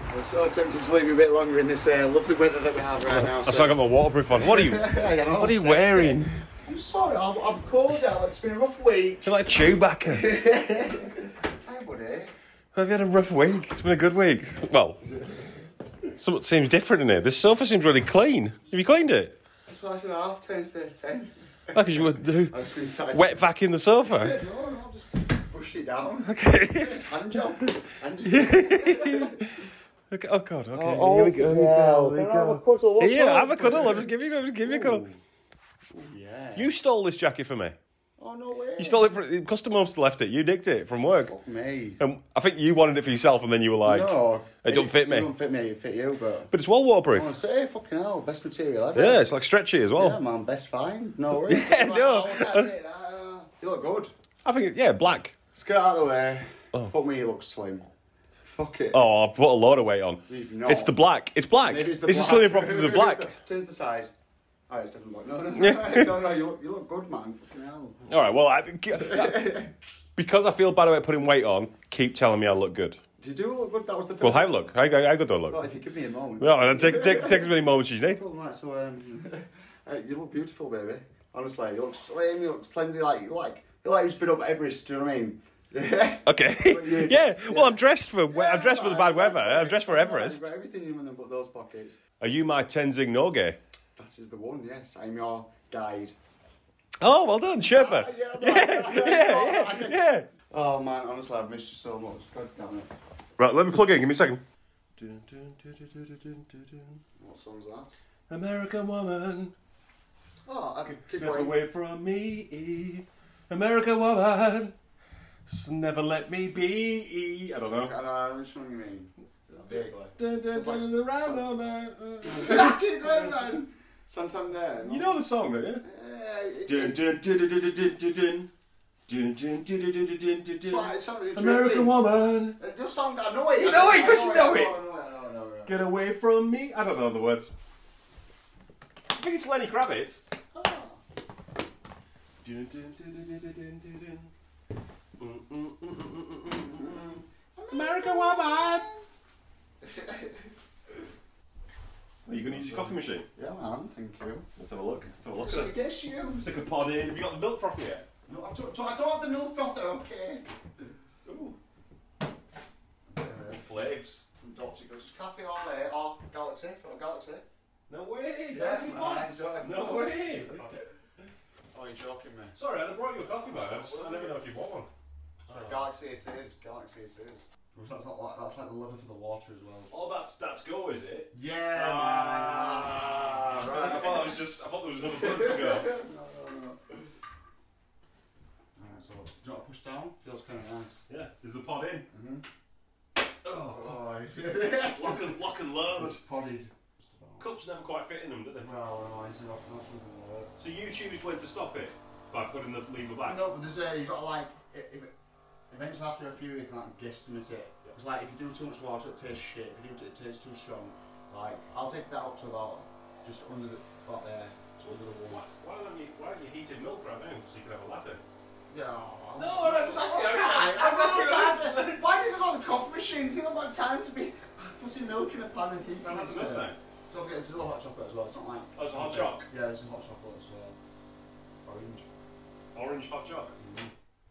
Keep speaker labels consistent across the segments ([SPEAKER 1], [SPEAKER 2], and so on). [SPEAKER 1] Well, so it's tempted to leave you a bit longer in this uh, lovely weather that we have right now.
[SPEAKER 2] I saw I got my waterproof on. What are you? What are you wearing?
[SPEAKER 1] I'm sorry, I'm, I'm cold, Alex. It's been a rough week.
[SPEAKER 2] You're like Chewbacca.
[SPEAKER 1] Hi, buddy.
[SPEAKER 2] Have you had a rough week? It's been a good week. Well, something seems different in here. This sofa seems really clean. Have you cleaned it?
[SPEAKER 1] It's five and a half, ten, ten, ten.
[SPEAKER 2] Because you were
[SPEAKER 1] I'm too tired.
[SPEAKER 2] wet back in the sofa.
[SPEAKER 1] No, no, just brush it down.
[SPEAKER 2] okay.
[SPEAKER 1] Hand job. Hand job.
[SPEAKER 2] Okay. Oh God. Okay. here we go.
[SPEAKER 1] Can I have a cuddle? What's
[SPEAKER 2] Yeah,
[SPEAKER 1] up?
[SPEAKER 2] have a cuddle. I'll just give you. I'll just give you a cuddle.
[SPEAKER 1] Yeah.
[SPEAKER 2] You stole this jacket from me.
[SPEAKER 1] Oh, no way.
[SPEAKER 2] You stole it from the customer. Must have left it. You nicked it from work.
[SPEAKER 1] Me.
[SPEAKER 2] And I think you wanted it for yourself, and then you were like,
[SPEAKER 1] no.
[SPEAKER 2] it don't fit me.
[SPEAKER 1] It don't fit me, it fit you, but.
[SPEAKER 2] "But it's well waterproof.
[SPEAKER 1] I want to say, fucking hell, best material ever.
[SPEAKER 2] Yeah, it's like stretchy as well.
[SPEAKER 1] Yeah, man, best find. No worries.
[SPEAKER 2] Yeah,
[SPEAKER 1] I'm like,
[SPEAKER 2] no.
[SPEAKER 1] "Oh, that's it, uh, you look good.
[SPEAKER 2] I think, it- yeah, black.
[SPEAKER 1] Let's get out of the way.
[SPEAKER 2] Oh.
[SPEAKER 1] Fuck me, you look slim. Fuck it.
[SPEAKER 2] Oh, I've put a lot of weight on.
[SPEAKER 1] You've not.
[SPEAKER 2] It's the black. It's black.
[SPEAKER 1] Maybe it's the
[SPEAKER 2] a
[SPEAKER 1] black.
[SPEAKER 2] slimming property of the
[SPEAKER 1] Maybe
[SPEAKER 2] black.
[SPEAKER 1] it's the- Turn to the side. Oh, it's definitely black. No, no,
[SPEAKER 2] Yeah.
[SPEAKER 1] no, no, no, you look, you look good, man. Fucking hell.
[SPEAKER 2] All right, well, I, think- because I feel bad about putting weight on, keep telling me I look good.
[SPEAKER 1] You do look good, that was the first
[SPEAKER 2] Well, have a look. How, how, how good do I
[SPEAKER 1] Well,
[SPEAKER 2] look?
[SPEAKER 1] if you give me a moment.
[SPEAKER 2] No, and take, take, take as many moments as you need.
[SPEAKER 1] Well, right, so, um, uh, you look beautiful, baby. Honestly, you look slim, you look slender, like, you look like, you look like you've been up Everest, do you know what I mean? But
[SPEAKER 2] Okay.
[SPEAKER 1] you-
[SPEAKER 2] yeah. Well, I'm
[SPEAKER 1] yeah.
[SPEAKER 2] dressed for we- I'm dressed for the bad weather. I'm dressed for Everest.
[SPEAKER 1] You've got everything in them but those pockets.
[SPEAKER 2] Are you my Tenzing Norgay?
[SPEAKER 1] That is the one, yes. I'm your guide.
[SPEAKER 2] Oh, well done, Sherpa.
[SPEAKER 1] Ah, yeah, right,
[SPEAKER 2] yeah,
[SPEAKER 1] right,
[SPEAKER 2] yeah, yeah,
[SPEAKER 1] right.
[SPEAKER 2] yeah.
[SPEAKER 1] Oh man, honestly, I've missed you so much. God damn it.
[SPEAKER 2] Right, let me plug in. Give me a second.
[SPEAKER 1] What song's that?
[SPEAKER 2] American woman.
[SPEAKER 1] Oh, I did
[SPEAKER 2] Step
[SPEAKER 1] wait.
[SPEAKER 2] away from me, America woman. S- Never let me be. I don't
[SPEAKER 1] I
[SPEAKER 2] know.
[SPEAKER 1] don't know which one you mean. Vaguely.
[SPEAKER 2] Dun, dun,
[SPEAKER 1] Sounds like
[SPEAKER 2] dun, dun,
[SPEAKER 1] some-
[SPEAKER 2] dun, dun, dun, dun.
[SPEAKER 1] Back it then, man. Santander. no?
[SPEAKER 2] You know the song, don't
[SPEAKER 1] Eh,
[SPEAKER 2] you?
[SPEAKER 1] it-
[SPEAKER 2] Dun, dun, dun, dun, dun, dun, dun, dun. Dun, dun, dun, dun, dun, dun, dun, dun,
[SPEAKER 1] it's
[SPEAKER 2] dun.
[SPEAKER 1] like- it's something
[SPEAKER 2] American
[SPEAKER 1] dripping.
[SPEAKER 2] woman,
[SPEAKER 1] It does sound. I know it.
[SPEAKER 2] You
[SPEAKER 1] I
[SPEAKER 2] know it, 'cause
[SPEAKER 1] I
[SPEAKER 2] you know
[SPEAKER 1] I I know it. I
[SPEAKER 2] it.
[SPEAKER 1] know it, I know it.
[SPEAKER 2] get away from me. I don't know the words. I think it's Lenny Kravitz.
[SPEAKER 1] Oh.
[SPEAKER 2] Dun, dun, dun, dun, dun, dun, dun, dun. Mm, mm, mm, mm, mm, mm, mm, mm, mm. American woman. Are you going to use your coffee machine?
[SPEAKER 1] Yeah, man. Thank you.
[SPEAKER 2] Let's have a look. Let's have a look.
[SPEAKER 1] I guess you.
[SPEAKER 2] Stick a pod in. Have you got the milk froth yet?
[SPEAKER 1] No, I don't, I don't have the milk frother. Okay.
[SPEAKER 2] Ooh,
[SPEAKER 1] Uh,
[SPEAKER 2] flaves.
[SPEAKER 1] Dolce goes cafe or uh, or Galaxy for Galaxy.
[SPEAKER 2] No way.
[SPEAKER 1] Yes,
[SPEAKER 2] Dancing
[SPEAKER 1] man,
[SPEAKER 2] pods.
[SPEAKER 1] I don't-
[SPEAKER 2] No way.
[SPEAKER 1] Oh, you're joking, me.
[SPEAKER 2] Sorry, I'd have brought you a coffee, man. I, just, I never know if you want one.
[SPEAKER 1] Sorry, Galaxy it is. Galaxy it is. That's not like that's like the leather for the water as well.
[SPEAKER 2] Oh, that's that's go, is it?
[SPEAKER 1] Yeah.
[SPEAKER 2] Ah, right. I
[SPEAKER 1] Right.
[SPEAKER 2] thought that was just. I thought there was another button to go.
[SPEAKER 1] Alright, so do you want to push down? Feels kind of nice.
[SPEAKER 2] Yeah. Is the pod in? Oh,
[SPEAKER 1] Oh,
[SPEAKER 2] lock and lock and load.
[SPEAKER 1] it's potted. Just about.
[SPEAKER 2] Cups never quite fit in them, do they?
[SPEAKER 1] Well, no, it's not not something like that.
[SPEAKER 2] So you choose when to stop it by putting the lever back.
[SPEAKER 1] No, but there's a you got to like if, if it, eventually after a few you can like guesstimate it. Because like if you do too much water, it tastes shit. If you do it, it tastes too strong. Like I'll take that up to about just under the about there, so under the
[SPEAKER 2] Why,
[SPEAKER 1] wall.
[SPEAKER 2] why don't you why don't you heat it milk right now so you can have a latte?
[SPEAKER 1] Yeah.
[SPEAKER 2] No, I was asking. I was
[SPEAKER 1] Right,
[SPEAKER 2] asking.
[SPEAKER 1] I've got some time. Why did I go to the coffee machine? You think I've got time to be putting milk in a pan and heating
[SPEAKER 2] Well, that's
[SPEAKER 1] it?
[SPEAKER 2] enough now.
[SPEAKER 1] Don't forget, it's a hot chocolate as well. It's not like.
[SPEAKER 2] Oh, it's a hot choc.
[SPEAKER 1] Yeah, it's a hot chocolate as well. Orange.
[SPEAKER 2] Orange hot chocolate.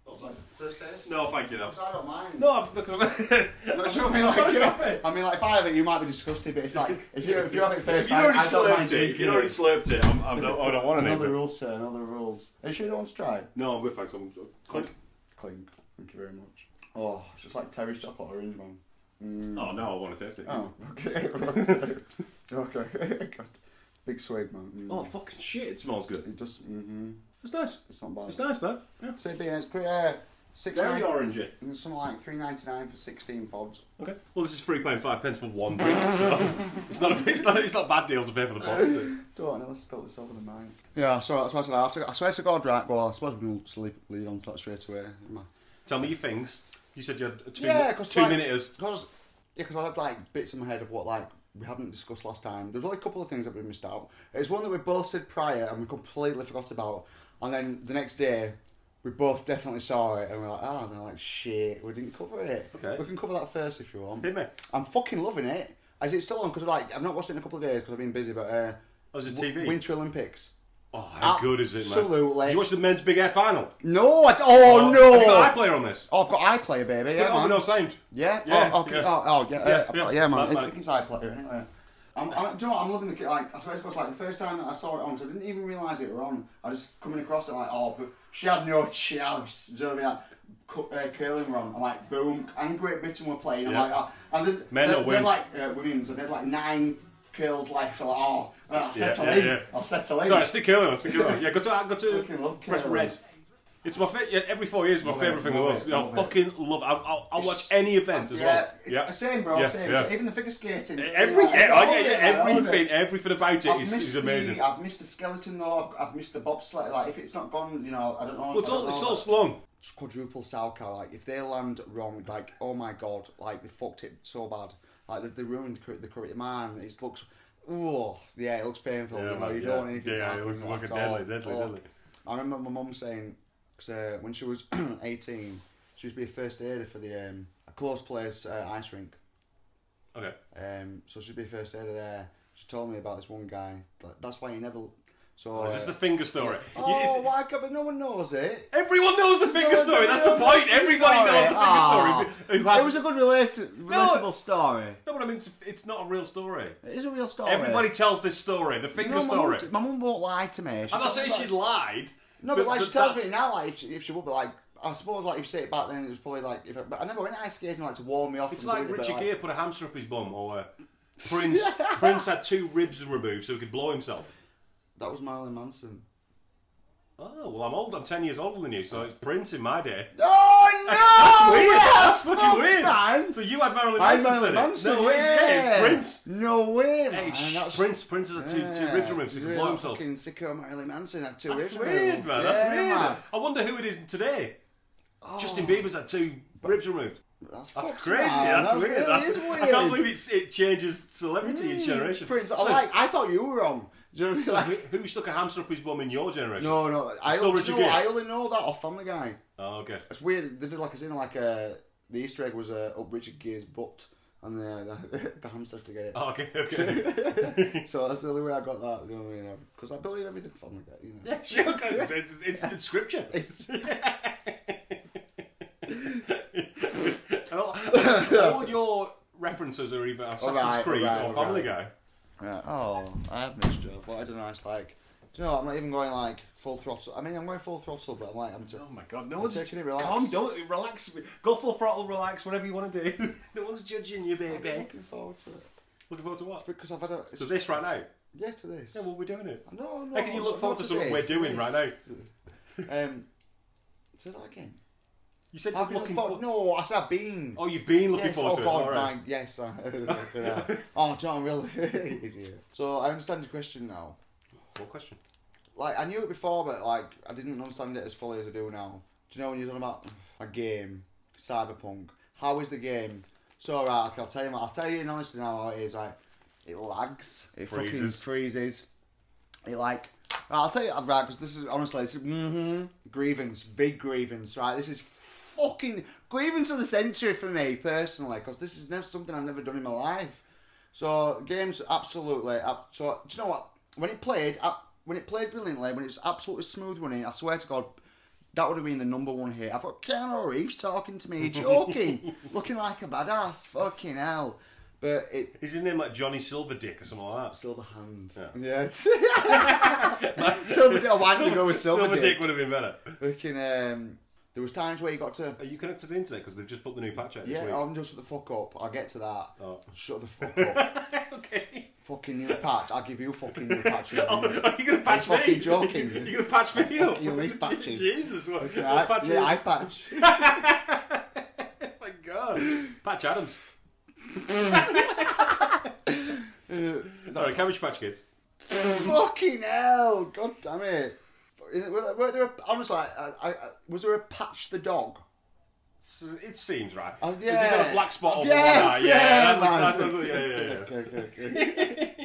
[SPEAKER 2] What's that?
[SPEAKER 1] First taste?
[SPEAKER 2] No, thank you though.
[SPEAKER 1] Because I don't mind.
[SPEAKER 2] Mm-hmm. No, I've because
[SPEAKER 1] No, do you know what I mean?
[SPEAKER 2] Got
[SPEAKER 1] Like,
[SPEAKER 2] a
[SPEAKER 1] you know,
[SPEAKER 2] coffee.
[SPEAKER 1] I mean, like if I have it, you might be disgusted, but if like if you if you have it first,
[SPEAKER 2] you've
[SPEAKER 1] I,
[SPEAKER 2] already
[SPEAKER 1] I don't mind
[SPEAKER 2] slurped it. If you've already slurped it, I'm, I'm not, I don't want any.
[SPEAKER 1] Another
[SPEAKER 2] but-
[SPEAKER 1] rules, sir. Another rules. Are you sure you don't want to try?
[SPEAKER 2] No, I'm good, thanks. I'm click.
[SPEAKER 1] Clink. Thank you very much. Oh, it's just like Terry's chocolate orange, man.
[SPEAKER 2] Oh no, I want to taste it.
[SPEAKER 1] Oh, okay. okay. okay. God. Big swig, man. Mm.
[SPEAKER 2] Oh, fucking shit! It smells good.
[SPEAKER 1] It just, mm-hmm.
[SPEAKER 2] It's nice.
[SPEAKER 1] It's not bad.
[SPEAKER 2] It's nice though. Yeah.
[SPEAKER 1] So it'd be, it's three, uh, six
[SPEAKER 2] Very
[SPEAKER 1] nine,
[SPEAKER 2] orangey.
[SPEAKER 1] it's something like three ninety nine for sixteen pods.
[SPEAKER 2] Okay. Well, this is three pound five pence for one drink. so it's not a it's not it's not a bad deal to pay for the box. is it?
[SPEAKER 1] Don't know. Let's spill this over the mind. Yeah, so that's what I have to. I swear to God, right? Well, I suppose we'll sleep lead on to that straight away.
[SPEAKER 2] Tell me your things. You said you had two,
[SPEAKER 1] Yeah,
[SPEAKER 2] yeah,
[SPEAKER 1] 'cause
[SPEAKER 2] two
[SPEAKER 1] like-
[SPEAKER 2] minutes.
[SPEAKER 1] Because yeah, because I had like bits in my head of what like we haven't discussed last time. There's only a couple of things that we missed out. It's one that we both said prior and we completely forgot about, and then the next day we both definitely saw it and we're like, ah, and they're like, shit, we didn't cover it.
[SPEAKER 2] Okay.
[SPEAKER 1] We can cover that first if you want.
[SPEAKER 2] Hit me.
[SPEAKER 1] I'm fucking loving it. Is it still on? Because like, I've not watched it in a couple of days because I've been busy. But uh,
[SPEAKER 2] Oh, is it
[SPEAKER 1] W-
[SPEAKER 2] TV?
[SPEAKER 1] Winter Olympics.
[SPEAKER 2] Oh, how good is it, man?
[SPEAKER 1] Absolutely.
[SPEAKER 2] Did you watch the men's big air final?
[SPEAKER 1] No, I d- oh, no.
[SPEAKER 2] Have you got iPlayer on this?
[SPEAKER 1] Oh, I've got iPlayer, baby.
[SPEAKER 2] Yeah,
[SPEAKER 1] Yeah,
[SPEAKER 2] oh,
[SPEAKER 1] man.
[SPEAKER 2] no sound.
[SPEAKER 1] Yeah.
[SPEAKER 2] Yeah,
[SPEAKER 1] oh, okay.
[SPEAKER 2] yeah.
[SPEAKER 1] Oh, oh, yeah, uh,
[SPEAKER 2] Yeah,
[SPEAKER 1] I've
[SPEAKER 2] yeah.
[SPEAKER 1] got- yeah, man.
[SPEAKER 2] Like-
[SPEAKER 1] It's,
[SPEAKER 2] like-
[SPEAKER 1] it's iPlayer. isn't it? I'm, I'm, do you know what? I'm loving the kit. Like, I swear to God, like the first time that I saw it on, so I didn't even realise it were on. I just coming across it like, oh, but she had no choice. Do you know what I mean? Like, cu- uh, curling run. I'm like, boom, and Great Britain were playing. I'm
[SPEAKER 2] Yeah.
[SPEAKER 1] like, oh. and then
[SPEAKER 2] Men
[SPEAKER 1] they're,
[SPEAKER 2] are
[SPEAKER 1] they're
[SPEAKER 2] wins.
[SPEAKER 1] like uh, women, so they're like nine curls left. So like, oh, and I'll
[SPEAKER 2] Yeah,
[SPEAKER 1] settle
[SPEAKER 2] yeah,
[SPEAKER 1] in.
[SPEAKER 2] yeah.
[SPEAKER 1] I'll settle in.
[SPEAKER 2] Sorry, stick curling on, stick curling on. Yeah, go to, go
[SPEAKER 1] oh, Fucking
[SPEAKER 2] to
[SPEAKER 1] love
[SPEAKER 2] press
[SPEAKER 1] curling.
[SPEAKER 2] red. It's my fa- yeah, every four years, is my
[SPEAKER 1] Love it,
[SPEAKER 2] favourite thing in the
[SPEAKER 1] love
[SPEAKER 2] world.
[SPEAKER 1] it,
[SPEAKER 2] You know, I
[SPEAKER 1] love it.
[SPEAKER 2] fucking love it. I'll, I'll, I'll watch
[SPEAKER 1] It's-
[SPEAKER 2] any event as well.
[SPEAKER 1] it-
[SPEAKER 2] Yeah.
[SPEAKER 1] Same, bro.
[SPEAKER 2] Yeah,
[SPEAKER 1] same.
[SPEAKER 2] yeah.
[SPEAKER 1] Even the figure skating.
[SPEAKER 2] Every,
[SPEAKER 1] I
[SPEAKER 2] yeah, oh,
[SPEAKER 1] love
[SPEAKER 2] yeah,
[SPEAKER 1] it,
[SPEAKER 2] yeah,
[SPEAKER 1] I love it.
[SPEAKER 2] everything, everything about it
[SPEAKER 1] I've
[SPEAKER 2] is,
[SPEAKER 1] missed
[SPEAKER 2] is amazing.
[SPEAKER 1] The, I've missed the skeleton though. I've, I've missed the bobsled. Like if it's not gone, you know, I don't know.
[SPEAKER 2] well, it's
[SPEAKER 1] I don't
[SPEAKER 2] all, it's
[SPEAKER 1] know.
[SPEAKER 2] all slung.
[SPEAKER 1] It's quadruple Salcow. Like if they land wrong, like oh my god, like they fucked it so bad. Like they, they ruined Cur- the curry man. It looks, oh yeah, it looks painful.
[SPEAKER 2] Yeah,
[SPEAKER 1] you know,
[SPEAKER 2] man,
[SPEAKER 1] you
[SPEAKER 2] yeah.
[SPEAKER 1] don't want anything
[SPEAKER 2] Yeah,
[SPEAKER 1] to
[SPEAKER 2] it
[SPEAKER 1] happen.
[SPEAKER 2] looks
[SPEAKER 1] to that
[SPEAKER 2] fucking
[SPEAKER 1] at all.
[SPEAKER 2] deadly, deadly,
[SPEAKER 1] Look,
[SPEAKER 2] deadly.
[SPEAKER 1] I remember my mum saying, 'cause, uh, when she was 18, she used to be a first aider for the um, a close place uh, ice rink.
[SPEAKER 2] Okay.
[SPEAKER 1] Um, so she'd be first aider there. She told me about this one guy. Like, that's why he never. So.
[SPEAKER 2] Oh, Is
[SPEAKER 1] uh,
[SPEAKER 2] this the finger story? You- it's-
[SPEAKER 1] Oh, why? God, but no one knows it.
[SPEAKER 2] Everyone knows the finger
[SPEAKER 1] No,
[SPEAKER 2] story.
[SPEAKER 1] no,
[SPEAKER 2] That's
[SPEAKER 1] no,
[SPEAKER 2] the point.
[SPEAKER 1] finger
[SPEAKER 2] Everybody
[SPEAKER 1] story.
[SPEAKER 2] knows the finger
[SPEAKER 1] Ah.
[SPEAKER 2] story. Who
[SPEAKER 1] It
[SPEAKER 2] has?
[SPEAKER 1] was a good relate- relatable
[SPEAKER 2] No.
[SPEAKER 1] story.
[SPEAKER 2] No, but I mean, it's, it's not a real story.
[SPEAKER 1] It is a real story.
[SPEAKER 2] Everybody tells this story. The finger
[SPEAKER 1] Oh, No, my mum-
[SPEAKER 2] story.
[SPEAKER 1] My mum won't lie to me. She
[SPEAKER 2] I'm not
[SPEAKER 1] tells
[SPEAKER 2] saying
[SPEAKER 1] me
[SPEAKER 2] she's
[SPEAKER 1] like-
[SPEAKER 2] lied.
[SPEAKER 1] No, but, like she tells me
[SPEAKER 2] that's-
[SPEAKER 1] now, like if she, if she would, but like I suppose, like if you say it back then, it was probably like if I, but I never went ice skating like to warm me off.
[SPEAKER 2] It's
[SPEAKER 1] and
[SPEAKER 2] like
[SPEAKER 1] do it, but,
[SPEAKER 2] Richard Gere put a hamster up his bum, or uh, Prince. Prince had two ribs removed so he could blow himself.
[SPEAKER 1] That was Marilyn Manson.
[SPEAKER 2] Oh well, I'm old. I'm ten years older than you, so it's Prince in my day.
[SPEAKER 1] Oh no! Oh,
[SPEAKER 2] That's weird. that's fucking weird.
[SPEAKER 1] Man.
[SPEAKER 2] So you had Marilyn
[SPEAKER 1] I'm
[SPEAKER 2] Manson.
[SPEAKER 1] Marilyn Manson.
[SPEAKER 2] said it. No, it's-
[SPEAKER 1] yeah.
[SPEAKER 2] yeah, it's Prince.
[SPEAKER 1] No way, man.
[SPEAKER 2] Hey,
[SPEAKER 1] That's-
[SPEAKER 2] shh, Prince. Prince has had two, two ribs removed so he could
[SPEAKER 1] Yeah,
[SPEAKER 2] blow himself.
[SPEAKER 1] Fucking sicko Marilyn Manson had two
[SPEAKER 2] That's
[SPEAKER 1] ribs
[SPEAKER 2] weird,
[SPEAKER 1] removed.
[SPEAKER 2] man. That's
[SPEAKER 1] Yeah,
[SPEAKER 2] weird.
[SPEAKER 1] man. Oh.
[SPEAKER 2] I wonder who it is today. Justin Bieber's had two ribs removed.
[SPEAKER 1] That's,
[SPEAKER 2] That's
[SPEAKER 1] fucked,
[SPEAKER 2] crazy.
[SPEAKER 1] man.
[SPEAKER 2] That's, weird.
[SPEAKER 1] really
[SPEAKER 2] That's,
[SPEAKER 1] is weird.
[SPEAKER 2] I can't believe it's, it changes celebrity each generation.
[SPEAKER 1] Mm. Prince, I
[SPEAKER 2] So-
[SPEAKER 1] like. I thought you were wrong. Do you know what I mean?
[SPEAKER 2] so
[SPEAKER 1] Like-
[SPEAKER 2] who, who stuck a hamster up his bum in your generation?
[SPEAKER 1] No, no. I
[SPEAKER 2] Still
[SPEAKER 1] only,
[SPEAKER 2] Richard
[SPEAKER 1] you know,
[SPEAKER 2] Gere.
[SPEAKER 1] I only know that off Family Guy.
[SPEAKER 2] Oh, okay.
[SPEAKER 1] It's weird. They did like a scene like uh, the Easter egg was uh, up Richard Gere's butt, and the the, the hamster to get it.
[SPEAKER 2] Oh, okay, okay.
[SPEAKER 1] So that's the only way I got that. You know what I mean? Because I believe everything Family Guy. You know.
[SPEAKER 2] yeah, sure, 'cause it's, it's, it's scripture.
[SPEAKER 1] It's-
[SPEAKER 2] And all, all your references are either Assassin's
[SPEAKER 1] Alright,
[SPEAKER 2] Creed
[SPEAKER 1] alright,
[SPEAKER 2] or Family
[SPEAKER 1] alright.
[SPEAKER 2] Guy.
[SPEAKER 1] Right. Oh, I have missed you. But I don't know. It's like, do you know? what? I'm not even going like full throttle. I mean, I'm going full throttle, but I'm like, I'm. T-
[SPEAKER 2] Oh my god, no
[SPEAKER 1] I'm
[SPEAKER 2] one's
[SPEAKER 1] taking it
[SPEAKER 2] Calm
[SPEAKER 1] relaxed.
[SPEAKER 2] down, relax. Go full throttle, relax, whatever you want to do. no one's judging you,
[SPEAKER 1] I'm
[SPEAKER 2] baby.
[SPEAKER 1] looking forward to it
[SPEAKER 2] Looking forward to what?
[SPEAKER 1] because I've had a.
[SPEAKER 2] So this right now?
[SPEAKER 1] Yeah, to this.
[SPEAKER 2] Yeah, well, we're doing it.
[SPEAKER 1] no, no.
[SPEAKER 2] How can you look
[SPEAKER 1] no,
[SPEAKER 2] forward to something we're
[SPEAKER 1] this,
[SPEAKER 2] doing right now?
[SPEAKER 1] now? Um, say that again.
[SPEAKER 2] You said you're
[SPEAKER 1] I've been looking
[SPEAKER 2] looking forward.
[SPEAKER 1] forward. No, I said I've been.
[SPEAKER 2] Oh, you've been looking
[SPEAKER 1] yes,
[SPEAKER 2] forward
[SPEAKER 1] oh
[SPEAKER 2] to
[SPEAKER 1] God,
[SPEAKER 2] it. All right.
[SPEAKER 1] man, yes. I- oh, John, really? Idiot. So I understand your question now.
[SPEAKER 2] What question?
[SPEAKER 1] Like I knew it before, but like I didn't understand it as fully as I do now. Do you know when you're talking about a game, Cyberpunk? How is the game? So right, okay, I'll tell you. I'll tell you honestly now how it is. Right, it lags. It fucking
[SPEAKER 2] Freezes.
[SPEAKER 1] freezes. It like. right, I'll tell you, uh, right, because this is honestly, this is mm-hmm, grievance, big grievance, right? This is fucking grievance of the century for me personally, because this is never, something I've never done in my life. So games, absolutely. ab- So do you know what? When it played, ab- when it played brilliantly, when it's absolutely smooth running, I swear to God, that would have been the number one hit. I've got Keanu Reeves talking to me, joking, looking like a badass. Fucking hell! But it
[SPEAKER 2] Is his name like Johnny Silver Dick or something like that?
[SPEAKER 1] silver hand. Yeah.
[SPEAKER 2] Yeah.
[SPEAKER 1] silver dick. Why didn't you go with silver,
[SPEAKER 2] Silver
[SPEAKER 1] dick?
[SPEAKER 2] Dick would have been better.
[SPEAKER 1] Fucking. Um, there was times where you got to.
[SPEAKER 2] Are you connected to the internet? Because they've just put the new patch out this
[SPEAKER 1] Yeah,
[SPEAKER 2] week.
[SPEAKER 1] I'm just shut the fuck up. I'll get to that.
[SPEAKER 2] Oh.
[SPEAKER 1] Shut the fuck up.
[SPEAKER 2] okay.
[SPEAKER 1] fucking new patch. I'll give you a fucking new patch. in a
[SPEAKER 2] Oh,
[SPEAKER 1] minute.
[SPEAKER 2] are you gonna patch
[SPEAKER 1] I'm
[SPEAKER 2] me?
[SPEAKER 1] fucking joking.
[SPEAKER 2] You're gonna patch me up.
[SPEAKER 1] Fucking leaf patches.
[SPEAKER 2] Jesus, what?
[SPEAKER 1] Okay,
[SPEAKER 2] what
[SPEAKER 1] I,
[SPEAKER 2] patch
[SPEAKER 1] yeah,
[SPEAKER 2] is-
[SPEAKER 1] I patch.
[SPEAKER 2] Oh my god. Patch Adams. Sorry, Cabbage Patch Kids.
[SPEAKER 1] Fucking hell! God damn it! Is it- Were were there a, honestly, I, I, I- was there a patch the dog?
[SPEAKER 2] S- It seems right.
[SPEAKER 1] Oh,
[SPEAKER 2] Has he
[SPEAKER 1] yeah. Oh,
[SPEAKER 2] got a black spot on
[SPEAKER 1] yeah,
[SPEAKER 2] one eye?
[SPEAKER 1] Yeah,
[SPEAKER 2] Yeah, that looks
[SPEAKER 1] man.
[SPEAKER 2] nice, doesn't it? yeah, yeah,
[SPEAKER 1] Okay,
[SPEAKER 2] yeah.
[SPEAKER 1] okay,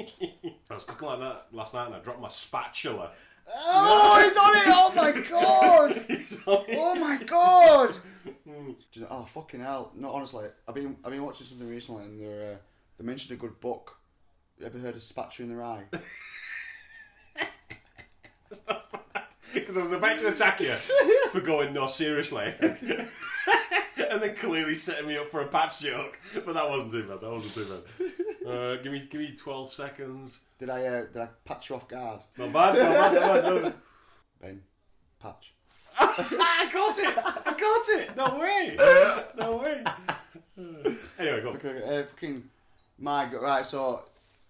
[SPEAKER 1] okay.
[SPEAKER 2] I was cooking like that last night and I dropped my spatula
[SPEAKER 1] Oh, he's on it! Oh my god!
[SPEAKER 2] Sorry.
[SPEAKER 1] Oh my god! Do you know- oh fucking hell! No, honestly, I've been I've been watching something recently, and they uh, they mentioned a good book. You ever heard of Spatula in the Eye?
[SPEAKER 2] Because I was about to attack you for going, no, seriously. and then clearly setting me up for a patch joke. But that wasn't too bad. That wasn't too bad. Uh, give me give me 12 seconds.
[SPEAKER 1] Did I uh, did I patch you off guard,
[SPEAKER 2] Not bad, not bad, not bad. No.
[SPEAKER 1] Ben? Patch.
[SPEAKER 2] I caught it! I caught it! No way! No way! Uh, anyway, go on.
[SPEAKER 1] Okay, uh, fucking my god! Right, so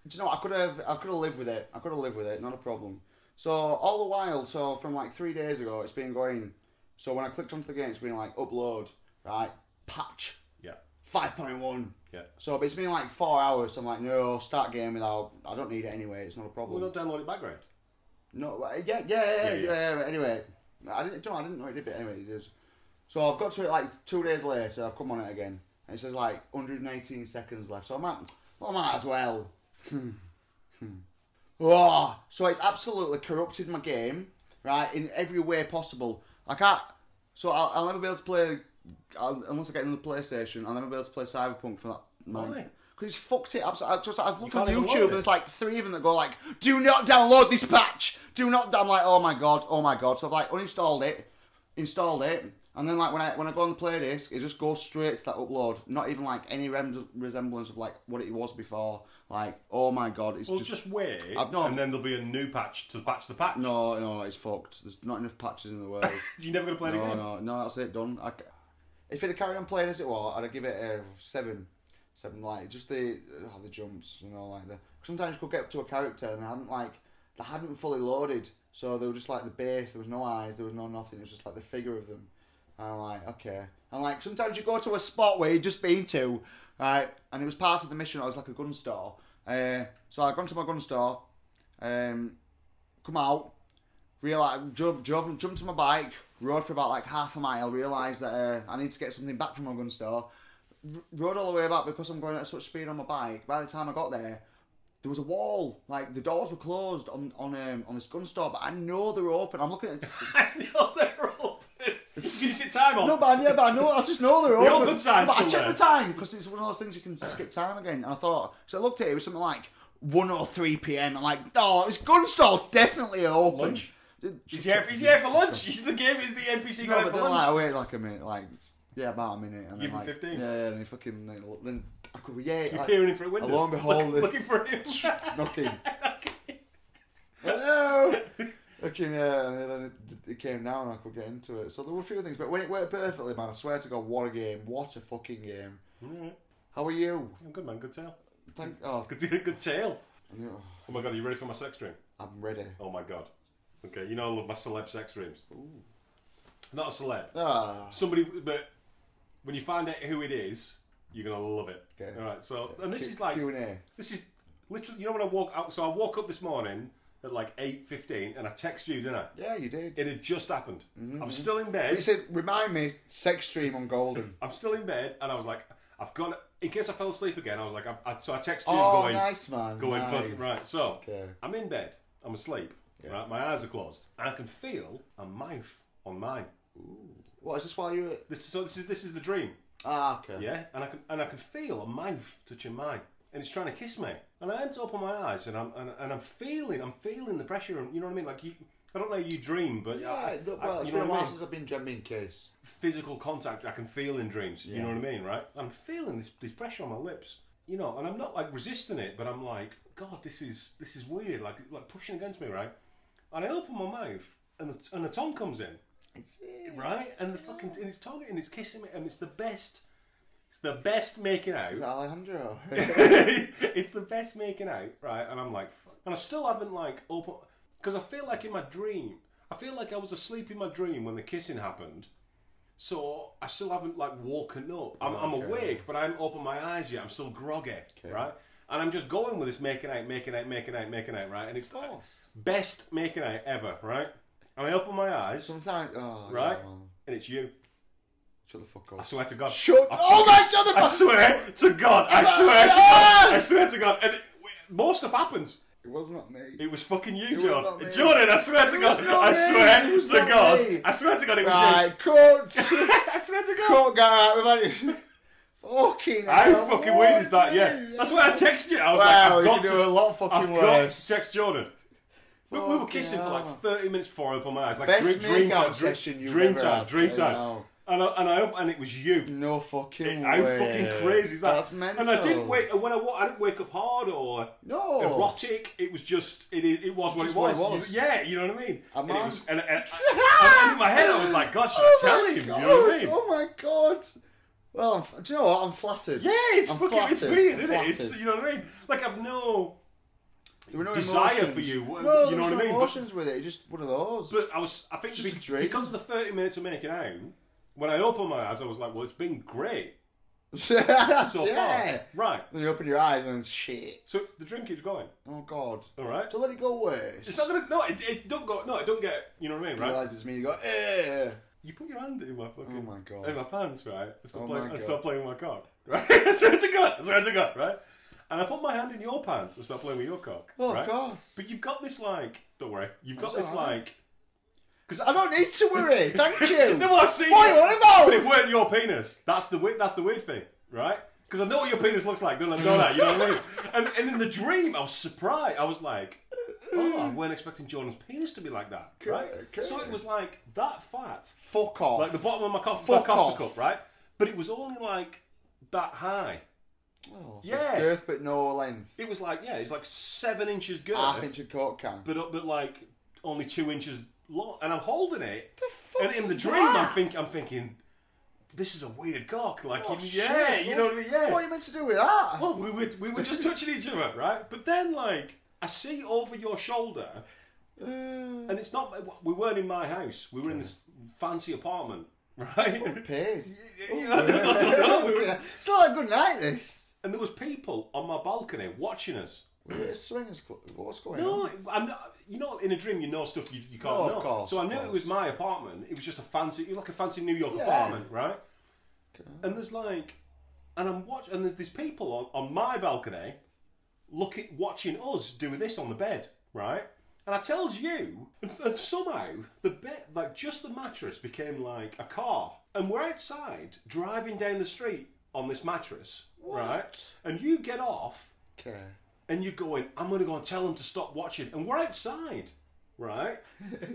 [SPEAKER 1] do you know what? I could have I could have lived with it. I could have lived with it. Not a problem. So all the while, so from like three days ago, it's been going. So when I clicked onto the game, it's been like upload, right? Patch
[SPEAKER 2] Yeah,
[SPEAKER 1] five point one.
[SPEAKER 2] yeah.
[SPEAKER 1] So but it's been like four hours. So I'm like, no, start game without. I don't need it anyway. It's not a problem.
[SPEAKER 2] We're not downloading background.
[SPEAKER 1] No, uh, yeah, yeah, yeah, yeah.
[SPEAKER 2] Yeah,
[SPEAKER 1] yeah, Anyway, I didn't, do you know, I didn't know it did, but anyway, it is. So I've got to it like two days later. So I've come on it again, and it says like 118 seconds left. So I might, well, I might as well. Hmm, oh, so it's absolutely corrupted my game, right, in every way possible. I can't. So I'll, I'll never be able to play I'll, unless I get another PlayStation. I'll never be able to play Cyberpunk for that.
[SPEAKER 2] Why?
[SPEAKER 1] Because it's fucked it up. So I just, I've looked on
[SPEAKER 2] can't even
[SPEAKER 1] YouTube
[SPEAKER 2] load
[SPEAKER 1] and
[SPEAKER 2] it.
[SPEAKER 1] there's like three of them that go like, "Do not download this patch. Do not." down." I'm like, "Oh my god, oh my god." So I've like uninstalled it, installed it, and then like when I when I go on the play disc, it just goes straight to that upload. Not even like any rem- resemblance of like what it was before. Like, oh my god, it's
[SPEAKER 2] Well,
[SPEAKER 1] just,
[SPEAKER 2] just, wait,
[SPEAKER 1] I've not-
[SPEAKER 2] and then there'll be a new patch to patch the patch.
[SPEAKER 1] no, no, it's fucked. There's not enough patches in the world.
[SPEAKER 2] You're never going to play it
[SPEAKER 1] no,
[SPEAKER 2] again.
[SPEAKER 1] no, no, that's it. Done. I, c- if it had carried on playing as it was, I'd have give it a seven, seven. Like just the oh, the jumps, you know, like the sometimes you could get up to a character and they hadn't like they hadn't fully loaded, so they were just like the base. There was no eyes, there was no nothing. It was just like the figure of them. And I'm like, okay. And like sometimes you go to a spot where you've just been to, right? And it was part of the mission. I was like a gun store. Uh, so I gone to my gun store, um, come out, realize jump, jump, jumped to my bike, rode for about like half a mile, realised that uh, I need to get something back from my gun store. R- rode all the way back because I'm going at such speed on my bike. By the time I got there, there was a wall. Like the doors were closed on on um, on this gun store, but I know they were open. I'm looking at
[SPEAKER 2] I know they're open. you sit time on.
[SPEAKER 1] no, but I, yeah, but I know I just know they're
[SPEAKER 2] The
[SPEAKER 1] open.
[SPEAKER 2] open sign's
[SPEAKER 1] but I
[SPEAKER 2] still
[SPEAKER 1] checked the
[SPEAKER 2] there.
[SPEAKER 1] time because it's one of those things you can skip time again. And I thought, so I looked at it. It was something like one or three p.m. I'm like, oh, this gun store's definitely open.
[SPEAKER 2] Lunch?
[SPEAKER 1] Did-
[SPEAKER 2] Is he here for, is he here for lunch? He's the game is the NPC
[SPEAKER 1] No,
[SPEAKER 2] guy
[SPEAKER 1] but
[SPEAKER 2] for
[SPEAKER 1] then like
[SPEAKER 2] lunch.
[SPEAKER 1] I wait like a minute, like yeah, about a minute, and
[SPEAKER 2] Give
[SPEAKER 1] then,
[SPEAKER 2] him
[SPEAKER 1] like,
[SPEAKER 2] 15.
[SPEAKER 1] Yeah, yeah, and then fucking then, then I could yeah,
[SPEAKER 2] You're
[SPEAKER 1] like,
[SPEAKER 2] peering in through windows.
[SPEAKER 1] lo and behold,
[SPEAKER 2] Look-
[SPEAKER 1] this-
[SPEAKER 2] looking for him.
[SPEAKER 1] knocking. Hello. Fucking yeah, and then it, it came down, and I could get into it. So there were a few things, but when it worked perfectly, man, I swear to God, what a game, what a fucking game.
[SPEAKER 2] Alright.
[SPEAKER 1] How are you?
[SPEAKER 2] I'm good, man. Good tail.
[SPEAKER 1] Thank oh,
[SPEAKER 2] Good, good tail.
[SPEAKER 1] I knew-
[SPEAKER 2] Oh my god, are you ready for my sex dream?
[SPEAKER 1] I'm ready.
[SPEAKER 2] Oh my god. Okay, you know I love my celeb sex dreams. Not a celeb.
[SPEAKER 1] Ah,
[SPEAKER 2] Somebody, but when you find out who it is, you're gonna love it.
[SPEAKER 1] Okay.
[SPEAKER 2] All right. So, and this is like
[SPEAKER 1] Q and A.
[SPEAKER 2] This is literally, you know, when I walk out. So I woke up this morning at like eight fifteen, and I text you, didn't I?
[SPEAKER 1] Yeah, you did.
[SPEAKER 2] It had just happened. I'm still in
[SPEAKER 1] Mm-hmm. You
[SPEAKER 2] bed.
[SPEAKER 1] said remind me sex stream on Golden.
[SPEAKER 2] I'm still in bed, and I was like, I've got. In case I fell asleep again, I was like, I've, I, so I text you
[SPEAKER 1] Oh,
[SPEAKER 2] going,
[SPEAKER 1] nice man.
[SPEAKER 2] going
[SPEAKER 1] nice.
[SPEAKER 2] fuck right. So
[SPEAKER 1] Okay.
[SPEAKER 2] I'm in bed. I'm asleep. Right, my eyes are closed, and I can feel a mouth on mine.
[SPEAKER 1] What is this while you? were-
[SPEAKER 2] This, so this is this is the dream,
[SPEAKER 1] Ah, okay.
[SPEAKER 2] yeah. And I can and I can feel a mouth touching mine, and it's trying to kiss me. And I am to open my eyes, and I'm and, and I'm feeling I'm feeling the pressure. And you know what I mean? Like you, I don't know you dream, but
[SPEAKER 1] Yeah,
[SPEAKER 2] I-
[SPEAKER 1] look,
[SPEAKER 2] I-
[SPEAKER 1] well, it's
[SPEAKER 2] you
[SPEAKER 1] been
[SPEAKER 2] know
[SPEAKER 1] a
[SPEAKER 2] what
[SPEAKER 1] while
[SPEAKER 2] I mean?
[SPEAKER 1] since I've been jamming case.
[SPEAKER 2] physical contact I can feel in dreams. You know what I mean, right? I'm feeling this, this pressure on my lips, you know, and I'm not like resisting it, but I'm like, God, this is this is weird, like like pushing against me, right? And I open my mouth, and the, and the tongue comes in,
[SPEAKER 1] It's
[SPEAKER 2] right? And the fucking and it's tongue and it's kissing me, and it's the best, it's the best making out.
[SPEAKER 1] Is that Alejandro?
[SPEAKER 2] it's the best making out, right? And I'm like, fuck. and I still haven't like open because I feel like in my dream, I feel like I was asleep in my dream when the kissing happened. So I still haven't like woken up. I'm, I'm
[SPEAKER 1] Okay.
[SPEAKER 2] awake, but I haven't opened my eyes yet. I'm still groggy, right? And I'm just going with this making out, making out, making out, making out, right? And it's like,
[SPEAKER 1] course.
[SPEAKER 2] best making out ever, right? And I open my eyes,
[SPEAKER 1] Sometimes, oh,
[SPEAKER 2] right?
[SPEAKER 1] Yeah, well,
[SPEAKER 2] And it's you.
[SPEAKER 1] shut the fuck
[SPEAKER 2] I
[SPEAKER 1] up.
[SPEAKER 2] swear to God.
[SPEAKER 1] Shut.
[SPEAKER 2] I
[SPEAKER 1] Oh my god! The
[SPEAKER 2] I
[SPEAKER 1] fuck-
[SPEAKER 2] swear to God. I swear to God. I swear to God. And it, most stuff happens.
[SPEAKER 1] It was not me.
[SPEAKER 2] It was fucking you,
[SPEAKER 1] was
[SPEAKER 2] Jordan.
[SPEAKER 1] not me.
[SPEAKER 2] Jordan, I swear to
[SPEAKER 1] It
[SPEAKER 2] God,
[SPEAKER 1] was not
[SPEAKER 2] I
[SPEAKER 1] me. It
[SPEAKER 2] swear
[SPEAKER 1] was
[SPEAKER 2] to
[SPEAKER 1] not
[SPEAKER 2] God,
[SPEAKER 1] me.
[SPEAKER 2] I swear to God, it was you.
[SPEAKER 1] Right, cut!
[SPEAKER 2] I swear to God.
[SPEAKER 1] cut, get out of here. Fucking
[SPEAKER 2] I
[SPEAKER 1] hell,
[SPEAKER 2] fucking
[SPEAKER 1] what
[SPEAKER 2] weird is that,
[SPEAKER 1] do
[SPEAKER 2] yeah.
[SPEAKER 1] you-
[SPEAKER 2] That's why I texted you. I was
[SPEAKER 1] Wow,
[SPEAKER 2] like,
[SPEAKER 1] you
[SPEAKER 2] I've got
[SPEAKER 1] do
[SPEAKER 2] to,
[SPEAKER 1] a lot fucking
[SPEAKER 2] I've got
[SPEAKER 1] worse.
[SPEAKER 2] to text Jordan. We, we were
[SPEAKER 1] Fucking
[SPEAKER 2] kissing for
[SPEAKER 1] hell.
[SPEAKER 2] like 30 minutes before I opened my eyes. Like
[SPEAKER 1] Best
[SPEAKER 2] dream, dream
[SPEAKER 1] makeout
[SPEAKER 2] time, dream,
[SPEAKER 1] session you've
[SPEAKER 2] dream
[SPEAKER 1] ever
[SPEAKER 2] time,
[SPEAKER 1] had,
[SPEAKER 2] dream
[SPEAKER 1] I
[SPEAKER 2] time.
[SPEAKER 1] know.
[SPEAKER 2] And I, and I opened, and it was you.
[SPEAKER 1] No fucking
[SPEAKER 2] How
[SPEAKER 1] way.
[SPEAKER 2] fucking crazy is that?
[SPEAKER 1] That's mental.
[SPEAKER 2] And I didn't wake. and When I, wa- I didn't wake up hard or
[SPEAKER 1] No.
[SPEAKER 2] erotic. It was just it. i- It was what
[SPEAKER 1] Oh. Just
[SPEAKER 2] it
[SPEAKER 1] what it
[SPEAKER 2] was.
[SPEAKER 1] was.
[SPEAKER 2] You- yeah, you know what I mean.
[SPEAKER 1] A
[SPEAKER 2] And it
[SPEAKER 1] man.
[SPEAKER 2] was- and- and I- and in my head, I was like, God, should I tell
[SPEAKER 1] Oh my
[SPEAKER 2] him?
[SPEAKER 1] God,
[SPEAKER 2] You know what I mean?
[SPEAKER 1] Oh my god. Well, I'm, f- do you know what? I'm flattered.
[SPEAKER 2] Yeah, it's
[SPEAKER 1] I'm
[SPEAKER 2] fucking it's
[SPEAKER 1] flattered.
[SPEAKER 2] weird,
[SPEAKER 1] I'm
[SPEAKER 2] isn't it? It's,
[SPEAKER 1] flattered.
[SPEAKER 2] you know what I mean? Like I've no,
[SPEAKER 1] There were no
[SPEAKER 2] desire
[SPEAKER 1] emotions.
[SPEAKER 2] for you, wha-
[SPEAKER 1] No,
[SPEAKER 2] you know
[SPEAKER 1] there was
[SPEAKER 2] what I
[SPEAKER 1] no
[SPEAKER 2] mean? But-
[SPEAKER 1] emotions with it. It's just one of those.
[SPEAKER 2] but I was I think
[SPEAKER 1] Just
[SPEAKER 2] be-
[SPEAKER 1] a drink.
[SPEAKER 2] because of the thirty minutes of making out. When I opened my eyes, I was like, well, it's been great so
[SPEAKER 1] yeah.
[SPEAKER 2] far, right?
[SPEAKER 1] Then you open your eyes and shit.
[SPEAKER 2] So the drink keeps going,
[SPEAKER 1] Oh god.
[SPEAKER 2] all right.
[SPEAKER 1] So let it go worse.
[SPEAKER 2] It's not gonna no, it, it don't go no, it don't get you know what I mean,
[SPEAKER 1] You
[SPEAKER 2] right?
[SPEAKER 1] realise it's me. You go. Eh.
[SPEAKER 2] You put your hand in my fucking
[SPEAKER 1] Oh my God.
[SPEAKER 2] in my pants, right? I stop
[SPEAKER 1] Oh
[SPEAKER 2] playing
[SPEAKER 1] my
[SPEAKER 2] I
[SPEAKER 1] God.
[SPEAKER 2] stop playing with my cock. Right? I swear to God, I swear to God, right? And I put my hand in your pants and stop playing with your cock.
[SPEAKER 1] Oh, of
[SPEAKER 2] right?
[SPEAKER 1] course.
[SPEAKER 2] But you've got this like don't worry, you've got
[SPEAKER 1] That's
[SPEAKER 2] this
[SPEAKER 1] alright.
[SPEAKER 2] like because
[SPEAKER 1] I don't need to worry. Thank you.
[SPEAKER 2] No, I've seen
[SPEAKER 1] What
[SPEAKER 2] it.
[SPEAKER 1] are you on
[SPEAKER 2] But
[SPEAKER 1] about?
[SPEAKER 2] it weren't your penis. That's the weird. That's the weird thing, right? Because I know what your penis looks like. Don't I know that? You know what I mean? And, and in the dream, I was surprised. I was like, "Oh, I weren't expecting Jordan's penis to be like that." Right?
[SPEAKER 1] Okay, okay.
[SPEAKER 2] So it was like that fat,
[SPEAKER 1] Fuck off.
[SPEAKER 2] like the bottom of my coffee
[SPEAKER 1] Fuck
[SPEAKER 2] Costa
[SPEAKER 1] off.
[SPEAKER 2] cup, right? But it was only like that high.
[SPEAKER 1] Oh, it's
[SPEAKER 2] Yeah.
[SPEAKER 1] Like girth but no length.
[SPEAKER 2] It was like yeah, it was like seven inches girth,
[SPEAKER 1] Half inch of coke can.
[SPEAKER 2] but up, but like only two inches long. And I'm holding it.
[SPEAKER 1] the fuck
[SPEAKER 2] and in
[SPEAKER 1] is
[SPEAKER 2] the dream,
[SPEAKER 1] that?
[SPEAKER 2] I'm thinking, I'm thinking, this is a weird cock. Like,
[SPEAKER 1] Oh,
[SPEAKER 2] you- yeah,
[SPEAKER 1] shit,
[SPEAKER 2] you know what I mean? Yeah.
[SPEAKER 1] What are you meant to do with that?
[SPEAKER 2] well, we were we were just touching each other, right? But then, like, I see over your shoulder,
[SPEAKER 1] Uh,
[SPEAKER 2] and it's not. We weren't in my house. We were in this fancy apartment, right?
[SPEAKER 1] Oh. paid.
[SPEAKER 2] You know, I don't- I don't know, we were-
[SPEAKER 1] it's not a good night. This.
[SPEAKER 2] and there was people on my balcony watching us.
[SPEAKER 1] We're at a swingers club. What's going
[SPEAKER 2] No,
[SPEAKER 1] on?
[SPEAKER 2] I'm not, you know, in a dream you know stuff you, you can't
[SPEAKER 1] No, of
[SPEAKER 2] know.
[SPEAKER 1] course,
[SPEAKER 2] so I
[SPEAKER 1] of
[SPEAKER 2] knew it
[SPEAKER 1] course.
[SPEAKER 2] was my apartment. It was just a fancy, it was like a fancy New York
[SPEAKER 1] Yeah.
[SPEAKER 2] apartment, right? And there's like, and I'm watching, and there's these people on, on my balcony, looking, watching us do this on the bed, right? And I tells you, and f- somehow the bed, like just the mattress, became like a car, and we're outside driving down the street on this mattress, right? And you get off
[SPEAKER 1] Okay.
[SPEAKER 2] and you're going, I'm going to go and tell them to stop watching. And we're outside, right?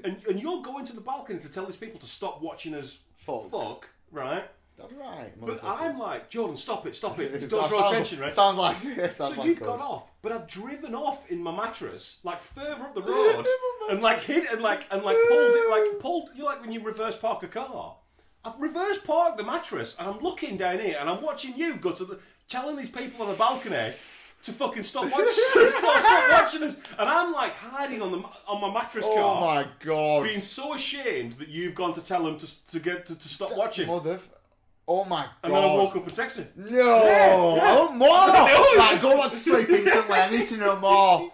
[SPEAKER 2] and, and you're going to the balcony to tell these people to stop watching us
[SPEAKER 1] Fuck.
[SPEAKER 2] fuck right?
[SPEAKER 1] That's right.
[SPEAKER 2] But
[SPEAKER 1] motherfucker.
[SPEAKER 2] I'm like, Jordan, stop it, stop it.
[SPEAKER 1] It
[SPEAKER 2] Don't
[SPEAKER 1] sounds-
[SPEAKER 2] draw
[SPEAKER 1] sounds-
[SPEAKER 2] attention, right?
[SPEAKER 1] Sounds like. Sounds
[SPEAKER 2] so
[SPEAKER 1] like
[SPEAKER 2] you've
[SPEAKER 1] us.
[SPEAKER 2] gone off, but I've driven off in my mattress, like further up the road, and like hit and like and like pulled it, like pulled. You like when you reverse park a car. I've reverse parked the mattress, and I'm looking down here, and I'm watching you go to the telling these people on the balcony. To fucking stop watching, stop, stop watching us, and I'm like hiding on the ma- on my mattress
[SPEAKER 1] Oh
[SPEAKER 2] car,
[SPEAKER 1] my god.
[SPEAKER 2] being so ashamed that you've gone to tell them to s- to get to, to stop watching, and
[SPEAKER 1] Motherf- Oh my god.
[SPEAKER 2] then I woke up and texted.
[SPEAKER 1] No, I want more.
[SPEAKER 2] No.
[SPEAKER 1] Right, go back to sleep instantly. I need to know more.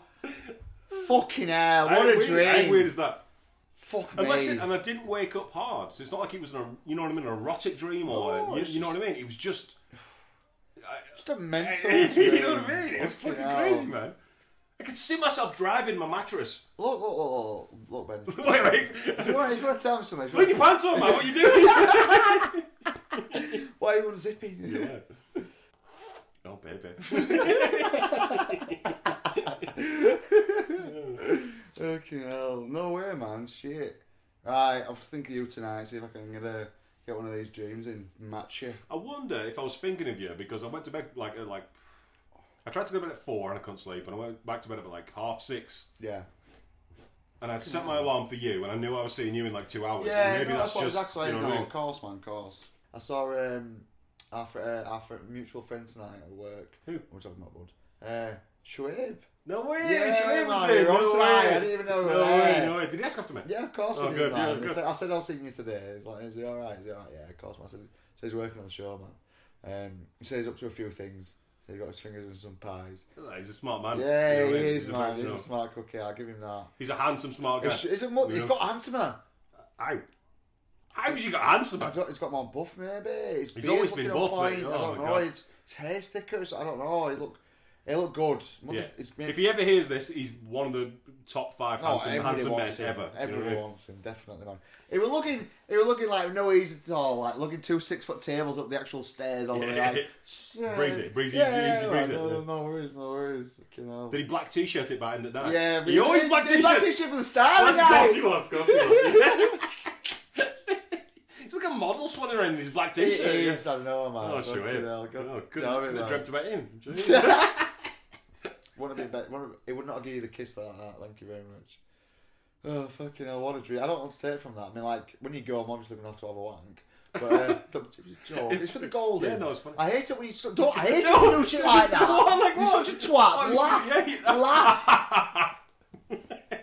[SPEAKER 1] Fucking hell!
[SPEAKER 2] How
[SPEAKER 1] What a
[SPEAKER 2] weird-
[SPEAKER 1] dream.
[SPEAKER 2] How weird is that?
[SPEAKER 1] Fuck
[SPEAKER 2] And,
[SPEAKER 1] me.
[SPEAKER 2] like I said, and I didn't wake up hard, so it's not like it was an, er- you know what I mean, an erotic dream or
[SPEAKER 1] No,
[SPEAKER 2] you,
[SPEAKER 1] it's
[SPEAKER 2] you know what I mean. It was just,
[SPEAKER 1] Just a mental.
[SPEAKER 2] you
[SPEAKER 1] dream.
[SPEAKER 2] know what I mean. It was fucking
[SPEAKER 1] hell.
[SPEAKER 2] crazy, man. I could see myself driving my mattress.
[SPEAKER 1] Look, look, look, look, look, Ben.
[SPEAKER 2] wait, wait,
[SPEAKER 1] If you want, if you want to tell me something, if you
[SPEAKER 2] put your
[SPEAKER 1] want-
[SPEAKER 2] pants on, man. What are you doing?
[SPEAKER 1] why are you unzipping?
[SPEAKER 2] oh, baby.
[SPEAKER 1] Fucking hell. No way, man. Shit. Right, I'll think of you tonight, see if I can get, a, get one of these dreams and match you.
[SPEAKER 2] I wonder if I was thinking of you because I went to bed like at, like. I tried to go to bed at four and I couldn't sleep, and I went back to bed at like half six.
[SPEAKER 1] Yeah.
[SPEAKER 2] And I'd set my alarm for you, and I knew I was seeing you in like two hours. and maybe
[SPEAKER 1] no,
[SPEAKER 2] that's,
[SPEAKER 1] what
[SPEAKER 2] just
[SPEAKER 1] exactly.
[SPEAKER 2] you know
[SPEAKER 1] no,
[SPEAKER 2] what I
[SPEAKER 1] of
[SPEAKER 2] mean?
[SPEAKER 1] course, man, of course. I saw um, our, fr- uh, our fr- mutual friend tonight at work.
[SPEAKER 2] Who?
[SPEAKER 1] We're talking about Bud. Uh, Shuaib.
[SPEAKER 2] No way!
[SPEAKER 1] Yeah,
[SPEAKER 2] she
[SPEAKER 1] man,
[SPEAKER 2] was
[SPEAKER 1] you're
[SPEAKER 2] there.
[SPEAKER 1] on
[SPEAKER 2] No
[SPEAKER 1] tonight.
[SPEAKER 2] way.
[SPEAKER 1] I didn't even know
[SPEAKER 2] No
[SPEAKER 1] we were
[SPEAKER 2] way!
[SPEAKER 1] there.
[SPEAKER 2] No way! Did he ask after me?
[SPEAKER 1] Yeah, of course I
[SPEAKER 2] Oh,
[SPEAKER 1] did,
[SPEAKER 2] good,
[SPEAKER 1] man.
[SPEAKER 2] yeah,
[SPEAKER 1] I
[SPEAKER 2] good.
[SPEAKER 1] said- I said I was seeing you today. He's like, is he alright? He's alright, yeah, of course, man. I said, so he's working on the show, man. Um, he said he's up to a few things. So he's got his fingers in some pies.
[SPEAKER 2] He's a smart man.
[SPEAKER 1] yeah,
[SPEAKER 2] You know
[SPEAKER 1] he
[SPEAKER 2] what I mean?
[SPEAKER 1] is,
[SPEAKER 2] He's a
[SPEAKER 1] man.
[SPEAKER 2] very-
[SPEAKER 1] He's
[SPEAKER 2] no.
[SPEAKER 1] a smart cookie. I'll give him that.
[SPEAKER 2] He's a handsome, smart guy.
[SPEAKER 1] He's, he's, a, mu-
[SPEAKER 2] You
[SPEAKER 1] he's
[SPEAKER 2] know?
[SPEAKER 1] got handsomer.
[SPEAKER 2] How? How's he got handsome?
[SPEAKER 1] I don't, he's got more buff, maybe. His
[SPEAKER 2] He's
[SPEAKER 1] beard's
[SPEAKER 2] always been
[SPEAKER 1] looking on
[SPEAKER 2] buff, mate.
[SPEAKER 1] point.
[SPEAKER 2] Oh,
[SPEAKER 1] I don't
[SPEAKER 2] my
[SPEAKER 1] know.
[SPEAKER 2] God.
[SPEAKER 1] His, his hair's thicker. So I don't know. He look. It looked good. Mother,
[SPEAKER 2] Yeah.
[SPEAKER 1] it's made-
[SPEAKER 2] If he ever hears this, he's one of the top five
[SPEAKER 1] Oh,
[SPEAKER 2] handsome,
[SPEAKER 1] everybody
[SPEAKER 2] handsome men
[SPEAKER 1] wants him.
[SPEAKER 2] ever. You know
[SPEAKER 1] Everyone
[SPEAKER 2] what I mean?
[SPEAKER 1] wants him, definitely, man. He was looking, he was looking like no ease at all, like looking two six foot tables up the actual stairs all the way. Like,
[SPEAKER 2] Breezy, breezy,
[SPEAKER 1] yeah,
[SPEAKER 2] easy,
[SPEAKER 1] like,
[SPEAKER 2] breezy.
[SPEAKER 1] No, no worries, no worries. Fucking hell.
[SPEAKER 2] Did he black t-shirt it by end of night?
[SPEAKER 1] yeah,
[SPEAKER 2] he always
[SPEAKER 1] did-
[SPEAKER 2] black
[SPEAKER 1] did black
[SPEAKER 2] t-shirt.
[SPEAKER 1] t-shirt from the start.
[SPEAKER 2] Yes,
[SPEAKER 1] the
[SPEAKER 2] of
[SPEAKER 1] guy.
[SPEAKER 2] course he was, of course he was. He's like a model swanning around in his black
[SPEAKER 1] He
[SPEAKER 2] t-shirt. yeah.
[SPEAKER 1] is, I know, man.
[SPEAKER 2] Oh,
[SPEAKER 1] Fucking
[SPEAKER 2] sure. yeah.
[SPEAKER 1] hell, God
[SPEAKER 2] Oh, couldn't,
[SPEAKER 1] damn it,
[SPEAKER 2] couldn't
[SPEAKER 1] man.
[SPEAKER 2] have dreamt about him. Do you know what I mean?
[SPEAKER 1] wouldn't have been better. Wouldn't have, it would not give you the kiss like that. Thank you very much. Oh fucking hell! What a dream. I don't want to take from that. I mean, like when you go, I'm obviously gonna have to have a wank. But uh, it's a- it's a joke. It's for the golden.
[SPEAKER 2] Yeah, no, it's funny.
[SPEAKER 1] I hate it when you so, don't. I hate
[SPEAKER 2] No,
[SPEAKER 1] it when you do shit like that.
[SPEAKER 2] no, I'm like,
[SPEAKER 1] You're
[SPEAKER 2] what?
[SPEAKER 1] such a twat.
[SPEAKER 2] Oh, you-
[SPEAKER 1] laugh,
[SPEAKER 2] yeah, you-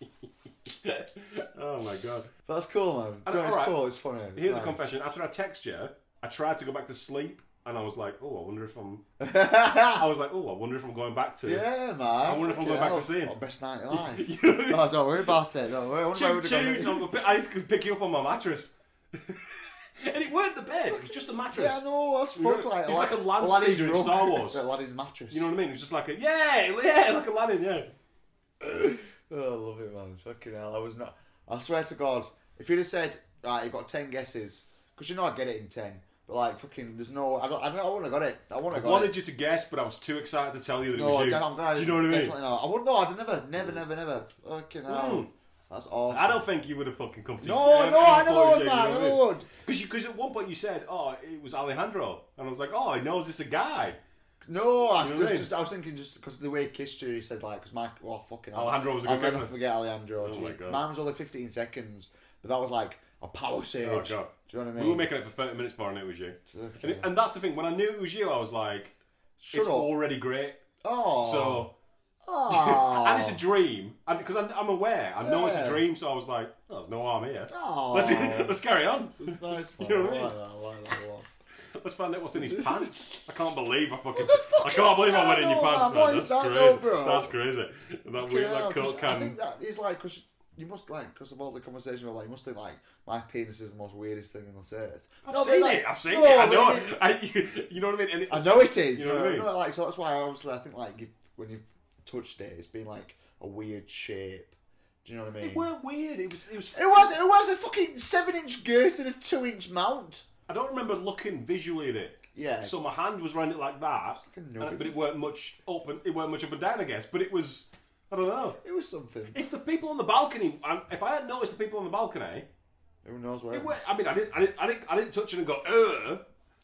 [SPEAKER 1] laugh.
[SPEAKER 2] oh my god.
[SPEAKER 1] But that's cool, man.
[SPEAKER 2] And,
[SPEAKER 1] Do you know, it's
[SPEAKER 2] alright.
[SPEAKER 1] cool. It's funny. It's
[SPEAKER 2] Here's
[SPEAKER 1] nice.
[SPEAKER 2] a confession. After I text you, I tried to go back to sleep, and I was like, oh, I wonder if I'm. I was like, oh, I wonder if I'm going back to.
[SPEAKER 1] Yeah, man.
[SPEAKER 2] I wonder if I'm
[SPEAKER 1] Fucking
[SPEAKER 2] going back to
[SPEAKER 1] hell.
[SPEAKER 2] see him.
[SPEAKER 1] Oh, best night of life.
[SPEAKER 2] You know what I mean?
[SPEAKER 1] oh, don't worry about it. Don't worry. I wonder if I
[SPEAKER 2] Choo
[SPEAKER 1] would've gone
[SPEAKER 2] choo,
[SPEAKER 1] back-
[SPEAKER 2] Tom. I could pick you up on my mattress. and it weren't the bed, it was just a mattress.
[SPEAKER 1] Yeah, no, that's
[SPEAKER 2] You
[SPEAKER 1] fuck
[SPEAKER 2] know,
[SPEAKER 1] like
[SPEAKER 2] he's like a land
[SPEAKER 1] laddie's
[SPEAKER 2] steeder in
[SPEAKER 1] rug.
[SPEAKER 2] Star Wars.
[SPEAKER 1] Yeah, laddie's mattress.
[SPEAKER 2] You know what I mean? It was just like a, yeah, yeah, like a Aladdin, yeah.
[SPEAKER 1] oh, I love it, man. Fucking hell, I was not. I swear to God, if you'd have said, right, you've got ten guesses, because you know I get it in ten, but like fucking, there's no, I don't, I don't, I wouldn't have got it. I wouldn't
[SPEAKER 2] I
[SPEAKER 1] have got
[SPEAKER 2] wanted
[SPEAKER 1] it.
[SPEAKER 2] you to guess, but I was too excited to tell you that it
[SPEAKER 1] No,
[SPEAKER 2] was
[SPEAKER 1] I
[SPEAKER 2] you.
[SPEAKER 1] don't, I'm glad-
[SPEAKER 2] Do you know what I mean?
[SPEAKER 1] Definitely not. I would no, I'd never, never, never, never. Fucking hell,
[SPEAKER 2] Mm.
[SPEAKER 1] that's awful.
[SPEAKER 2] I don't think you would have fucking come to
[SPEAKER 1] No,
[SPEAKER 2] um,
[SPEAKER 1] no, I never
[SPEAKER 2] Florida,
[SPEAKER 1] would,
[SPEAKER 2] you know
[SPEAKER 1] man. I
[SPEAKER 2] what I
[SPEAKER 1] never
[SPEAKER 2] mean?
[SPEAKER 1] would.
[SPEAKER 2] Because because at one point you said, "Oh, it was Alejandro," and I was like, "Oh, he knows it's a guy."
[SPEAKER 1] No, I
[SPEAKER 2] You know
[SPEAKER 1] just,
[SPEAKER 2] what I mean?
[SPEAKER 1] just, I was thinking just because the way he kissed you, he said like, because my, well, fucking, hell.
[SPEAKER 2] Oh, Alejandro was a
[SPEAKER 1] I'll
[SPEAKER 2] good
[SPEAKER 1] never
[SPEAKER 2] kisser.
[SPEAKER 1] forget Alejandro.
[SPEAKER 2] Oh
[SPEAKER 1] gee.
[SPEAKER 2] my God.
[SPEAKER 1] Mine was only 15 seconds, but that was like a power surge.
[SPEAKER 2] Oh god,
[SPEAKER 1] Do you know what I mean?
[SPEAKER 2] we were making it for thirty minutes more, and it was you.
[SPEAKER 1] Okay.
[SPEAKER 2] And, it- and that's the thing. When I knew it was you, I was like,
[SPEAKER 1] Shut
[SPEAKER 2] "It's
[SPEAKER 1] up.
[SPEAKER 2] already great."
[SPEAKER 1] Oh,
[SPEAKER 2] So
[SPEAKER 1] oh,
[SPEAKER 2] and it's a dream, and because I'm, I'm aware, I know it's
[SPEAKER 1] Yeah.
[SPEAKER 2] a dream. So I was like, oh, "There's no harm here."
[SPEAKER 1] oh.
[SPEAKER 2] Let's let's carry on.
[SPEAKER 1] It's nice.
[SPEAKER 2] You
[SPEAKER 1] Man.
[SPEAKER 2] know what I
[SPEAKER 1] I
[SPEAKER 2] mean?
[SPEAKER 1] like that, I like that a lot.
[SPEAKER 2] Let's find out what's in his pants. I can't believe I fucking.
[SPEAKER 1] the fuck
[SPEAKER 2] I
[SPEAKER 1] is
[SPEAKER 2] can't believe I
[SPEAKER 1] that
[SPEAKER 2] went in your
[SPEAKER 1] all, man?
[SPEAKER 2] pants, man.
[SPEAKER 1] What
[SPEAKER 2] That's
[SPEAKER 1] is that
[SPEAKER 2] crazy.
[SPEAKER 1] all, bro?
[SPEAKER 2] That's crazy. That weird,
[SPEAKER 1] Yeah,
[SPEAKER 2] like
[SPEAKER 1] 'cause
[SPEAKER 2] Coke
[SPEAKER 1] I
[SPEAKER 2] can.
[SPEAKER 1] think that is like because you must like because of all the conversation about like you must think like my penis is the most weirdest thing on this earth.
[SPEAKER 2] I've
[SPEAKER 1] No, but,
[SPEAKER 2] seen
[SPEAKER 1] like-
[SPEAKER 2] it. I've seen
[SPEAKER 1] no,
[SPEAKER 2] it. I
[SPEAKER 1] but
[SPEAKER 2] know.
[SPEAKER 1] it-
[SPEAKER 2] it. I, you, you know what I mean? And it,
[SPEAKER 1] I know it is.
[SPEAKER 2] You know what I mean?
[SPEAKER 1] no, like so that's why obviously I think like you, when you've touched it, it's been like a weird shape. Do you know what I mean?
[SPEAKER 2] it weren't weird. It was. It was.
[SPEAKER 1] It was it was a fucking seven inch girth and a two inch mount.
[SPEAKER 2] I don't remember looking visually at it.
[SPEAKER 1] Yeah.
[SPEAKER 2] So my hand was round it like that,
[SPEAKER 1] Uh, like a
[SPEAKER 2] and-
[SPEAKER 1] nubby.
[SPEAKER 2] but it weren't much up and it weren't much up and down, I guess. But it was. I don't know.
[SPEAKER 1] It was something.
[SPEAKER 2] If the people on the balcony, and if I hadn't noticed the people on the balcony,
[SPEAKER 1] Who knows where?
[SPEAKER 2] it were, I mean, I didn't, I didn't, I didn't, I didn't touch it and go, Ugh.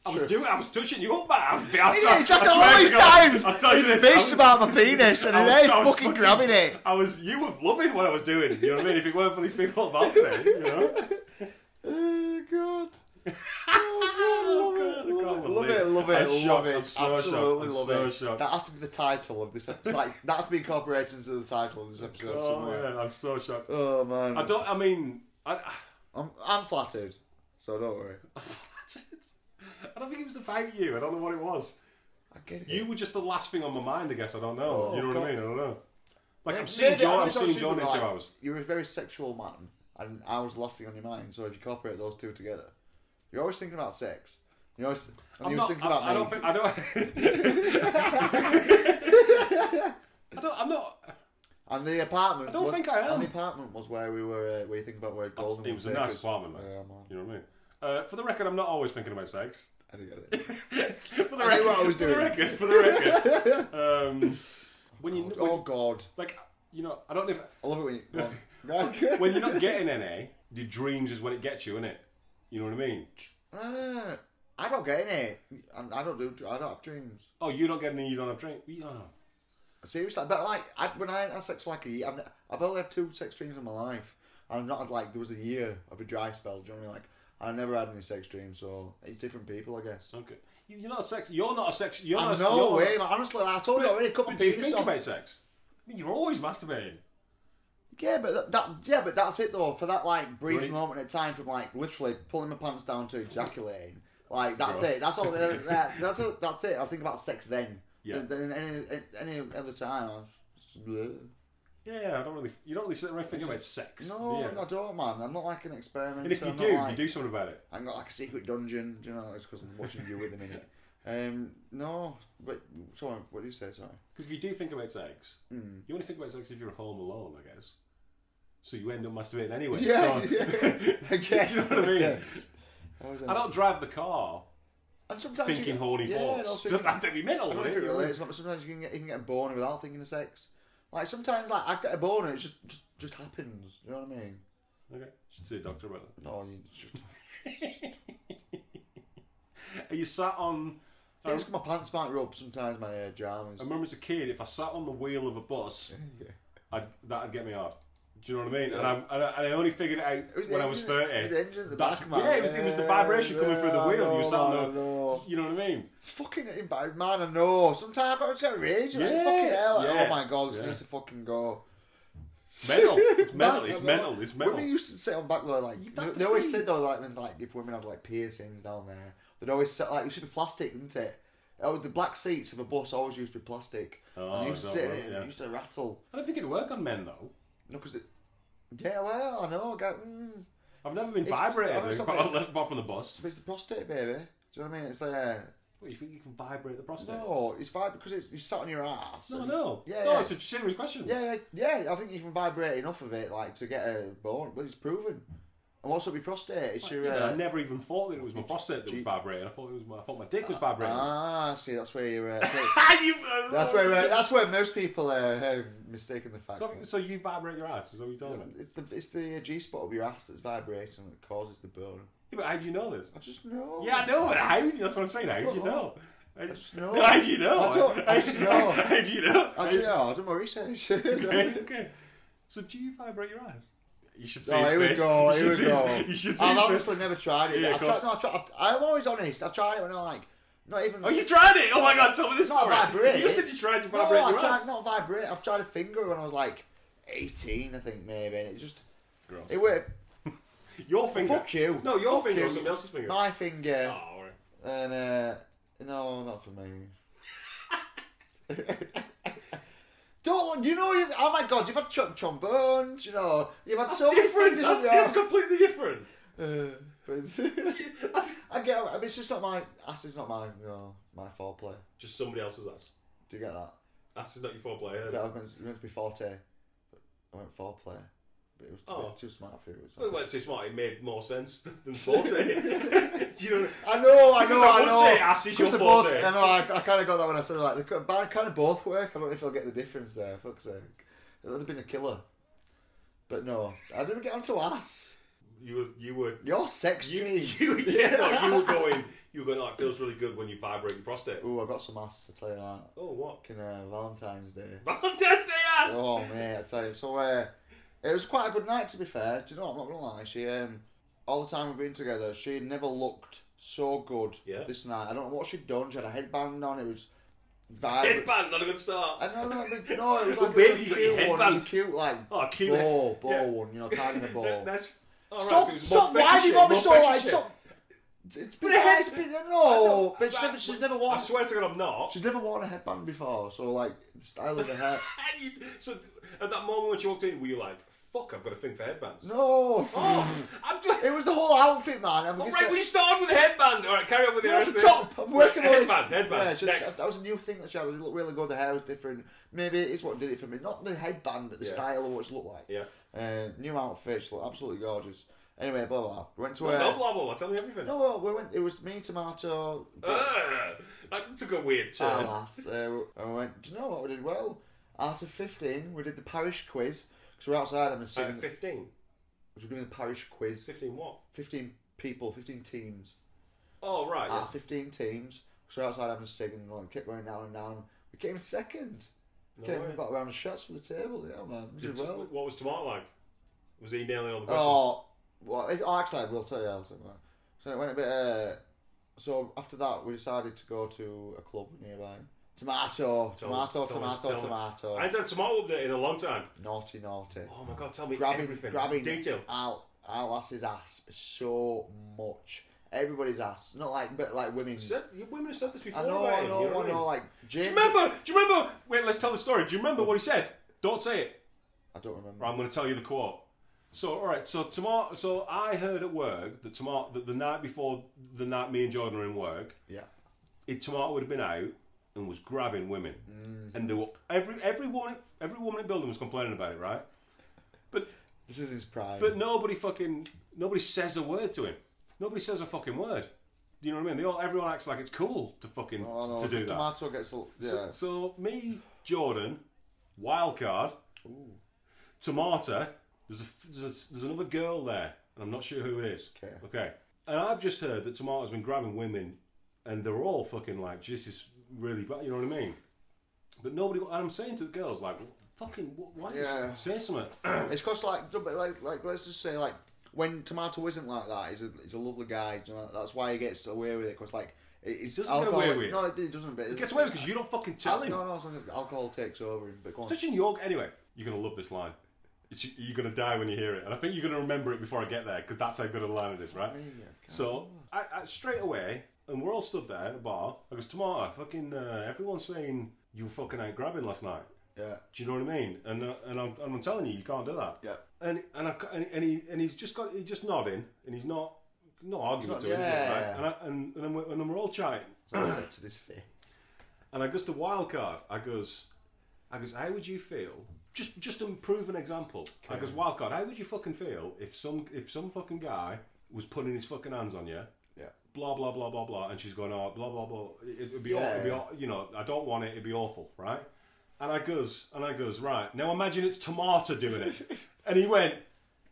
[SPEAKER 2] I was
[SPEAKER 1] True.
[SPEAKER 2] doing, I was touching you up, man. I was, I was,
[SPEAKER 1] Isn't it? It's
[SPEAKER 2] I
[SPEAKER 1] happened
[SPEAKER 2] swear
[SPEAKER 1] all
[SPEAKER 2] to
[SPEAKER 1] these
[SPEAKER 2] God.
[SPEAKER 1] times.
[SPEAKER 2] I'll tell you this.
[SPEAKER 1] Bitch
[SPEAKER 2] I'm-
[SPEAKER 1] about my penis and
[SPEAKER 2] I was-
[SPEAKER 1] they're
[SPEAKER 2] I
[SPEAKER 1] fucking,
[SPEAKER 2] was
[SPEAKER 1] grabbing it.
[SPEAKER 2] I was you was loving what I was doing. You know what I mean? If it weren't for these people about me, you know.
[SPEAKER 1] Oh god.
[SPEAKER 2] Oh, God, I can't believe
[SPEAKER 1] Love it, love it,
[SPEAKER 2] I'm
[SPEAKER 1] love
[SPEAKER 2] shocked.
[SPEAKER 1] it.
[SPEAKER 2] I'm so
[SPEAKER 1] Absolutely
[SPEAKER 2] shocked.
[SPEAKER 1] love
[SPEAKER 2] I'm so
[SPEAKER 1] it.
[SPEAKER 2] shocked.
[SPEAKER 1] That has to be the title of this episode. like that's been incorporated into the title of this episode
[SPEAKER 2] Oh,
[SPEAKER 1] somewhere.
[SPEAKER 2] man, I'm so shocked.
[SPEAKER 1] Oh man.
[SPEAKER 2] I don't. I mean, I,
[SPEAKER 1] I'm I'm flattered. So don't worry.
[SPEAKER 2] I don't think it was about you. I don't know what it was.
[SPEAKER 1] I get it.
[SPEAKER 2] You were just the last thing on my mind. I guess I don't know.
[SPEAKER 1] Oh,
[SPEAKER 2] you know what
[SPEAKER 1] God.
[SPEAKER 2] I mean? I don't know. Like I'm
[SPEAKER 1] Maybe-
[SPEAKER 2] seeing
[SPEAKER 1] maybe
[SPEAKER 2] John.
[SPEAKER 1] I
[SPEAKER 2] I'm
[SPEAKER 1] don't
[SPEAKER 2] seeing
[SPEAKER 1] see
[SPEAKER 2] John in
[SPEAKER 1] them,
[SPEAKER 2] two
[SPEAKER 1] like,
[SPEAKER 2] hours.
[SPEAKER 1] You're a very sexual man, and I was the last thing on your mind. So if you incorporate those two together, you're always thinking about sex. You're always, and
[SPEAKER 2] I'm
[SPEAKER 1] you were
[SPEAKER 2] not,
[SPEAKER 1] thinking
[SPEAKER 2] I,
[SPEAKER 1] about
[SPEAKER 2] I
[SPEAKER 1] me.
[SPEAKER 2] don't think. I don't. I don't. I'm not.
[SPEAKER 1] And the apartment.
[SPEAKER 2] I don't
[SPEAKER 1] was-
[SPEAKER 2] think I am.
[SPEAKER 1] And the apartment was where we were. Uh, where you think about where Golden.
[SPEAKER 2] It
[SPEAKER 1] would
[SPEAKER 2] was a
[SPEAKER 1] take
[SPEAKER 2] nice
[SPEAKER 1] us.
[SPEAKER 2] apartment, man.
[SPEAKER 1] Yeah, man.
[SPEAKER 2] You know what I mean? Uh, for the record, I'm not always thinking about sex.
[SPEAKER 1] I didn't get it.
[SPEAKER 2] For the
[SPEAKER 1] I knew
[SPEAKER 2] record,
[SPEAKER 1] what I was
[SPEAKER 2] for the
[SPEAKER 1] doing.
[SPEAKER 2] record, for the record. Um, when you when,
[SPEAKER 1] oh God,
[SPEAKER 2] like you know, I don't know. If,
[SPEAKER 1] I love it when you. Go on. Go on.
[SPEAKER 2] when you're not getting any, your dreams is when it gets you, innit? You know what I mean?
[SPEAKER 1] Ah, I don't get in it. I, I don't do. I don't have dreams.
[SPEAKER 2] Oh, you don't get any, you don't have drink. You- oh.
[SPEAKER 1] Seriously, but like I, when I had sex for like a year, I've, I've only had two sex dreams in my life, and I've not had like there was a year of a dry spell. Do you know what I mean? Like I never had any sex dreams, so it's different people, I guess.
[SPEAKER 2] Okay. You, you're not a sex. You're not a sex. You're
[SPEAKER 1] I
[SPEAKER 2] not. a-
[SPEAKER 1] know,
[SPEAKER 2] you're,
[SPEAKER 1] way, man. Honestly, I told you already. Come on,
[SPEAKER 2] But do you
[SPEAKER 1] penis
[SPEAKER 2] think
[SPEAKER 1] off.
[SPEAKER 2] about sex? I mean, you're always masturbating.
[SPEAKER 1] Yeah, but that, that, yeah, but that's it though. For that like brief
[SPEAKER 2] Right.
[SPEAKER 1] moment in time, from like literally pulling my pants down to ejaculating, like that's
[SPEAKER 2] Gross.
[SPEAKER 1] it. That's all. that, that- that's it. That's it. I think about sex then.
[SPEAKER 2] Yeah.
[SPEAKER 1] Then, then any, any other time, I'm just, bleh.
[SPEAKER 2] Yeah, I don't really. You don't really sit around thinking about sex.
[SPEAKER 1] No,
[SPEAKER 2] do you?
[SPEAKER 1] I don't, man. I'm not like an experimenter.
[SPEAKER 2] And if you
[SPEAKER 1] I'm
[SPEAKER 2] do,
[SPEAKER 1] not like,
[SPEAKER 2] you do something about it.
[SPEAKER 1] I've got like a secret dungeon. Do you know? It's because I'm watching you at the minute. Um, no, but sorry, what do you say? Sorry.
[SPEAKER 2] Because if you do think about sex,
[SPEAKER 1] Mm.
[SPEAKER 2] you only think about sex if you're home alone, I guess. So you end up masturbating anyway.
[SPEAKER 1] Yeah,
[SPEAKER 2] so,
[SPEAKER 1] yeah. I guess.
[SPEAKER 2] You know what I mean?
[SPEAKER 1] Yes. I was-
[SPEAKER 2] I don't drive the car
[SPEAKER 1] and sometimes you
[SPEAKER 2] thinking
[SPEAKER 1] get-
[SPEAKER 2] horny
[SPEAKER 1] yeah, and
[SPEAKER 2] thoughts.
[SPEAKER 1] also
[SPEAKER 2] Don't-
[SPEAKER 1] you get-
[SPEAKER 2] That'd be mental,
[SPEAKER 1] I don't know if it
[SPEAKER 2] wouldn't it?
[SPEAKER 1] relates, but sometimes you can get, you can get boner without thinking of sex. Like sometimes, like I get a boner, it just just, just happens. You know what I mean?
[SPEAKER 2] Okay, should see a doctor about
[SPEAKER 1] No, you just.
[SPEAKER 2] that. Are you sat on?
[SPEAKER 1] I think it's 'cause my pants might rub sometimes. My uh,
[SPEAKER 2] I
[SPEAKER 1] jammies.
[SPEAKER 2] remember as a kid, if I sat on the wheel of a bus, I'd, that'd get me hard. Do you know what I mean? And, I, and, I, and I only figured it out
[SPEAKER 1] It was the
[SPEAKER 2] when I was
[SPEAKER 1] engine- it was
[SPEAKER 2] thirty.
[SPEAKER 1] the engine at the
[SPEAKER 2] That's-
[SPEAKER 1] back, man.
[SPEAKER 2] yeah, it was- it was the vibration coming through the
[SPEAKER 1] Yeah, I
[SPEAKER 2] wheel. You
[SPEAKER 1] know,
[SPEAKER 2] sat on
[SPEAKER 1] man,
[SPEAKER 2] the-
[SPEAKER 1] I know.
[SPEAKER 2] You know what oh, I mean?
[SPEAKER 1] It's fucking embarrassing, man. I know. Sometimes I just get rage. Like,
[SPEAKER 2] Yeah.
[SPEAKER 1] fucking hell. like,
[SPEAKER 2] Yeah.
[SPEAKER 1] Oh my god, this
[SPEAKER 2] Yeah.
[SPEAKER 1] needs to fucking go.
[SPEAKER 2] Mental. It's
[SPEAKER 1] Man,
[SPEAKER 2] mental. It's
[SPEAKER 1] I know.
[SPEAKER 2] mental. It's mental.
[SPEAKER 1] Women used to sit on back row like
[SPEAKER 2] That's the
[SPEAKER 1] they always
[SPEAKER 2] thing.
[SPEAKER 1] said though like when like if women have like piercings down there, they'd always sit like it should be plastic, didn't it? Oh, the black seats of a bus always used to be plastic.
[SPEAKER 2] Oh,
[SPEAKER 1] and they used to
[SPEAKER 2] is that
[SPEAKER 1] sit in
[SPEAKER 2] right?
[SPEAKER 1] it and
[SPEAKER 2] Yeah.
[SPEAKER 1] it used to rattle.
[SPEAKER 2] I don't think it'd work on men though.
[SPEAKER 1] No, because it. Yeah, well, I know. I Get, mm,
[SPEAKER 2] I've never been
[SPEAKER 1] It's just- I
[SPEAKER 2] vibrated
[SPEAKER 1] know
[SPEAKER 2] apart-
[SPEAKER 1] something-
[SPEAKER 2] apart from the bus.
[SPEAKER 1] but it's the prostate, baby. Do you know what I mean? It's uh, like
[SPEAKER 2] What, you think you can vibrate the prostate?
[SPEAKER 1] no, it's fine because it's, it's sat on your ass.
[SPEAKER 2] no,
[SPEAKER 1] and-
[SPEAKER 2] no.
[SPEAKER 1] Yeah,
[SPEAKER 2] no,
[SPEAKER 1] yeah.
[SPEAKER 2] it's a serious question.
[SPEAKER 1] Yeah, yeah, yeah. I think you can vibrate enough of it like to get a bone, but it's proven. And what's up with prostate? It's
[SPEAKER 2] Like,
[SPEAKER 1] your
[SPEAKER 2] you know,
[SPEAKER 1] uh,
[SPEAKER 2] I never even thought that it was my prostate that was
[SPEAKER 1] G- Uh,
[SPEAKER 2] vibrating. I thought it was my, I thought my dick was vibrating.
[SPEAKER 1] Ah, see, that's where you're. Uh,
[SPEAKER 2] Ah, you-
[SPEAKER 1] that's where uh, that's where most people uh, have mistaken the fact.
[SPEAKER 2] So, so you vibrate your ass? Is that what you're talking about?
[SPEAKER 1] It's the it's the G spot of your ass that's vibrating that causes the bone.
[SPEAKER 2] Yeah, but how do you know this?
[SPEAKER 1] I just know.
[SPEAKER 2] Oh, Yeah, I know. but How do you, that's what I'm saying. How do
[SPEAKER 1] don't
[SPEAKER 2] you know?
[SPEAKER 1] know.
[SPEAKER 2] I
[SPEAKER 1] just know.
[SPEAKER 2] How do you know?
[SPEAKER 1] I don't- I just know.
[SPEAKER 2] How do you know?
[SPEAKER 1] I do, yeah, I do my research.
[SPEAKER 2] Okay, okay. So do you vibrate your ass? You should see
[SPEAKER 1] No,
[SPEAKER 2] his
[SPEAKER 1] Oh, here we
[SPEAKER 2] face.
[SPEAKER 1] go. Here we go.
[SPEAKER 2] you should see his- You should see
[SPEAKER 1] I've
[SPEAKER 2] his face.
[SPEAKER 1] obviously never tried it.
[SPEAKER 2] Yeah, of
[SPEAKER 1] I've tried,
[SPEAKER 2] course.
[SPEAKER 1] no, I've tried, I've, I'm always honest. I've tried it when I like not even.
[SPEAKER 2] Oh, you tried it! Oh my god, tell me this
[SPEAKER 1] Not
[SPEAKER 2] story.
[SPEAKER 1] vibrate.
[SPEAKER 2] You just said you tried to
[SPEAKER 1] No,
[SPEAKER 2] vibrate
[SPEAKER 1] I
[SPEAKER 2] your
[SPEAKER 1] tried
[SPEAKER 2] ass.
[SPEAKER 1] not vibrate. I've tried a finger when I was like 18, I think maybe, and it just
[SPEAKER 2] Gross.
[SPEAKER 1] it worked.
[SPEAKER 2] Your finger.
[SPEAKER 1] Fuck you.
[SPEAKER 2] No, your
[SPEAKER 1] Fuck
[SPEAKER 2] finger or
[SPEAKER 1] you.
[SPEAKER 2] somebody else's finger.
[SPEAKER 1] My finger.
[SPEAKER 2] Oh, all right.
[SPEAKER 1] And uh, no, not for me. Don't you know? You, oh my god, you've had tr- trombones. You know, you've had
[SPEAKER 2] That's
[SPEAKER 1] so many
[SPEAKER 2] different.
[SPEAKER 1] fingers
[SPEAKER 2] That's,
[SPEAKER 1] in
[SPEAKER 2] that's
[SPEAKER 1] your-
[SPEAKER 2] completely different.
[SPEAKER 1] Uh, but-
[SPEAKER 2] That's
[SPEAKER 1] I get. I mean, it's just not my ass. Is not my you know my foreplay.
[SPEAKER 2] just somebody else's ass.
[SPEAKER 1] Do you get that?
[SPEAKER 2] Ass is not your foreplay.
[SPEAKER 1] Yeah.
[SPEAKER 2] eh?
[SPEAKER 1] That was meant, it was meant to be forte. But I went foreplay, but it was too,
[SPEAKER 2] Oh.
[SPEAKER 1] too smart for it.
[SPEAKER 2] Well, it weren't too smart. It made more sense than forte. Do you know?
[SPEAKER 1] I know, I
[SPEAKER 2] Because
[SPEAKER 1] know,
[SPEAKER 2] I
[SPEAKER 1] I,
[SPEAKER 2] would
[SPEAKER 1] know.
[SPEAKER 2] say ass is
[SPEAKER 1] Because they're
[SPEAKER 2] your
[SPEAKER 1] both-
[SPEAKER 2] forte.
[SPEAKER 1] I know, I, I kind of got that when I said like, they could, but kind of both work. I don't know if I'll get the difference there. Fuck's sake, it would have been a killer. But no, I didn't get onto ass.
[SPEAKER 2] You were, you were,
[SPEAKER 1] You're sexy.
[SPEAKER 2] you, you, yeah, no, you were going, you were going, oh, it feels really good when you vibrate your prostate.
[SPEAKER 1] Ooh, I got some ass. I tell you that.
[SPEAKER 2] Oh, what?
[SPEAKER 1] Fucking uh, Valentine's Day.
[SPEAKER 2] Valentine's Day ass!
[SPEAKER 1] Oh mate, I tell you. So uh, it was quite a good night to be fair. Do you know? what? I'm not gonna lie. She um, all the time we've been together, she never looked so good.
[SPEAKER 2] Yeah.
[SPEAKER 1] This night, I don't know what she'd done. She had a headband on. It was
[SPEAKER 2] Headband,
[SPEAKER 1] vibrant.
[SPEAKER 2] not a good start.
[SPEAKER 1] I know, no, but no, it was
[SPEAKER 2] Oh,
[SPEAKER 1] like
[SPEAKER 2] baby,
[SPEAKER 1] a
[SPEAKER 2] you
[SPEAKER 1] really
[SPEAKER 2] got
[SPEAKER 1] cute one. It
[SPEAKER 2] your
[SPEAKER 1] was
[SPEAKER 2] headband.
[SPEAKER 1] a cute, like,
[SPEAKER 2] Oh, cute.
[SPEAKER 1] bow, bow
[SPEAKER 2] Yeah.
[SPEAKER 1] one, you know, tied in a bow.
[SPEAKER 2] That's, all right,
[SPEAKER 1] stop,
[SPEAKER 2] so it was
[SPEAKER 1] stop,
[SPEAKER 2] more
[SPEAKER 1] why have you got me
[SPEAKER 2] fetishy,
[SPEAKER 1] so,
[SPEAKER 2] more
[SPEAKER 1] like,
[SPEAKER 2] fetishy.
[SPEAKER 1] stop. It's been
[SPEAKER 2] But a head-
[SPEAKER 1] it's been,
[SPEAKER 2] know,
[SPEAKER 1] no, but she's
[SPEAKER 2] but-
[SPEAKER 1] never, she's never
[SPEAKER 2] I
[SPEAKER 1] worn,
[SPEAKER 2] swear to God, I'm not.
[SPEAKER 1] she's never worn a headband before, so, like, the style of the hair.
[SPEAKER 2] And you- so at that moment when she walked in, were you like, fuck, I've got a thing for headbands?
[SPEAKER 1] No,
[SPEAKER 2] Oh, I'm doing.
[SPEAKER 1] it was the whole outfit, man. I'm
[SPEAKER 2] All
[SPEAKER 1] just-
[SPEAKER 2] Oh, right, we started with a headband. All right, carry on with the
[SPEAKER 1] That's
[SPEAKER 2] rest
[SPEAKER 1] the
[SPEAKER 2] of it.
[SPEAKER 1] top. I'm working on this.
[SPEAKER 2] Headband, headband.
[SPEAKER 1] Yeah, so
[SPEAKER 2] Next.
[SPEAKER 1] That was a new thing that she had. It looked really good. The hair was different. Maybe it's what did it for me. Not the headband, but the
[SPEAKER 2] Yeah.
[SPEAKER 1] style of what she looked like.
[SPEAKER 2] Yeah.
[SPEAKER 1] Uh, new outfit. She looked absolutely gorgeous. Anyway, blah blah. blah. We went to
[SPEAKER 2] Well,
[SPEAKER 1] a.
[SPEAKER 2] no, blah, blah, blah. Tell me everything.
[SPEAKER 1] No, well, we went. It was me, tomato,
[SPEAKER 2] Ah, that took a weird turn.
[SPEAKER 1] alas. Uh, and we went. Do you know what we did? Well, out of fifteen, we did the parish quiz because we're outside. I'm
[SPEAKER 2] Uh,
[SPEAKER 1] assuming
[SPEAKER 2] 15.
[SPEAKER 1] we're doing the parish quiz.
[SPEAKER 2] 15 what?
[SPEAKER 1] Fifteen people, fifteen teams.
[SPEAKER 2] Oh, right.
[SPEAKER 1] Out of fifteen teams, so we're outside having a sing and like, kept going down and down. We came second.
[SPEAKER 2] No
[SPEAKER 1] Came
[SPEAKER 2] way.
[SPEAKER 1] and got around the shots for the table. Yeah, man. We
[SPEAKER 2] Did
[SPEAKER 1] did well.
[SPEAKER 2] what was Tomato like? Was he nailing all the questions?
[SPEAKER 1] Oh, well, if, oh, actually, I will tell you else. So it went a bit. Uh, so after that, we decided to go to a club nearby. Tomato, tomato,
[SPEAKER 2] Tell me, tell me,
[SPEAKER 1] tomato,
[SPEAKER 2] tell me.
[SPEAKER 1] tomato.
[SPEAKER 2] I hadn't had a Tomato update in a long time.
[SPEAKER 1] Naughty, naughty.
[SPEAKER 2] Oh my god, tell me
[SPEAKER 1] grabbing,
[SPEAKER 2] everything.
[SPEAKER 1] grabbing
[SPEAKER 2] Detail.
[SPEAKER 1] Al, Al Lass's ass so much. Everybody's ass, not like, but like women's.
[SPEAKER 2] Said, you women have said this before.
[SPEAKER 1] I know,
[SPEAKER 2] mate,
[SPEAKER 1] I
[SPEAKER 2] you what
[SPEAKER 1] know, I
[SPEAKER 2] mean?
[SPEAKER 1] know. Like
[SPEAKER 2] Do
[SPEAKER 1] James,
[SPEAKER 2] you remember? Do you remember? Wait, let's tell the story. Do you remember what he said? Don't say it.
[SPEAKER 1] I don't remember.
[SPEAKER 2] Right, I'm going to tell you the quote. So, all right. So tomorrow. So I heard at work that tomorrow, that the night before the night me and Jordan were in work,
[SPEAKER 1] Yeah,
[SPEAKER 2] His tomato would have been out and was grabbing women, and there were every every woman every woman in the building was complaining about it, right?
[SPEAKER 1] This is his prime.
[SPEAKER 2] But nobody fucking nobody says a word to him. Nobody says a fucking word. Do you know what I mean? They all everyone acts like it's cool to fucking
[SPEAKER 1] oh, no,
[SPEAKER 2] to do
[SPEAKER 1] the
[SPEAKER 2] that.
[SPEAKER 1] tomato gets a, yeah.
[SPEAKER 2] So, so me, Jordan, wild card, Tomata. There's a, there's a there's another girl there, and I'm not sure who it is.
[SPEAKER 1] Okay.
[SPEAKER 2] Okay. And I've just heard that Tomata's been grabbing women, and they're all fucking like, this is really bad. You know what I mean? But nobody. And I'm saying to the girls like, fucking, wh- why yeah.
[SPEAKER 1] Yeah.
[SPEAKER 2] you say something?
[SPEAKER 1] It's cause like, no, but like, like let's just say like when Tomato isn't like that, he's a he's a lovely guy. do You know, that's why he gets away with it. Cause like it- it's
[SPEAKER 2] Doesn't get away
[SPEAKER 1] alcohol-
[SPEAKER 2] with it.
[SPEAKER 1] No, it doesn't. But
[SPEAKER 2] It gets away because you don't fucking tell him.
[SPEAKER 1] No, no, it's not- alcohol takes over him. But go on.
[SPEAKER 2] Touching York. Anyway, you're gonna love this line. It's, you're gonna die when you hear it, and I think you're gonna remember it before I get there because that's how good a line it is, right? So I, I, straight away, and we're all stood there at a bar. I goes, Tomorrow, fucking uh, everyone's saying you were fucking out grabbing last night.
[SPEAKER 1] Yeah,
[SPEAKER 2] Do you know what I mean? And uh, and, I'm, and I'm telling you, you can't do that.
[SPEAKER 1] yeah.
[SPEAKER 2] And and I, ca- and, and he and he's just got he's just nodding, and he's not not arguing
[SPEAKER 1] not-
[SPEAKER 2] to him, is he,
[SPEAKER 1] yeah.
[SPEAKER 2] right? And, I, and, and then we're, and then we're all chatting,
[SPEAKER 1] So I said to this face.
[SPEAKER 2] and I goes to wild card. I goes, I goes, how would you feel? Just just to prove an example. I goes, wild card. How would you fucking feel if some if some fucking guy was putting his fucking hands on you?
[SPEAKER 1] Yeah.
[SPEAKER 2] Blah blah blah blah blah, and she's going, oh blah blah blah. It, it'd be, aw-
[SPEAKER 1] Yeah,
[SPEAKER 2] it'd be
[SPEAKER 1] yeah.
[SPEAKER 2] aw- you know, I don't want it. It'd be awful, right? And I goes, and I goes, right now imagine it's Tomato doing it, and he went,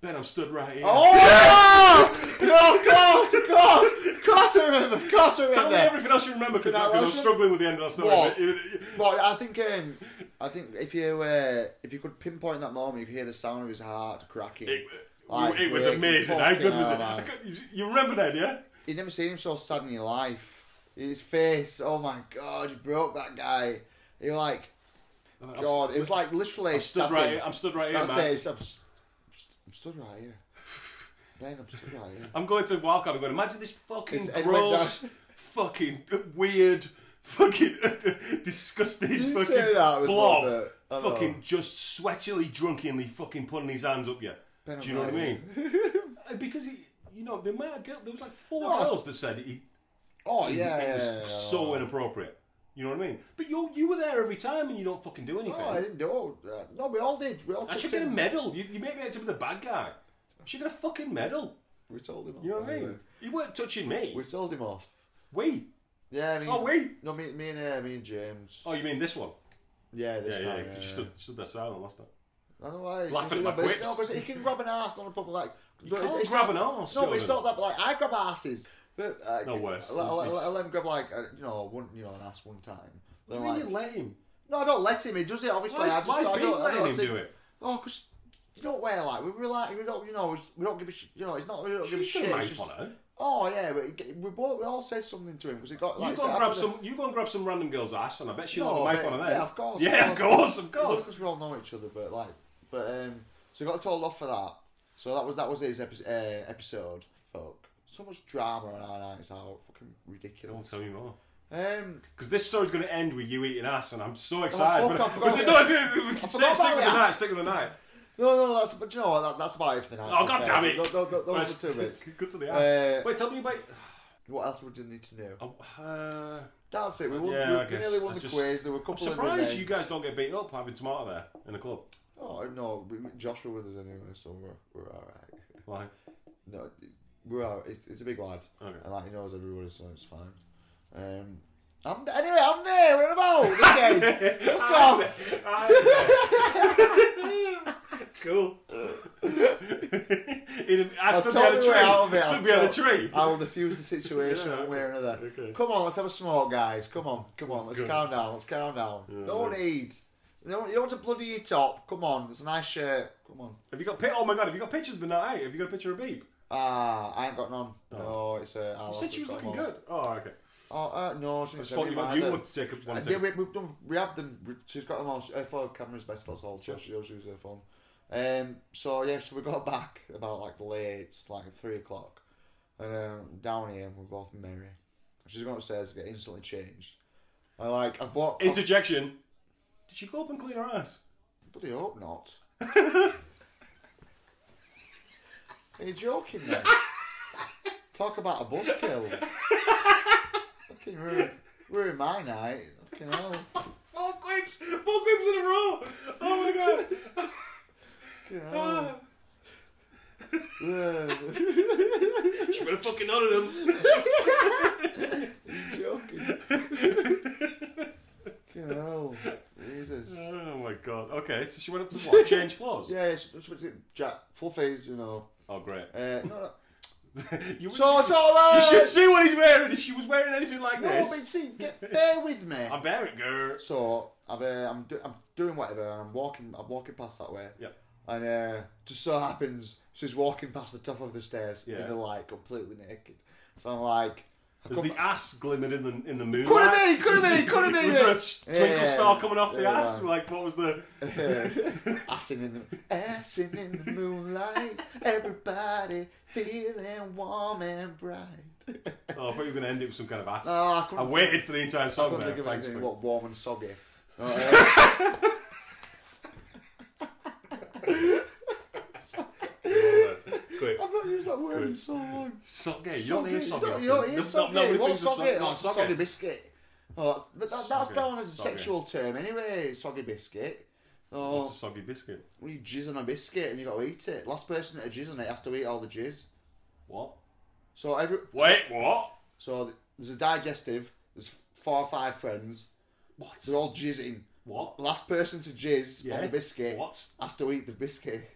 [SPEAKER 2] Ben, I'm stood right here.
[SPEAKER 1] Oh no! no! Of course, of course, of course. I remember. Of course, I remember.
[SPEAKER 2] Tell me everything else you remember because
[SPEAKER 1] That
[SPEAKER 2] I was
[SPEAKER 1] was-
[SPEAKER 2] struggling with the end of that story.
[SPEAKER 1] What?
[SPEAKER 2] but it- it-
[SPEAKER 1] Well, I think um, I think if you uh, if you could pinpoint that moment, you could hear the sound of his heart cracking.
[SPEAKER 2] It,
[SPEAKER 1] Like,
[SPEAKER 2] it was
[SPEAKER 1] breaking.
[SPEAKER 2] amazing. How good was
[SPEAKER 1] Fucking
[SPEAKER 2] it?
[SPEAKER 1] hell,
[SPEAKER 2] I
[SPEAKER 1] man.
[SPEAKER 2] could- you- You remember that, yeah?
[SPEAKER 1] You've never seen him so sad in your life. His face, oh my god, you broke that guy. You're like, God, it was like literally.
[SPEAKER 2] I'm stood
[SPEAKER 1] stabbing.
[SPEAKER 2] right. Here, I'm stood right here,
[SPEAKER 1] That's
[SPEAKER 2] man.
[SPEAKER 1] it. it's- I'm, st- I'm stood right here. Ben, I'm stood right here.
[SPEAKER 2] I'm going to wild card. I'm going. Imagine this fucking
[SPEAKER 1] It's- it went
[SPEAKER 2] gross, fucking weird, fucking disgusting,
[SPEAKER 1] You
[SPEAKER 2] fucking
[SPEAKER 1] say that with
[SPEAKER 2] blob,
[SPEAKER 1] Robert. I know.
[SPEAKER 2] fucking just sweatily, drunkenly, fucking putting his hands up you.
[SPEAKER 1] Ben,
[SPEAKER 2] Do
[SPEAKER 1] I'm
[SPEAKER 2] you know what I
[SPEAKER 1] right
[SPEAKER 2] mean? Uh, because he, you know, the amount of girl, there was like four
[SPEAKER 1] Oh.
[SPEAKER 2] girls that said he,
[SPEAKER 1] Oh
[SPEAKER 2] he-
[SPEAKER 1] yeah,
[SPEAKER 2] it was
[SPEAKER 1] yeah, yeah,
[SPEAKER 2] so inappropriate. You know what I mean? But you you were there every time, and you don't fucking do anything.
[SPEAKER 1] No, I didn't do. it. No, we all did. We all
[SPEAKER 2] I
[SPEAKER 1] took
[SPEAKER 2] should get a
[SPEAKER 1] him.
[SPEAKER 2] medal. You, you made me out to be the bad guy. I should get a fucking medal.
[SPEAKER 1] We told him.
[SPEAKER 2] You know
[SPEAKER 1] off,
[SPEAKER 2] what I mean?
[SPEAKER 1] anyway.
[SPEAKER 2] You weren't touching me.
[SPEAKER 1] We told him off.
[SPEAKER 2] We.
[SPEAKER 1] Yeah, I mean,
[SPEAKER 2] Oh, we.
[SPEAKER 1] no, me, me and uh, me and James.
[SPEAKER 2] Oh, you mean this one?
[SPEAKER 1] Yeah, this
[SPEAKER 2] Yeah,
[SPEAKER 1] time.
[SPEAKER 2] yeah.
[SPEAKER 1] yeah,
[SPEAKER 2] You
[SPEAKER 1] yeah.
[SPEAKER 2] stood, stood there silent last time.
[SPEAKER 1] I don't know why.
[SPEAKER 2] Laughing at my
[SPEAKER 1] But it's-
[SPEAKER 2] quips.
[SPEAKER 1] No, but he can grab an ass, not a problem. Like, you
[SPEAKER 2] can't grab an
[SPEAKER 1] not,
[SPEAKER 2] arse,
[SPEAKER 1] No, but it's
[SPEAKER 2] Jordan.
[SPEAKER 1] not that. But like, I grab asses. But uh,
[SPEAKER 2] No worse.
[SPEAKER 1] I, I,
[SPEAKER 2] It's-
[SPEAKER 1] I let him grab like uh, you know one you know an ass one time. Then,
[SPEAKER 2] Why
[SPEAKER 1] like,
[SPEAKER 2] did you let him?
[SPEAKER 1] no, I don't let him. He does it obviously.
[SPEAKER 2] Why is-
[SPEAKER 1] I just,
[SPEAKER 2] why is
[SPEAKER 1] I
[SPEAKER 2] Pete
[SPEAKER 1] don't, I
[SPEAKER 2] letting
[SPEAKER 1] don't
[SPEAKER 2] him
[SPEAKER 1] sit-
[SPEAKER 2] do it?
[SPEAKER 1] Oh, because you don't wear like we were like we don't you know we don't give a sh- you know it's not we don't give a
[SPEAKER 2] She's got a
[SPEAKER 1] shit. it's
[SPEAKER 2] knife
[SPEAKER 1] just-
[SPEAKER 2] on her.
[SPEAKER 1] Oh yeah, but it- we both we all said something to him because he got like
[SPEAKER 2] you go and
[SPEAKER 1] so
[SPEAKER 2] grab
[SPEAKER 1] after the-
[SPEAKER 2] some. You go and grab some random girl's ass, and I bet she'll
[SPEAKER 1] No,
[SPEAKER 2] have a knife
[SPEAKER 1] but-
[SPEAKER 2] on her. then.
[SPEAKER 1] Yeah, of course.
[SPEAKER 2] Yeah, of course, of course.
[SPEAKER 1] Because we all know each other, but like, but um, so we got told off for that. So that was that was his epi- uh, episode. Fuck, so much drama on our nights out. Fucking
[SPEAKER 2] Don't
[SPEAKER 1] ridiculous.
[SPEAKER 2] tell me more.
[SPEAKER 1] Um,
[SPEAKER 2] Because this story's going to end with you eating ass, and I'm so excited.
[SPEAKER 1] Oh, fuck,
[SPEAKER 2] but,
[SPEAKER 1] I forgot
[SPEAKER 2] but,
[SPEAKER 1] about
[SPEAKER 2] no, it's- we can
[SPEAKER 1] I
[SPEAKER 2] stay,
[SPEAKER 1] forgot
[SPEAKER 2] stick
[SPEAKER 1] about
[SPEAKER 2] with the
[SPEAKER 1] the
[SPEAKER 2] night. Stick with the night.
[SPEAKER 1] no, no, that's but you know what? That, that's about it for the night.
[SPEAKER 2] Oh
[SPEAKER 1] to be
[SPEAKER 2] god
[SPEAKER 1] fair.
[SPEAKER 2] damn it!
[SPEAKER 1] Tho- tho- tho-
[SPEAKER 2] Right,
[SPEAKER 1] Those were two bits.
[SPEAKER 2] Good to the ass.
[SPEAKER 1] Uh,
[SPEAKER 2] Wait, tell me about.
[SPEAKER 1] What else would you need to know?
[SPEAKER 2] Oh, uh,
[SPEAKER 1] That's it. We, won,
[SPEAKER 2] Yeah,
[SPEAKER 1] we,
[SPEAKER 2] I
[SPEAKER 1] we
[SPEAKER 2] guess.
[SPEAKER 1] nearly won
[SPEAKER 2] I
[SPEAKER 1] the
[SPEAKER 2] just-
[SPEAKER 1] quiz. There were a
[SPEAKER 2] I'm
[SPEAKER 1] couple of
[SPEAKER 2] surprised
[SPEAKER 1] events.
[SPEAKER 2] you guys don't get beat up having tomato there in the club.
[SPEAKER 1] Oh no, we, Joshua with us anyway, so we're we're all right.
[SPEAKER 2] Why?
[SPEAKER 1] No, we're all, it's, it's a big lad.
[SPEAKER 2] Okay.
[SPEAKER 1] And like he knows everybody, so it's fine. Um, I'm anyway. I'm there. We're about again. Fuck
[SPEAKER 2] Ah,
[SPEAKER 1] off.
[SPEAKER 2] cool. In a, I
[SPEAKER 1] I'll
[SPEAKER 2] stood
[SPEAKER 1] tell
[SPEAKER 2] behind a
[SPEAKER 1] you
[SPEAKER 2] tree.
[SPEAKER 1] we're out of it,
[SPEAKER 2] Stood
[SPEAKER 1] I'll
[SPEAKER 2] behind a
[SPEAKER 1] tell-
[SPEAKER 2] tree.
[SPEAKER 1] I will defuse the situation
[SPEAKER 2] Yeah,
[SPEAKER 1] one way or another.
[SPEAKER 2] okay.
[SPEAKER 1] Come on, let's have a smoke, guys. Come on, come on. Let's
[SPEAKER 2] Good.
[SPEAKER 1] calm down. Let's calm down. no need. You don't, you don't want to bloody your top. Come on, it's a nice shirt. Come on.
[SPEAKER 2] Have you got pi- Oh my god! Have you got pictures but not out? Have you got a picture of Beep?
[SPEAKER 1] Ah, I ain't got none. No, it's a. I
[SPEAKER 2] You
[SPEAKER 1] lost
[SPEAKER 2] said she
[SPEAKER 1] it,
[SPEAKER 2] was
[SPEAKER 1] come
[SPEAKER 2] looking
[SPEAKER 1] on.
[SPEAKER 2] good. Oh okay.
[SPEAKER 1] Oh uh, no, she didn't
[SPEAKER 2] I just
[SPEAKER 1] say
[SPEAKER 2] thought you,
[SPEAKER 1] anything about
[SPEAKER 2] you
[SPEAKER 1] that.
[SPEAKER 2] would take up one.
[SPEAKER 1] Uh,
[SPEAKER 2] of
[SPEAKER 1] yeah,
[SPEAKER 2] them.
[SPEAKER 1] we, we've done, we have them. we- She's got them all. Her phone camera's best. That's all. So she'll use her phone. Um, so yeah, so we got back about like late, like three o'clock, and um, down here and we're both merry. She's gone upstairs to get instantly changed. I like I bought. I
[SPEAKER 2] Interjection. Did she go up and clean her ass?
[SPEAKER 1] bloody hope not. Are you joking? Then? Talk about a buzzkill. Fucking ruin, We're in my night. Fucking hell.
[SPEAKER 2] Four grapes, four grapes in a row. Oh my god.
[SPEAKER 1] Fucking hell.
[SPEAKER 2] Ah,
[SPEAKER 1] Yeah.
[SPEAKER 2] she better fucking honor them.
[SPEAKER 1] joking. Fucking hell. Jesus.
[SPEAKER 2] Oh my god. Okay, so she went up to what? Change clothes.
[SPEAKER 1] Yeah, yeah, she, she went to Jack, full face, you know.
[SPEAKER 2] Oh great.
[SPEAKER 1] Uh, no, no.
[SPEAKER 2] you,
[SPEAKER 1] So uh, it's alright.
[SPEAKER 2] you should see what he's wearing. If she was wearing anything like
[SPEAKER 1] No,
[SPEAKER 2] this,
[SPEAKER 1] but see, get, bear with me.
[SPEAKER 2] I bear it, girl.
[SPEAKER 1] So I've, uh, I'm, do- I'm doing whatever, and I'm walking. I'm walking past that way.
[SPEAKER 2] Yep.
[SPEAKER 1] And uh, just so happens she's walking past the top of the stairs
[SPEAKER 2] Yeah.
[SPEAKER 1] in the light, completely naked. So I'm like, I
[SPEAKER 2] There's
[SPEAKER 1] come
[SPEAKER 2] the ass glimmered in the in the moonlight.
[SPEAKER 1] Coulda been, coulda
[SPEAKER 2] Was
[SPEAKER 1] been,
[SPEAKER 2] the-
[SPEAKER 1] coulda been,
[SPEAKER 2] Was there a
[SPEAKER 1] yeah.
[SPEAKER 2] s- twinkle
[SPEAKER 1] Yeah,
[SPEAKER 2] star coming off the
[SPEAKER 1] yeah.
[SPEAKER 2] ass? Like what was the? oh,
[SPEAKER 1] assing in the assing in the moonlight. Everybody feeling warm and bright.
[SPEAKER 2] Oh, I thought you were going to end it with some kind of ass.
[SPEAKER 1] No, I
[SPEAKER 2] I
[SPEAKER 1] couldn't.
[SPEAKER 2] waited for the entire
[SPEAKER 1] I
[SPEAKER 2] song
[SPEAKER 1] couldn't
[SPEAKER 2] there.
[SPEAKER 1] think of
[SPEAKER 2] Thanks
[SPEAKER 1] anything
[SPEAKER 2] for
[SPEAKER 1] what warm and soggy. Uh,
[SPEAKER 2] Quick.
[SPEAKER 1] I've not used that word in so long.
[SPEAKER 2] Soggy. You don't hear soggy.
[SPEAKER 1] You don't- you
[SPEAKER 2] often.
[SPEAKER 1] don't hear
[SPEAKER 2] There's
[SPEAKER 1] soggy.
[SPEAKER 2] Not, nobody
[SPEAKER 1] What's
[SPEAKER 2] thinks of
[SPEAKER 1] soggy?
[SPEAKER 2] no,
[SPEAKER 1] What's a soggy biscuit. Oh, that's, but that, that's
[SPEAKER 2] Soggy.
[SPEAKER 1] down as a
[SPEAKER 2] Soggy.
[SPEAKER 1] sexual term anyway. Soggy biscuit.
[SPEAKER 2] What's a
[SPEAKER 1] Oh,
[SPEAKER 2] soggy biscuit?
[SPEAKER 1] when you jizz on a biscuit and you got to eat it. Last person to jizz on it has to eat all the jizz.
[SPEAKER 2] What?
[SPEAKER 1] So every
[SPEAKER 2] Wait, what?
[SPEAKER 1] so th- there's a digestive. There's four or five friends.
[SPEAKER 2] What?
[SPEAKER 1] They're all jizzing.
[SPEAKER 2] What?
[SPEAKER 1] Last person to jizz
[SPEAKER 2] Yeah.
[SPEAKER 1] on the biscuit
[SPEAKER 2] What?
[SPEAKER 1] has to eat the biscuit.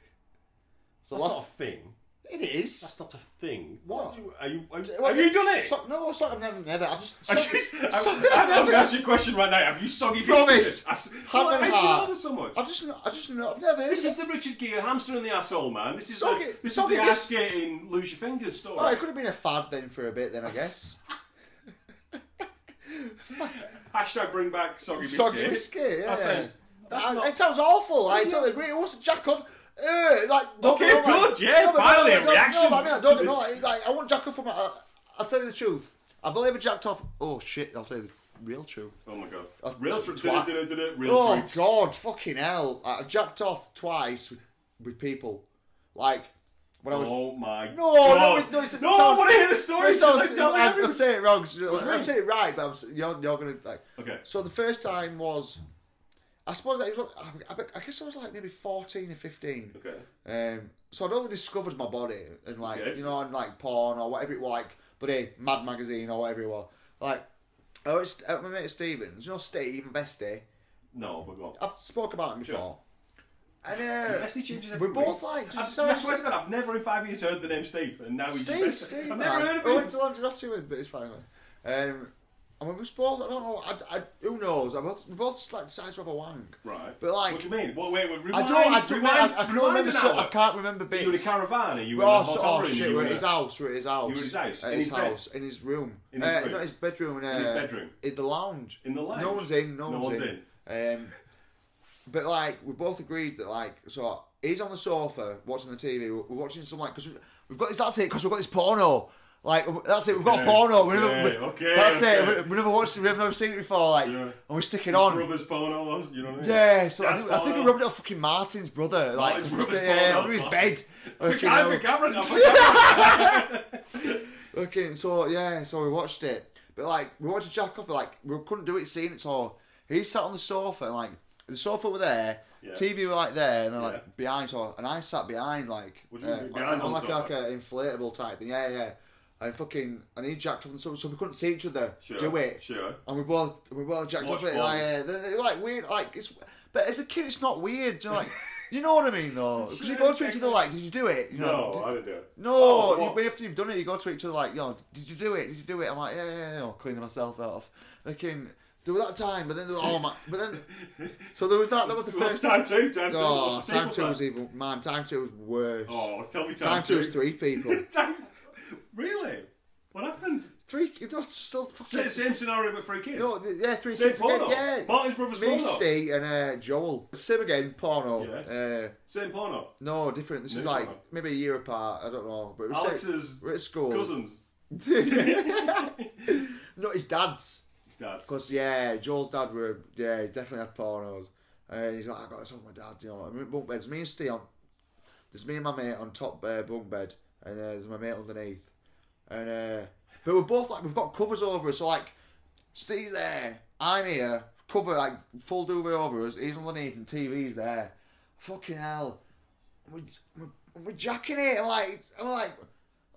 [SPEAKER 1] So
[SPEAKER 2] That's
[SPEAKER 1] last
[SPEAKER 2] not a thing.
[SPEAKER 1] it is.
[SPEAKER 2] That's not a thing.
[SPEAKER 1] What?
[SPEAKER 2] do you- Are you? Are,
[SPEAKER 1] Well,
[SPEAKER 2] have you done it?
[SPEAKER 1] So, no, so, I've never, never. I've just.
[SPEAKER 2] I
[SPEAKER 1] so-
[SPEAKER 2] just, I,
[SPEAKER 1] so-
[SPEAKER 2] I'm going to ask you a question right now. Have you soggy
[SPEAKER 1] Promise.
[SPEAKER 2] biscuits? I s-
[SPEAKER 1] Hand
[SPEAKER 2] What
[SPEAKER 1] and
[SPEAKER 2] makes you
[SPEAKER 1] heart.
[SPEAKER 2] love her so much?
[SPEAKER 1] I've just, I've just, I've never. heard
[SPEAKER 2] This
[SPEAKER 1] of
[SPEAKER 2] is the Richard Gere hamster and the asshole man. This is
[SPEAKER 1] Soggy-
[SPEAKER 2] like, this
[SPEAKER 1] soggy
[SPEAKER 2] is the
[SPEAKER 1] bis-
[SPEAKER 2] ass skating lose your fingers story.
[SPEAKER 1] Oh, it could have been a fad then for a bit, then I guess.
[SPEAKER 2] Hashtag bring back soggy biscuit.
[SPEAKER 1] Soggy biscuit. Yeah.
[SPEAKER 2] That sounds. That's
[SPEAKER 1] I-
[SPEAKER 2] not.
[SPEAKER 1] It sounds awful. I totally agree. It was jack off. Uh, like don't
[SPEAKER 2] Okay,
[SPEAKER 1] get me wrong,
[SPEAKER 2] good,
[SPEAKER 1] like-
[SPEAKER 2] yeah,
[SPEAKER 1] but
[SPEAKER 2] finally
[SPEAKER 1] no,
[SPEAKER 2] a
[SPEAKER 1] no, no,
[SPEAKER 2] reaction
[SPEAKER 1] but I mean, I
[SPEAKER 2] to
[SPEAKER 1] don't
[SPEAKER 2] this.
[SPEAKER 1] know. Like, like, I want jack off from. Uh, I'll tell you the truth. I've only ever jacked off. Oh shit! I'll tell you the real truth.
[SPEAKER 2] oh my god.
[SPEAKER 1] A
[SPEAKER 2] Real
[SPEAKER 1] t-
[SPEAKER 2] truth.
[SPEAKER 1] twat.
[SPEAKER 2] Real
[SPEAKER 1] Oh
[SPEAKER 2] truth.
[SPEAKER 1] god, fucking hell! I've jacked off twice with, with people. Like when I was.
[SPEAKER 2] Oh my
[SPEAKER 1] No, no,
[SPEAKER 2] god.
[SPEAKER 1] it's- no, it's- it
[SPEAKER 2] no I
[SPEAKER 1] sounds-
[SPEAKER 2] want to hear the
[SPEAKER 1] Sorry,
[SPEAKER 2] story.
[SPEAKER 1] so
[SPEAKER 2] so they tell
[SPEAKER 1] I'm, I'm
[SPEAKER 2] everyone.
[SPEAKER 1] saying it wrong. so-
[SPEAKER 2] do you mean?
[SPEAKER 1] I'm saying it right, but I'm, s- you're, you're gonna like.
[SPEAKER 2] Okay.
[SPEAKER 1] So the first time was, I suppose that it was, I- I, I guess I was like maybe fourteen or fifteen.
[SPEAKER 2] Okay.
[SPEAKER 1] Um, so I'd only discovered my body and like
[SPEAKER 2] Okay.
[SPEAKER 1] you know and like porn or whatever it was, like, but hey, Mad Magazine or whatever it was. Like, I was at my mate Stevens, you know Steve, my bestie.
[SPEAKER 2] No, but go on.
[SPEAKER 1] I've spoke about him before. And uh,
[SPEAKER 2] Bestie changes every
[SPEAKER 1] we're both
[SPEAKER 2] week.
[SPEAKER 1] like
[SPEAKER 2] I've,
[SPEAKER 1] just
[SPEAKER 2] I swear to God, I've never in five years heard the name Steve, and now he's your
[SPEAKER 1] Steve,
[SPEAKER 2] best-
[SPEAKER 1] Steve, man.
[SPEAKER 2] I've never heard
[SPEAKER 1] I
[SPEAKER 2] of
[SPEAKER 1] went
[SPEAKER 2] him.
[SPEAKER 1] to Lanzarote with, but it's fine. man. Um, and when we spoke, I don't know. I, I, who knows? I both, we both just, like decided to have a wank.
[SPEAKER 2] Right.
[SPEAKER 1] But, like-
[SPEAKER 2] what do you mean? What? Wait, wait. Rewind.
[SPEAKER 1] I don't. I don't.
[SPEAKER 2] Rewind,
[SPEAKER 1] I, I can't
[SPEAKER 2] rewind
[SPEAKER 1] remember.
[SPEAKER 2] an
[SPEAKER 1] So,
[SPEAKER 2] hour.
[SPEAKER 1] I can't remember
[SPEAKER 2] Are
[SPEAKER 1] bits.
[SPEAKER 2] you in a caravan? Are you
[SPEAKER 1] We're
[SPEAKER 2] in a
[SPEAKER 1] all
[SPEAKER 2] hotel
[SPEAKER 1] sort of-
[SPEAKER 2] room?
[SPEAKER 1] Oh, shit,
[SPEAKER 2] you
[SPEAKER 1] we're
[SPEAKER 2] in
[SPEAKER 1] at his
[SPEAKER 2] a-
[SPEAKER 1] house. We're at his house.
[SPEAKER 2] You were at his house?
[SPEAKER 1] At
[SPEAKER 2] In
[SPEAKER 1] his
[SPEAKER 2] his bed?
[SPEAKER 1] house. In his room.
[SPEAKER 2] In his
[SPEAKER 1] Uh,
[SPEAKER 2] room?
[SPEAKER 1] Not his bedroom. uh,
[SPEAKER 2] his bedroom?
[SPEAKER 1] In the lounge.
[SPEAKER 2] In the lounge?
[SPEAKER 1] No one's in. No,
[SPEAKER 2] No
[SPEAKER 1] one's,
[SPEAKER 2] one's
[SPEAKER 1] in. Um, but like, we both agreed that like, so he's on the sofa watching the TV. We're, we're watching some like, because we've got this. That's it. Because we've got this porno. Like that's it. We've got
[SPEAKER 2] Okay,
[SPEAKER 1] a porno. we
[SPEAKER 2] okay,
[SPEAKER 1] never, we,
[SPEAKER 2] okay,
[SPEAKER 1] that's
[SPEAKER 2] okay.
[SPEAKER 1] it. We, we never watched it. We've never seen it before. Like,
[SPEAKER 2] Yeah.
[SPEAKER 1] and we stick it on.
[SPEAKER 2] Brothers porno was, you know what I mean?
[SPEAKER 1] Yeah, so I
[SPEAKER 2] Dad's
[SPEAKER 1] think, I think we
[SPEAKER 2] porno.
[SPEAKER 1] rubbed it off fucking Martin's brother, like
[SPEAKER 2] Martin's
[SPEAKER 1] just,
[SPEAKER 2] brother's
[SPEAKER 1] yeah,
[SPEAKER 2] brother.
[SPEAKER 1] under his bed.
[SPEAKER 2] Pick-
[SPEAKER 1] Fucking
[SPEAKER 2] I
[SPEAKER 1] hell.
[SPEAKER 2] think I've read that.
[SPEAKER 1] Okay, so yeah, so we watched it, but like we watched Jack off, but, like we couldn't do it seeing it. So he sat on the sofa, and, like the sofa were there,
[SPEAKER 2] Yeah.
[SPEAKER 1] TV were like there, and then like
[SPEAKER 2] Yeah.
[SPEAKER 1] behind. So and I sat behind, like uh,
[SPEAKER 2] What do you mean,
[SPEAKER 1] like, on
[SPEAKER 2] behind on the
[SPEAKER 1] like, like
[SPEAKER 2] sofa?
[SPEAKER 1] a inflatable type thing. Yeah, yeah. And fucking, and he jacked off on the sofa, so we couldn't see each other
[SPEAKER 2] Sure.
[SPEAKER 1] do it.
[SPEAKER 2] Sure.
[SPEAKER 1] And we both we both jacked
[SPEAKER 2] Watch
[SPEAKER 1] off it
[SPEAKER 2] porn.
[SPEAKER 1] like uh, they're, they're like weird like it's but as a kid it's not weird you know, like you know what I mean though because you go to each other like did you do it you know
[SPEAKER 2] No, I didn't do it.
[SPEAKER 1] no
[SPEAKER 2] Oh,
[SPEAKER 1] you-
[SPEAKER 2] what?
[SPEAKER 1] but after you've done it you go to each other like yo did you do it did you do it I'm like yeah yeah yeah you know, cleaning myself off fucking there was that time but then there was, oh my but then so there was that that was the
[SPEAKER 2] Well, it's
[SPEAKER 1] first
[SPEAKER 2] time two, time two.
[SPEAKER 1] oh
[SPEAKER 2] What's the
[SPEAKER 1] time two
[SPEAKER 2] sequel
[SPEAKER 1] was
[SPEAKER 2] to that?
[SPEAKER 1] even man time two was worse
[SPEAKER 2] Oh, tell me time,
[SPEAKER 1] time two was three people
[SPEAKER 2] Time- Really? What happened?
[SPEAKER 1] three it was still fucking
[SPEAKER 2] Same scenario but three kids.
[SPEAKER 1] No, th- yeah, three
[SPEAKER 2] Same
[SPEAKER 1] kids
[SPEAKER 2] porno.
[SPEAKER 1] again. Yeah,
[SPEAKER 2] Martin's brother's
[SPEAKER 1] me,
[SPEAKER 2] porno.
[SPEAKER 1] Steve, and uh, Joel. Same again, porno. Uh,
[SPEAKER 2] Same porno.
[SPEAKER 1] no, different. This
[SPEAKER 2] New
[SPEAKER 1] is like
[SPEAKER 2] porno.
[SPEAKER 1] maybe a year apart. I don't know. But we're,
[SPEAKER 2] Alex's
[SPEAKER 1] we're at school.
[SPEAKER 2] cousins.
[SPEAKER 1] no, his dad's.
[SPEAKER 2] His dad's.
[SPEAKER 1] Because yeah, Joel's dad were yeah, he definitely had pornos. And he's like, I got this off my dad. You know, I mean, bunk beds. Me and Steve on. There's me and my mate on top uh, bunk bed, and uh, there's my mate underneath. And uh, but we're both like we've got covers over us, so like Steve's there. I'm here. Cover like full duvet over us. He's underneath and TV's there. Fucking hell. And We're, we're, we're jacking it. I'm like, I'm like,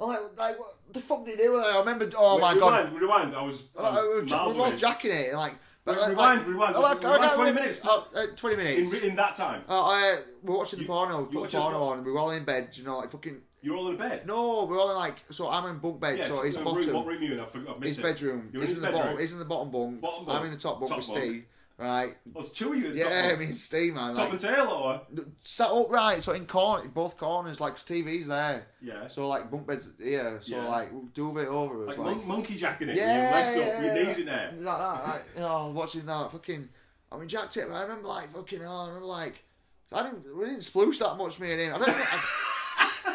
[SPEAKER 1] I'm like, like what the fuck did he do? I remember. Oh my
[SPEAKER 2] rewind,
[SPEAKER 1] god.
[SPEAKER 2] Rewind, I was, I
[SPEAKER 1] Like, we
[SPEAKER 2] was
[SPEAKER 1] were,
[SPEAKER 2] miles
[SPEAKER 1] we're all
[SPEAKER 2] away.
[SPEAKER 1] jacking it. Like, but
[SPEAKER 2] Re-
[SPEAKER 1] like,
[SPEAKER 2] rewind,
[SPEAKER 1] like,
[SPEAKER 2] rewind,
[SPEAKER 1] oh, like,
[SPEAKER 2] rewind
[SPEAKER 1] oh, no,
[SPEAKER 2] 20
[SPEAKER 1] we-
[SPEAKER 2] minutes.
[SPEAKER 1] Oh, uh, Twenty minutes.
[SPEAKER 2] in, in that time,
[SPEAKER 1] Oh, I, we're watching the
[SPEAKER 2] You-
[SPEAKER 1] porno.
[SPEAKER 2] you
[SPEAKER 1] Put the
[SPEAKER 2] watching
[SPEAKER 1] porno
[SPEAKER 2] the-
[SPEAKER 1] on. and We're all in bed. You know, like fucking.
[SPEAKER 2] you're all in bed.
[SPEAKER 1] No, we're all in like. So I'm in bunk bed.
[SPEAKER 2] Yes,
[SPEAKER 1] so it's
[SPEAKER 2] uh,
[SPEAKER 1] bottom.
[SPEAKER 2] Room, what room are you in? I've, forgot- I've missed
[SPEAKER 1] His
[SPEAKER 2] it.
[SPEAKER 1] bedroom.
[SPEAKER 2] You're in
[SPEAKER 1] he's
[SPEAKER 2] his
[SPEAKER 1] in the
[SPEAKER 2] bedroom.
[SPEAKER 1] bottom. He's in the bottom bunk.
[SPEAKER 2] Bottom
[SPEAKER 1] I'm
[SPEAKER 2] bunk.
[SPEAKER 1] in the top bunk
[SPEAKER 2] Top
[SPEAKER 1] with
[SPEAKER 2] bunk.
[SPEAKER 1] Steve. Right.
[SPEAKER 2] Oh, there's two of you in the top,
[SPEAKER 1] Yeah,
[SPEAKER 2] one.
[SPEAKER 1] me and Steve, man.
[SPEAKER 2] top
[SPEAKER 1] Like,
[SPEAKER 2] and tail, or
[SPEAKER 1] sat upright, so in corner, both corners, like 'cause TV's there.
[SPEAKER 2] yeah,
[SPEAKER 1] So like bunk beds here. So
[SPEAKER 2] Yeah.
[SPEAKER 1] like duvet over
[SPEAKER 2] like,
[SPEAKER 1] us.
[SPEAKER 2] mon-
[SPEAKER 1] Like,
[SPEAKER 2] monkey jacking it.
[SPEAKER 1] Yeah,
[SPEAKER 2] your legs up,
[SPEAKER 1] yeah,
[SPEAKER 2] your knees
[SPEAKER 1] yeah.
[SPEAKER 2] in there.
[SPEAKER 1] like that. Like, you know, watching that fucking. I mean, Jack Tip. I remember like fucking. Oh, I remember like. I didn't. We didn't sploosh that much, me and him. I don't. I,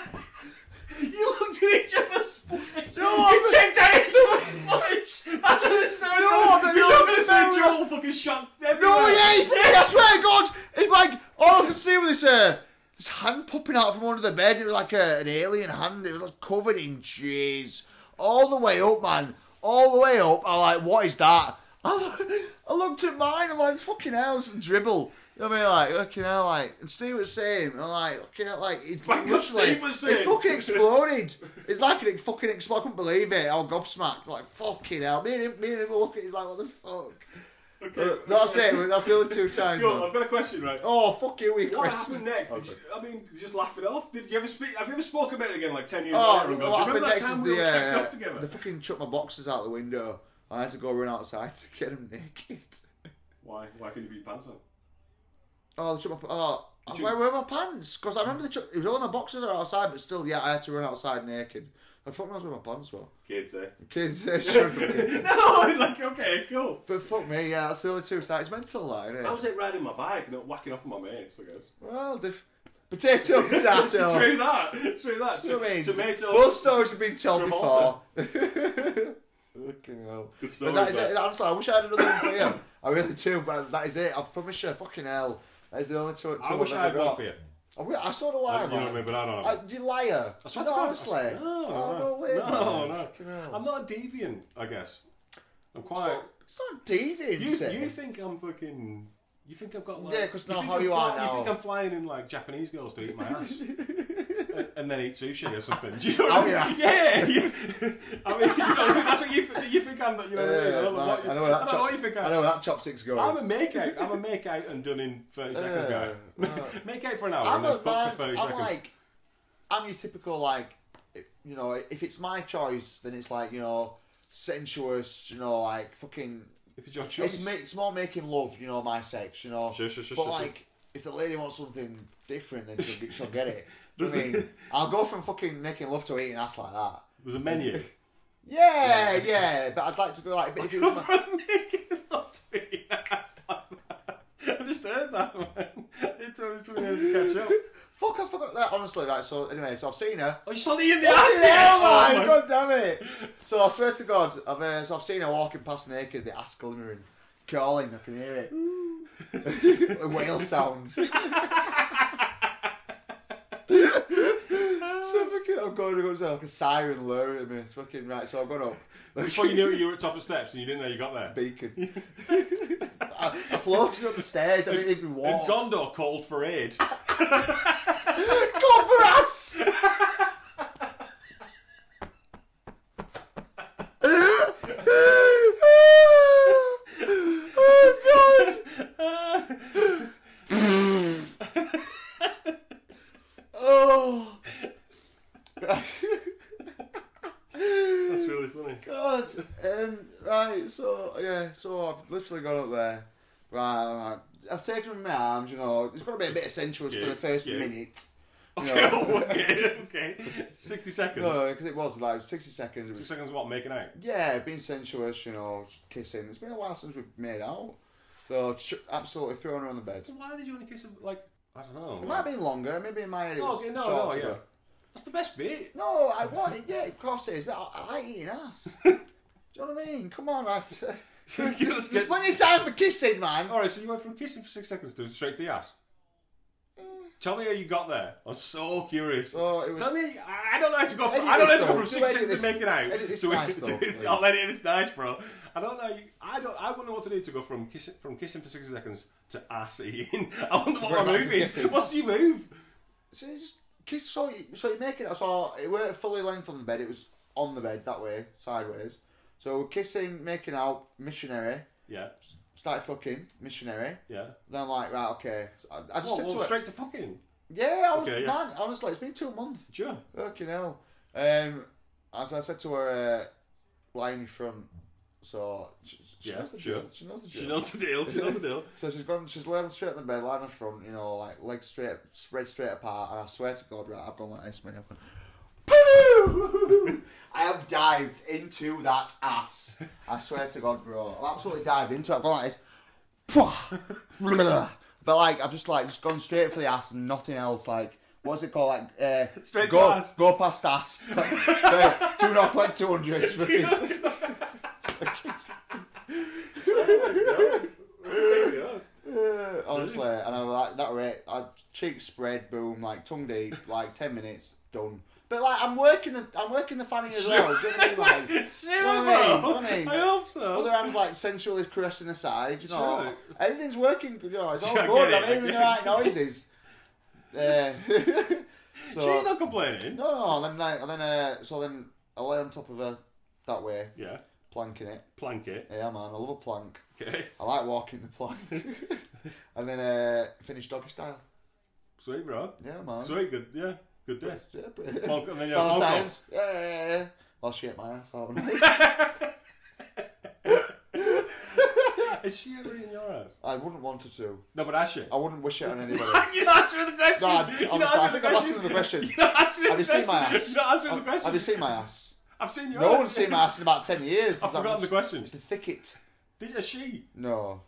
[SPEAKER 2] You looked at each other's footage.
[SPEAKER 1] No,
[SPEAKER 2] you checked out each other's footage. That's what it's doing.
[SPEAKER 1] No, I'm
[SPEAKER 2] you're not
[SPEAKER 1] not-
[SPEAKER 2] going to say
[SPEAKER 1] no,
[SPEAKER 2] Joel fucking shot everywhere.
[SPEAKER 1] No, yeah, he fucking, I swear to God, it's like, all I could see was this, uh, this hand popping out from under the bed. It was like a, an alien hand. It was like covered in jizz. All the way up, man. All the way up. I'm like, what is that? I, lo- I looked at mine. I'm like, fucking hell, it's a dribble. You know what I mean? Like, fucking hell, like, and Steve was saying, and I'm like, fucking hell, like, it's
[SPEAKER 2] Like what
[SPEAKER 1] literally,
[SPEAKER 2] Steve was saying.
[SPEAKER 1] it's fucking exploded. it's like it fucking exploded. I couldn't believe it. I was gobsmacked. Like, fucking hell. Me and him, me and him were looking, he's like, what the fuck? Uh,
[SPEAKER 2] Okay.
[SPEAKER 1] that's it. That's the only two times.
[SPEAKER 2] Joel,
[SPEAKER 1] man.
[SPEAKER 2] I've got a question, right?
[SPEAKER 1] Oh fuck you, we
[SPEAKER 2] What
[SPEAKER 1] Chris.
[SPEAKER 2] happened next? Did you, I mean, just laugh it off. Did you ever speak? Have you ever spoken about it again, like ten years
[SPEAKER 1] Oh,
[SPEAKER 2] later? and gone,
[SPEAKER 1] what
[SPEAKER 2] Do you
[SPEAKER 1] happened
[SPEAKER 2] remember that
[SPEAKER 1] next
[SPEAKER 2] time
[SPEAKER 1] is
[SPEAKER 2] we
[SPEAKER 1] the,
[SPEAKER 2] all checked
[SPEAKER 1] uh,
[SPEAKER 2] off together?
[SPEAKER 1] the fucking chuck my boxes out the window. I had to go run outside to get them naked.
[SPEAKER 2] Why? Why couldn't you be pants on?
[SPEAKER 1] Oh, the chuck my oh.
[SPEAKER 2] Did you-
[SPEAKER 1] Where were my pants? Because I remember the chuck. It was all my boxes are outside, but still, yeah, I had to run outside naked. I fuck knows where my pants were.
[SPEAKER 2] Kids, eh?
[SPEAKER 1] Kids, yeah, sure.
[SPEAKER 2] no, like okay, cool.
[SPEAKER 1] but fuck me, yeah, that's the only two sides. It's mental, like,
[SPEAKER 2] I
[SPEAKER 1] innit?
[SPEAKER 2] was like riding my bike, not whacking off my mates. I guess.
[SPEAKER 1] Well, diff- potato, potato.
[SPEAKER 2] True that. True that.
[SPEAKER 1] So, I
[SPEAKER 2] To-
[SPEAKER 1] mean,
[SPEAKER 2] Tomato.
[SPEAKER 1] Both stories have been told
[SPEAKER 2] Travolta.
[SPEAKER 1] before. Fucking hell.
[SPEAKER 2] Good
[SPEAKER 1] But
[SPEAKER 2] story.
[SPEAKER 1] that is
[SPEAKER 2] that.
[SPEAKER 1] it. Honestly, I wish I had another one for you. I really do, but that is it. I promise you. Fucking hell. That is the only two. two
[SPEAKER 2] I wish
[SPEAKER 1] I've
[SPEAKER 2] I had
[SPEAKER 1] ever
[SPEAKER 2] one
[SPEAKER 1] got.
[SPEAKER 2] for you.
[SPEAKER 1] I, wi- I saw the
[SPEAKER 2] I,
[SPEAKER 1] wire,
[SPEAKER 2] you know what I mean,
[SPEAKER 1] man.
[SPEAKER 2] but I don't know.
[SPEAKER 1] I, you liar.
[SPEAKER 2] I
[SPEAKER 1] no,
[SPEAKER 2] swear to God,
[SPEAKER 1] honestly.
[SPEAKER 2] I- No,
[SPEAKER 1] oh,
[SPEAKER 2] no,
[SPEAKER 1] no way.
[SPEAKER 2] no,
[SPEAKER 1] man.
[SPEAKER 2] no.
[SPEAKER 1] Fucking hell.
[SPEAKER 2] I'm not a deviant, I guess. I'm
[SPEAKER 1] It's
[SPEAKER 2] quite.
[SPEAKER 1] not, it's not deviant,
[SPEAKER 2] You,
[SPEAKER 1] eh?
[SPEAKER 2] you think I'm fucking. You think I've got like.
[SPEAKER 1] Yeah, 'cause now
[SPEAKER 2] think
[SPEAKER 1] how
[SPEAKER 2] I'm
[SPEAKER 1] you
[SPEAKER 2] fly-
[SPEAKER 1] are
[SPEAKER 2] You
[SPEAKER 1] now.
[SPEAKER 2] think I'm flying in like Japanese girls to eat my ass. and, and then eat sushi or something. Do you know what
[SPEAKER 1] Out
[SPEAKER 2] I mean?
[SPEAKER 1] your ass.
[SPEAKER 2] Yeah. you- I mean, you know, what I mean? that's what you, th- you think I'm. You know what I mean? I
[SPEAKER 1] Yeah,
[SPEAKER 2] don't know what
[SPEAKER 1] right.
[SPEAKER 2] you-
[SPEAKER 1] I know where
[SPEAKER 2] I
[SPEAKER 1] that
[SPEAKER 2] don't know what you think
[SPEAKER 1] chop- I know where that chopstick's going.
[SPEAKER 2] I'm a make out. I'm a make out and done in 30 seconds guy.
[SPEAKER 1] Yeah, right.
[SPEAKER 2] Make out for an hour
[SPEAKER 1] I'm
[SPEAKER 2] and then
[SPEAKER 1] not
[SPEAKER 2] fuck for 30
[SPEAKER 1] I'm
[SPEAKER 2] seconds.
[SPEAKER 1] like, I'm your typical like, if- you know, if it's my choice, then it's like you know, sensuous, you know, like fucking.
[SPEAKER 2] if it's your choice.
[SPEAKER 1] It's ma- it's more making love, you know, my sex, you know.
[SPEAKER 2] Sure, sure, sure,
[SPEAKER 1] but
[SPEAKER 2] sure, sure.
[SPEAKER 1] like, if the lady wants something different, then she'll, get- she'll get it. Do you know
[SPEAKER 2] Does
[SPEAKER 1] what I mean, I'll go from fucking making love to eating ass like that.
[SPEAKER 2] There's a menu.
[SPEAKER 1] Yeah, yeah, but I'd like to go like. But if it was my-
[SPEAKER 2] from making love to me. I just heard that, man. It took me two years to catch up.
[SPEAKER 1] fuck, I forgot that honestly. Right, so anyway, so I've seen her.
[SPEAKER 2] Oh, you saw the Oh, in the
[SPEAKER 1] That's
[SPEAKER 2] ass
[SPEAKER 1] it,
[SPEAKER 2] yeah,
[SPEAKER 1] man,
[SPEAKER 2] man.
[SPEAKER 1] God damn it! So I swear to God, I've uh, so I've seen her walking past naked, the ass glimmering, calling. I can hear it. Whale sounds. so fucking, oh I'm going to go to like a siren luring at me. It's fucking right. So I've gone up.
[SPEAKER 2] Before you knew it, you were at top of steps and you didn't know you got there.
[SPEAKER 1] beacon. I, I floated up the stairs. I didn't even
[SPEAKER 2] And
[SPEAKER 1] walk.
[SPEAKER 2] Gondor called for aid.
[SPEAKER 1] God for us. oh god! Oh
[SPEAKER 2] That's really funny.
[SPEAKER 1] god! Um, right, so yeah, so I've literally gone up there. Right, all right. I've taken him in my arms. You know, it's got to be a bit of sensuous for
[SPEAKER 2] Yeah,
[SPEAKER 1] the first
[SPEAKER 2] yeah. Oh,
[SPEAKER 1] minute. You
[SPEAKER 2] Okay,
[SPEAKER 1] know,
[SPEAKER 2] okay, okay. 60 seconds.
[SPEAKER 1] no, because it was like sixty seconds. It
[SPEAKER 2] 60
[SPEAKER 1] was
[SPEAKER 2] seconds of what? Making out?
[SPEAKER 1] Yeah, being sensuous, you know, kissing. It's been a while since we've made out. So ch- absolutely throwing her on the bed.
[SPEAKER 2] So why did you want to kiss him? Like, I don't know.
[SPEAKER 1] It might have been longer. Maybe in my head it
[SPEAKER 2] No,
[SPEAKER 1] was
[SPEAKER 2] okay, no,
[SPEAKER 1] shorter.
[SPEAKER 2] no, yeah.
[SPEAKER 1] but-
[SPEAKER 2] That's the best bit.
[SPEAKER 1] No, I want it. Yeah, of course it is. But I, I like eating ass. Do you know what I mean? Come on, I t- there's, there's plenty of time for kissing, man.
[SPEAKER 2] Alright, so you went from kissing for six seconds to straight to the ass.
[SPEAKER 1] Eh,
[SPEAKER 2] Tell me how you got there. I'm so curious.
[SPEAKER 1] Oh, it was.
[SPEAKER 2] Tell me, I I don't know how to go. From,
[SPEAKER 1] Edit
[SPEAKER 2] I don't know how
[SPEAKER 1] this,
[SPEAKER 2] to go
[SPEAKER 1] though.
[SPEAKER 2] from
[SPEAKER 1] Do
[SPEAKER 2] six
[SPEAKER 1] edit
[SPEAKER 2] cents
[SPEAKER 1] this.
[SPEAKER 2] to making out.
[SPEAKER 1] Edit this
[SPEAKER 2] to,
[SPEAKER 1] nice,
[SPEAKER 2] to,
[SPEAKER 1] though,
[SPEAKER 2] to,
[SPEAKER 1] please.
[SPEAKER 2] I'll edit this nice, bro. I don't know. I don't. I wouldn't know what to do to go from kissing from kissing for sixty seconds to ass eating. I wonder what
[SPEAKER 1] bring
[SPEAKER 2] my
[SPEAKER 1] back to
[SPEAKER 2] move is.
[SPEAKER 1] kissing.
[SPEAKER 2] What's your move?
[SPEAKER 1] So you just kiss. So you, so you make it. So it weren't fully length on the bed. It was on the bed that way, sideways. So we're kissing, making out, missionary.
[SPEAKER 2] Yeah,
[SPEAKER 1] Started fucking missionary.
[SPEAKER 2] yeah.
[SPEAKER 1] Then I'm like, right, okay. So I, I just
[SPEAKER 2] Whoa,
[SPEAKER 1] said
[SPEAKER 2] whoa,
[SPEAKER 1] to her,
[SPEAKER 2] straight to fucking.
[SPEAKER 1] yeah, I was,
[SPEAKER 2] Okay, yeah.
[SPEAKER 1] man. Honestly, it's been two months.
[SPEAKER 2] Sure.
[SPEAKER 1] Fucking hell. Um, as I said to her, uh, lying in front. So she, she
[SPEAKER 2] Yeah,
[SPEAKER 1] knows the
[SPEAKER 2] sure.
[SPEAKER 1] drill. She knows the drill.
[SPEAKER 2] She knows the deal. She knows the deal.
[SPEAKER 1] So she's gone. She's lying straight on the bed, lying in front. You know, like legs straight, spread straight apart. And I swear to God, right, I've gone like this, mate. I've gone.
[SPEAKER 3] I have dived into that ass.
[SPEAKER 1] I swear to God, bro. I absolutely dived into it. I've gone like this. Pwah! Blah. but like, I've just like just gone straight for the ass and nothing else. Like, what's it called? Like, uh,
[SPEAKER 2] Straight to
[SPEAKER 1] go,
[SPEAKER 2] ass.
[SPEAKER 1] Go past ass. Uh, Do not collect two hundred. Honestly, and I was like that rate. I cheeks spread, boom, like tongue deep, like ten minutes, done. But like, I'm working the, I'm working the fanny as well. Do you know what I mean? Like,
[SPEAKER 2] Sure,
[SPEAKER 1] know what I mean?
[SPEAKER 2] bro.
[SPEAKER 1] What I mean?
[SPEAKER 2] I hope so.
[SPEAKER 1] Other arms like sensually caressing the side, you know.
[SPEAKER 2] Sure.
[SPEAKER 1] Everything's working, you know. It's all
[SPEAKER 2] Yeah, I
[SPEAKER 1] good. I'm
[SPEAKER 2] get it, I
[SPEAKER 1] hearing the
[SPEAKER 2] get
[SPEAKER 1] right
[SPEAKER 2] it.
[SPEAKER 1] noises. Uh, so
[SPEAKER 2] She's not complaining.
[SPEAKER 1] no, no. And then, like, and then, uh, so then I lay on top of her that way,
[SPEAKER 2] Yeah,
[SPEAKER 1] planking it.
[SPEAKER 2] plank it.
[SPEAKER 1] Yeah, man. I love a plank.
[SPEAKER 2] Okay,
[SPEAKER 1] I like walking the plank. and then uh, finish doggy style.
[SPEAKER 2] sweet, bro.
[SPEAKER 1] Yeah, man.
[SPEAKER 2] Sweet, good. Yeah, good day.
[SPEAKER 1] Yeah,
[SPEAKER 2] Phone- and then you have phone
[SPEAKER 1] Valentine's. Yeah, yeah, yeah. I'll shit my ass. Oh, haven't I?
[SPEAKER 2] Is she ever in your ass?
[SPEAKER 1] I wouldn't want her to.
[SPEAKER 2] No, but I should.
[SPEAKER 1] I wouldn't wish it on anybody.
[SPEAKER 2] You're not answering the question.
[SPEAKER 1] No, I-
[SPEAKER 2] You're not
[SPEAKER 1] honestly, I
[SPEAKER 2] answering
[SPEAKER 1] think I'm asking the question.
[SPEAKER 2] You're not answering
[SPEAKER 1] Have
[SPEAKER 2] the
[SPEAKER 1] you seen my
[SPEAKER 2] question.
[SPEAKER 1] ass?
[SPEAKER 2] You're not answering the question.
[SPEAKER 1] Have you seen my ass?
[SPEAKER 2] I've seen your
[SPEAKER 1] No
[SPEAKER 2] ass.
[SPEAKER 1] one's seen my ass in about ten years.
[SPEAKER 2] I've
[SPEAKER 1] Is that
[SPEAKER 2] forgotten the
[SPEAKER 1] much-
[SPEAKER 2] question.
[SPEAKER 1] It's the thicket.
[SPEAKER 2] Did is she?
[SPEAKER 1] No,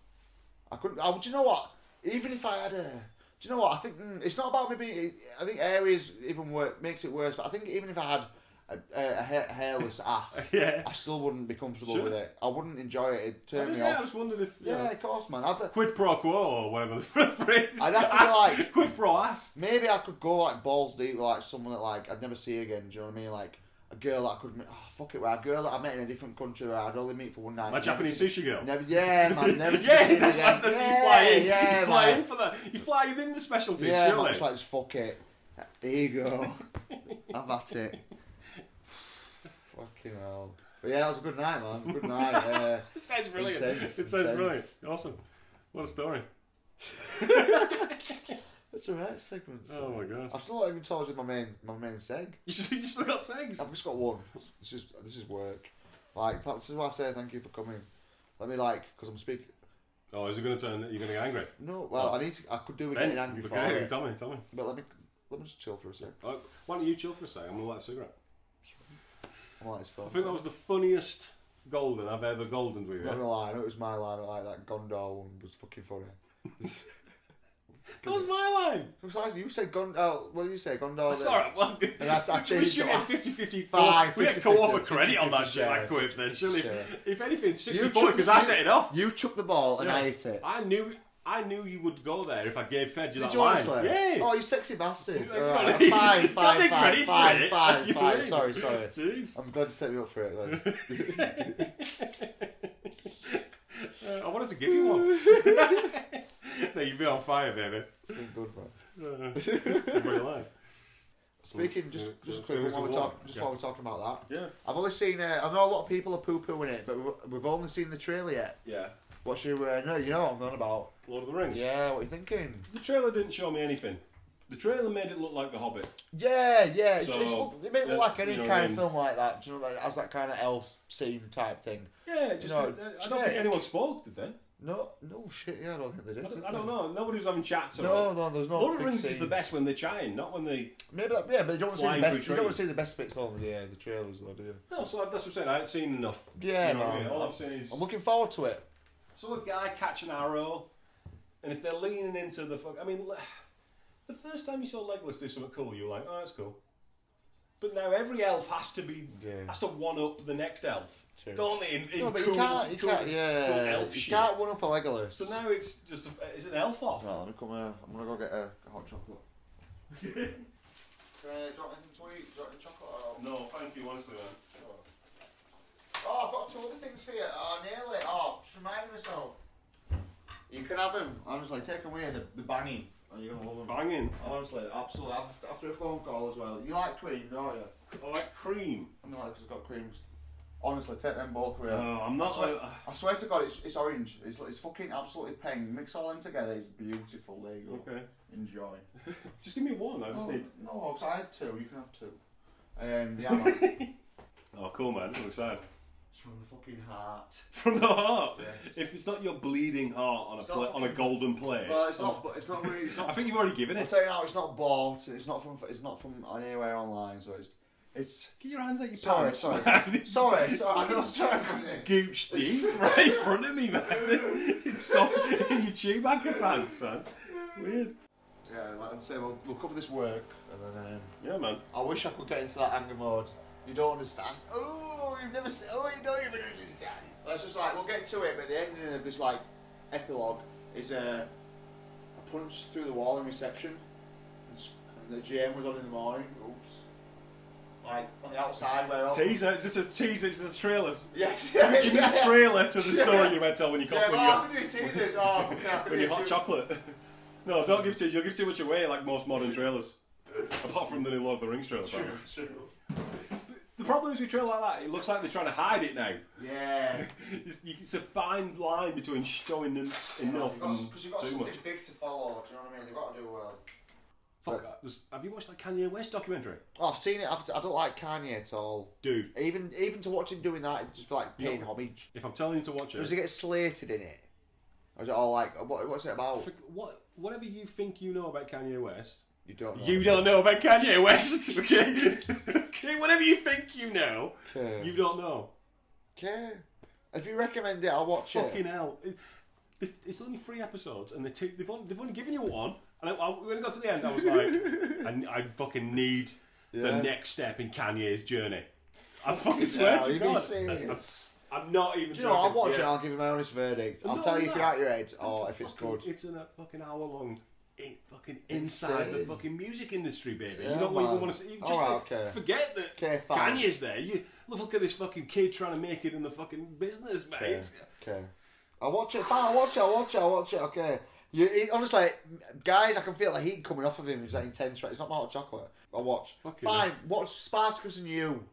[SPEAKER 1] I couldn't. I, do you know what? Even if I had a, do you know what? I think mm, it's not about me being. I think areas even work makes it worse. But I think even if I had a, a, a hair, hairless ass,
[SPEAKER 2] Yeah.
[SPEAKER 1] I still wouldn't be comfortable
[SPEAKER 2] Sure.
[SPEAKER 1] with it. I wouldn't enjoy it. It'd
[SPEAKER 2] I
[SPEAKER 1] turn
[SPEAKER 2] didn't
[SPEAKER 1] me
[SPEAKER 2] know. I
[SPEAKER 1] off.
[SPEAKER 2] just wondered if.
[SPEAKER 1] Yeah,
[SPEAKER 2] Yeah.
[SPEAKER 1] of course, man. I've,
[SPEAKER 2] Quid pro quo or whatever the phrase.
[SPEAKER 1] I'd have to be
[SPEAKER 2] Ass-
[SPEAKER 1] like-
[SPEAKER 2] Quid pro ass.
[SPEAKER 1] maybe I could go like balls deep with like someone that like I'd never see again. Do you know what I mean? Like a girl that I could. meet- Oh, fuck it, right? A girl that I met in a different country where I'd only meet for one night.
[SPEAKER 2] My
[SPEAKER 1] Never
[SPEAKER 2] Japanese
[SPEAKER 1] to-
[SPEAKER 2] sushi girl.
[SPEAKER 1] Never, yeah, man, never. to be
[SPEAKER 2] yeah,
[SPEAKER 1] seen
[SPEAKER 2] that's
[SPEAKER 1] again.
[SPEAKER 2] what that's
[SPEAKER 1] yeah,
[SPEAKER 2] you fly in.
[SPEAKER 1] Yeah,
[SPEAKER 2] you fly
[SPEAKER 1] man.
[SPEAKER 2] in for that. You fly in the specialty,
[SPEAKER 1] yeah, man,
[SPEAKER 2] surely.
[SPEAKER 1] it's like, it's fuck it. There you go. Have at it. Fucking hell. But yeah, it was a good night, man. It was a good night. Uh,
[SPEAKER 2] it sounds brilliant.
[SPEAKER 1] Intense,
[SPEAKER 2] it sounds
[SPEAKER 1] intense.
[SPEAKER 2] brilliant. Awesome. What a story.
[SPEAKER 1] it's alright, segments.
[SPEAKER 2] Oh my god.
[SPEAKER 1] I've still not even told you my main my main seg.
[SPEAKER 2] You still, you still got sex.
[SPEAKER 1] I've just got one. It's just this is work. Like that's why I say thank you for coming. Let me like because I'm speaking.
[SPEAKER 2] Oh, is it going to turn? You're going to get angry.
[SPEAKER 1] No, well I need to. I could do with
[SPEAKER 2] Ben,
[SPEAKER 1] getting angry for
[SPEAKER 2] okay,
[SPEAKER 1] it,
[SPEAKER 2] tell me, tell me.
[SPEAKER 1] but let me let me just chill for a sec.
[SPEAKER 2] Uh, why don't you chill for a second? I'm gonna light a cigarette.
[SPEAKER 1] I'm like it's fun.
[SPEAKER 2] I think that was the funniest golden I've ever goldened with
[SPEAKER 1] I'm not
[SPEAKER 2] you.
[SPEAKER 1] gonna lie, I know it was my line, but like that Gondor one was fucking funny.
[SPEAKER 2] That was my line.
[SPEAKER 1] It was like, you said Gondor. oh, What did you say, Gondor?
[SPEAKER 2] I saw it. Well,
[SPEAKER 1] And that's- I
[SPEAKER 2] we
[SPEAKER 1] changed
[SPEAKER 2] should
[SPEAKER 1] it
[SPEAKER 2] get
[SPEAKER 1] last-
[SPEAKER 2] 50 50
[SPEAKER 1] Five,
[SPEAKER 2] We get
[SPEAKER 1] 50,
[SPEAKER 2] co offer
[SPEAKER 1] 50,
[SPEAKER 2] credit on
[SPEAKER 1] 50,
[SPEAKER 2] that shit, I
[SPEAKER 1] share,
[SPEAKER 2] quit then, surely.
[SPEAKER 1] share.
[SPEAKER 2] If anything, 60
[SPEAKER 1] You
[SPEAKER 2] 40 because I set it off.
[SPEAKER 1] You chucked the ball and
[SPEAKER 2] Yeah.
[SPEAKER 1] I hit it.
[SPEAKER 2] I knew I knew you would go there if I gave Fed you
[SPEAKER 1] Did
[SPEAKER 2] that
[SPEAKER 1] you
[SPEAKER 2] line.
[SPEAKER 1] honestly?
[SPEAKER 2] Yeah.
[SPEAKER 1] Oh, you sexy bastard.
[SPEAKER 2] You-
[SPEAKER 1] All
[SPEAKER 2] you
[SPEAKER 1] right.
[SPEAKER 2] know,
[SPEAKER 1] Fine,
[SPEAKER 2] you can't
[SPEAKER 1] fine,
[SPEAKER 2] take
[SPEAKER 1] fine,
[SPEAKER 2] credit for
[SPEAKER 1] fine,
[SPEAKER 2] it.
[SPEAKER 1] fine,
[SPEAKER 2] That's your
[SPEAKER 1] fine.
[SPEAKER 2] name.
[SPEAKER 1] Sorry, sorry.
[SPEAKER 2] Jeez.
[SPEAKER 1] I'm glad you set me up for it then.
[SPEAKER 2] Uh, I wanted to give you one. no, you'd be on fire, baby.
[SPEAKER 1] It's been good, man.
[SPEAKER 2] Uh, everybody alive.
[SPEAKER 1] Speaking, just
[SPEAKER 2] Yeah,
[SPEAKER 1] just
[SPEAKER 2] yeah,
[SPEAKER 1] quickly
[SPEAKER 2] there's
[SPEAKER 1] while
[SPEAKER 2] a
[SPEAKER 1] we're,
[SPEAKER 2] wall.
[SPEAKER 1] talk, just
[SPEAKER 2] Yeah.
[SPEAKER 1] while we're talking about that,
[SPEAKER 2] Yeah.
[SPEAKER 1] I've only seen. Uh, I know a lot of people are poo pooing it, but we've- we've only seen the trailer yet.
[SPEAKER 2] Yeah.
[SPEAKER 1] What's your? Uh, no, you know what I'm on about.
[SPEAKER 2] Lord of the Rings.
[SPEAKER 1] Yeah, what are you thinking?
[SPEAKER 2] The trailer didn't show me anything. The trailer made it look like The Hobbit.
[SPEAKER 1] Yeah, yeah. It's, it's,
[SPEAKER 2] So,
[SPEAKER 1] it may look
[SPEAKER 2] yeah,
[SPEAKER 1] like any
[SPEAKER 2] you know what
[SPEAKER 1] kind
[SPEAKER 2] I
[SPEAKER 1] of
[SPEAKER 2] mean.
[SPEAKER 1] film like that. Do you know, like, as that kind of elf scene type thing.
[SPEAKER 2] Yeah, it just
[SPEAKER 1] No,
[SPEAKER 2] I don't
[SPEAKER 1] yeah.
[SPEAKER 2] think anyone spoke, did they?
[SPEAKER 1] No, no shit. Yeah, I don't think they did.
[SPEAKER 2] I
[SPEAKER 1] did
[SPEAKER 2] don't, I
[SPEAKER 1] they?
[SPEAKER 2] don't know. Nobody was having chats.
[SPEAKER 1] No,
[SPEAKER 2] about it.
[SPEAKER 1] no, there's no
[SPEAKER 2] Lord
[SPEAKER 1] big
[SPEAKER 2] of the Rings is
[SPEAKER 1] scenes.
[SPEAKER 2] the best when they're chatting, not when they.
[SPEAKER 1] Maybe that, yeah, but they don't want to see the
[SPEAKER 2] Flying
[SPEAKER 1] best.
[SPEAKER 2] through
[SPEAKER 1] You don't want
[SPEAKER 2] trees.
[SPEAKER 1] to see the best bits on the yeah, the trailers though, do you?
[SPEAKER 2] No, so that's what I'm saying. I haven't seen enough.
[SPEAKER 1] Yeah,
[SPEAKER 2] you know what I
[SPEAKER 1] man.
[SPEAKER 2] mean? All I've seen is
[SPEAKER 1] I'm looking forward to it.
[SPEAKER 2] So a guy catch an arrow, and if they're leaning into the fuck, I mean, le- the first time you saw Legolas do something cool, you were like, oh, that's cool. But now every elf has to be
[SPEAKER 1] Yeah.
[SPEAKER 2] has to one up the next elf,
[SPEAKER 1] True.
[SPEAKER 2] don't they? In, in
[SPEAKER 1] No, but
[SPEAKER 2] cool,
[SPEAKER 1] you can't, you
[SPEAKER 2] cool,
[SPEAKER 1] can't,
[SPEAKER 2] cool
[SPEAKER 1] yeah,
[SPEAKER 2] elf
[SPEAKER 1] you
[SPEAKER 2] shit.
[SPEAKER 1] can't one up a Legolas.
[SPEAKER 2] So now it's just a, it's an elf off.
[SPEAKER 1] uh, Right, let me come here. I'm gonna go get a, a hot chocolate. Can I, do you want anything to eat? Do you want any chocolate?
[SPEAKER 3] Oh,
[SPEAKER 1] Or...
[SPEAKER 2] No, thank you, honestly, man.
[SPEAKER 1] Oh, I've got two other things for you. Oh, nearly.
[SPEAKER 3] Oh, just reminded myself. You can have them. Honestly, take away the, the banging, and you're gonna love them.
[SPEAKER 2] Banging.
[SPEAKER 3] Honestly, absolutely. After, after a phone call as well. You like cream, don't you?
[SPEAKER 2] I like cream.
[SPEAKER 3] I'm not like because I've got creams. Honestly, take them both away.
[SPEAKER 2] No, I'm not.
[SPEAKER 3] Sorry.
[SPEAKER 2] Like, uh,
[SPEAKER 3] I swear to God, it's, it's orange. It's, it's fucking absolutely peng. Mix all them together. It's beautiful. There you go.
[SPEAKER 2] okay. Oh.
[SPEAKER 3] Enjoy.
[SPEAKER 2] Just give me one. I just
[SPEAKER 3] No,
[SPEAKER 2] need.
[SPEAKER 3] no, 'cause I had two. You can have two. Um, yeah, man.
[SPEAKER 2] Oh, cool, man. I'm excited.
[SPEAKER 3] it's from the fucking heart.
[SPEAKER 2] From the heart.
[SPEAKER 3] Yes.
[SPEAKER 2] If it's not your bleeding heart on a
[SPEAKER 3] It's not
[SPEAKER 2] pla- on a
[SPEAKER 3] fucking-
[SPEAKER 2] golden plate,
[SPEAKER 3] Well, it's not. But it's not really. It's
[SPEAKER 2] I
[SPEAKER 3] not.
[SPEAKER 2] think you've already given
[SPEAKER 3] I'll
[SPEAKER 2] it.
[SPEAKER 3] tell you now, it's not bought. It's not from. It's not from anywhere online. So it's. It's.
[SPEAKER 2] Get your hands out your
[SPEAKER 3] Sorry,
[SPEAKER 2] pants.
[SPEAKER 3] sorry,
[SPEAKER 2] man. It's
[SPEAKER 3] sorry, sorry. I'm not sorry. mate.
[SPEAKER 2] Gooch deep right in front of me, man. It's soft in your tube anchor pants, man. Weird.
[SPEAKER 3] Yeah, like I say, we'll, we'll cover this work, and then um,
[SPEAKER 2] Yeah, man.
[SPEAKER 3] I wish I could get into that anger mode. You don't understand. Oh, you've never seen. Oh, you don't even understand. That's just like we'll get to it, but the ending of this like epilogue is a, a punch through the wall in reception, and, s- and the GM was on in the morning. Oops. Like on the outside where all.
[SPEAKER 2] Teaser. It's just a teaser. It's a trailer.
[SPEAKER 3] Yes. Yeah.
[SPEAKER 2] Give me
[SPEAKER 3] yeah.
[SPEAKER 2] the trailer to the story you're meant to tell when you
[SPEAKER 3] Yeah,
[SPEAKER 2] cough
[SPEAKER 3] but
[SPEAKER 2] when
[SPEAKER 3] I
[SPEAKER 2] you're,
[SPEAKER 3] can do teasers. Oh, fucking hell, I can
[SPEAKER 2] when
[SPEAKER 3] do
[SPEAKER 2] you're hot
[SPEAKER 3] teasers.
[SPEAKER 2] chocolate. No, don't give too. You'll give too much away, like most modern trailers. Apart from the new Lord of the Rings trailer.
[SPEAKER 3] True,
[SPEAKER 2] probably.
[SPEAKER 3] true.
[SPEAKER 2] The problem is with trailer like that, it looks like they're trying to hide it now.
[SPEAKER 3] Yeah.
[SPEAKER 2] It's, you- it's a fine line between showing en- enough and
[SPEAKER 3] Because you've got
[SPEAKER 2] too
[SPEAKER 3] something
[SPEAKER 2] much.
[SPEAKER 3] big to follow, do you know what I mean? They've got to do uh, well.
[SPEAKER 2] Fuck. that. There's- Have you watched that Kanye West documentary?
[SPEAKER 3] Oh,
[SPEAKER 1] I've seen it. I've, I don't like Kanye at all.
[SPEAKER 2] Dude,
[SPEAKER 1] Even even to watch him doing that, it'd just be like paying
[SPEAKER 2] Yeah.
[SPEAKER 1] homage.
[SPEAKER 2] if I'm telling you to watch it,
[SPEAKER 1] Does he get slated in it? Or is it all like, what, what's it about?
[SPEAKER 2] Fig- What, whatever you think you know about Kanye West,
[SPEAKER 1] You don't know.
[SPEAKER 2] you don't know about Kanye West. Okay, okay. Whatever you think you know,
[SPEAKER 1] Okay.
[SPEAKER 2] you don't know.
[SPEAKER 1] Okay. If you recommend it, I'll watch it.
[SPEAKER 2] Fucking hell! It- it- It's only three episodes, and they two, they've only, they've only given you one. And I, I, when I got to the end, I was like, I, I fucking need the
[SPEAKER 1] Yeah.
[SPEAKER 2] next step in Kanye's journey. I fucking swear
[SPEAKER 1] No,
[SPEAKER 2] to
[SPEAKER 1] you
[SPEAKER 2] God,
[SPEAKER 1] be serious.
[SPEAKER 2] I'm not even.
[SPEAKER 1] Do you know, what, I'll
[SPEAKER 2] joking.
[SPEAKER 1] watch it.
[SPEAKER 2] Yeah.
[SPEAKER 1] I'll give you my honest verdict. I'll
[SPEAKER 2] No,
[SPEAKER 1] tell you
[SPEAKER 2] no.
[SPEAKER 1] if you're out your head
[SPEAKER 2] a
[SPEAKER 1] or Oh, if it's
[SPEAKER 2] fucking-
[SPEAKER 1] good.
[SPEAKER 2] It's an, a fucking hour long. It fucking inside the
[SPEAKER 1] Insane.
[SPEAKER 2] fucking music industry, baby. you
[SPEAKER 1] Yeah,
[SPEAKER 2] don't even
[SPEAKER 1] man.
[SPEAKER 2] want to see. you Just
[SPEAKER 1] Alright,
[SPEAKER 2] for-
[SPEAKER 1] okay.
[SPEAKER 2] forget that
[SPEAKER 1] Okay, fine.
[SPEAKER 2] Kanye's there. You look, look at this fucking kid trying to make it in the fucking business, mate.
[SPEAKER 1] Okay.
[SPEAKER 2] It's-
[SPEAKER 1] okay. I'll watch it. Fine, I'll watch it. I'll watch it. I'll watch it. Okay. You, it, honestly, guys, I can feel the heat coming off of him. He's that intense, right? It's not my hot chocolate. I'll watch.
[SPEAKER 2] Fucking
[SPEAKER 1] Fine, watch Spartacus and you.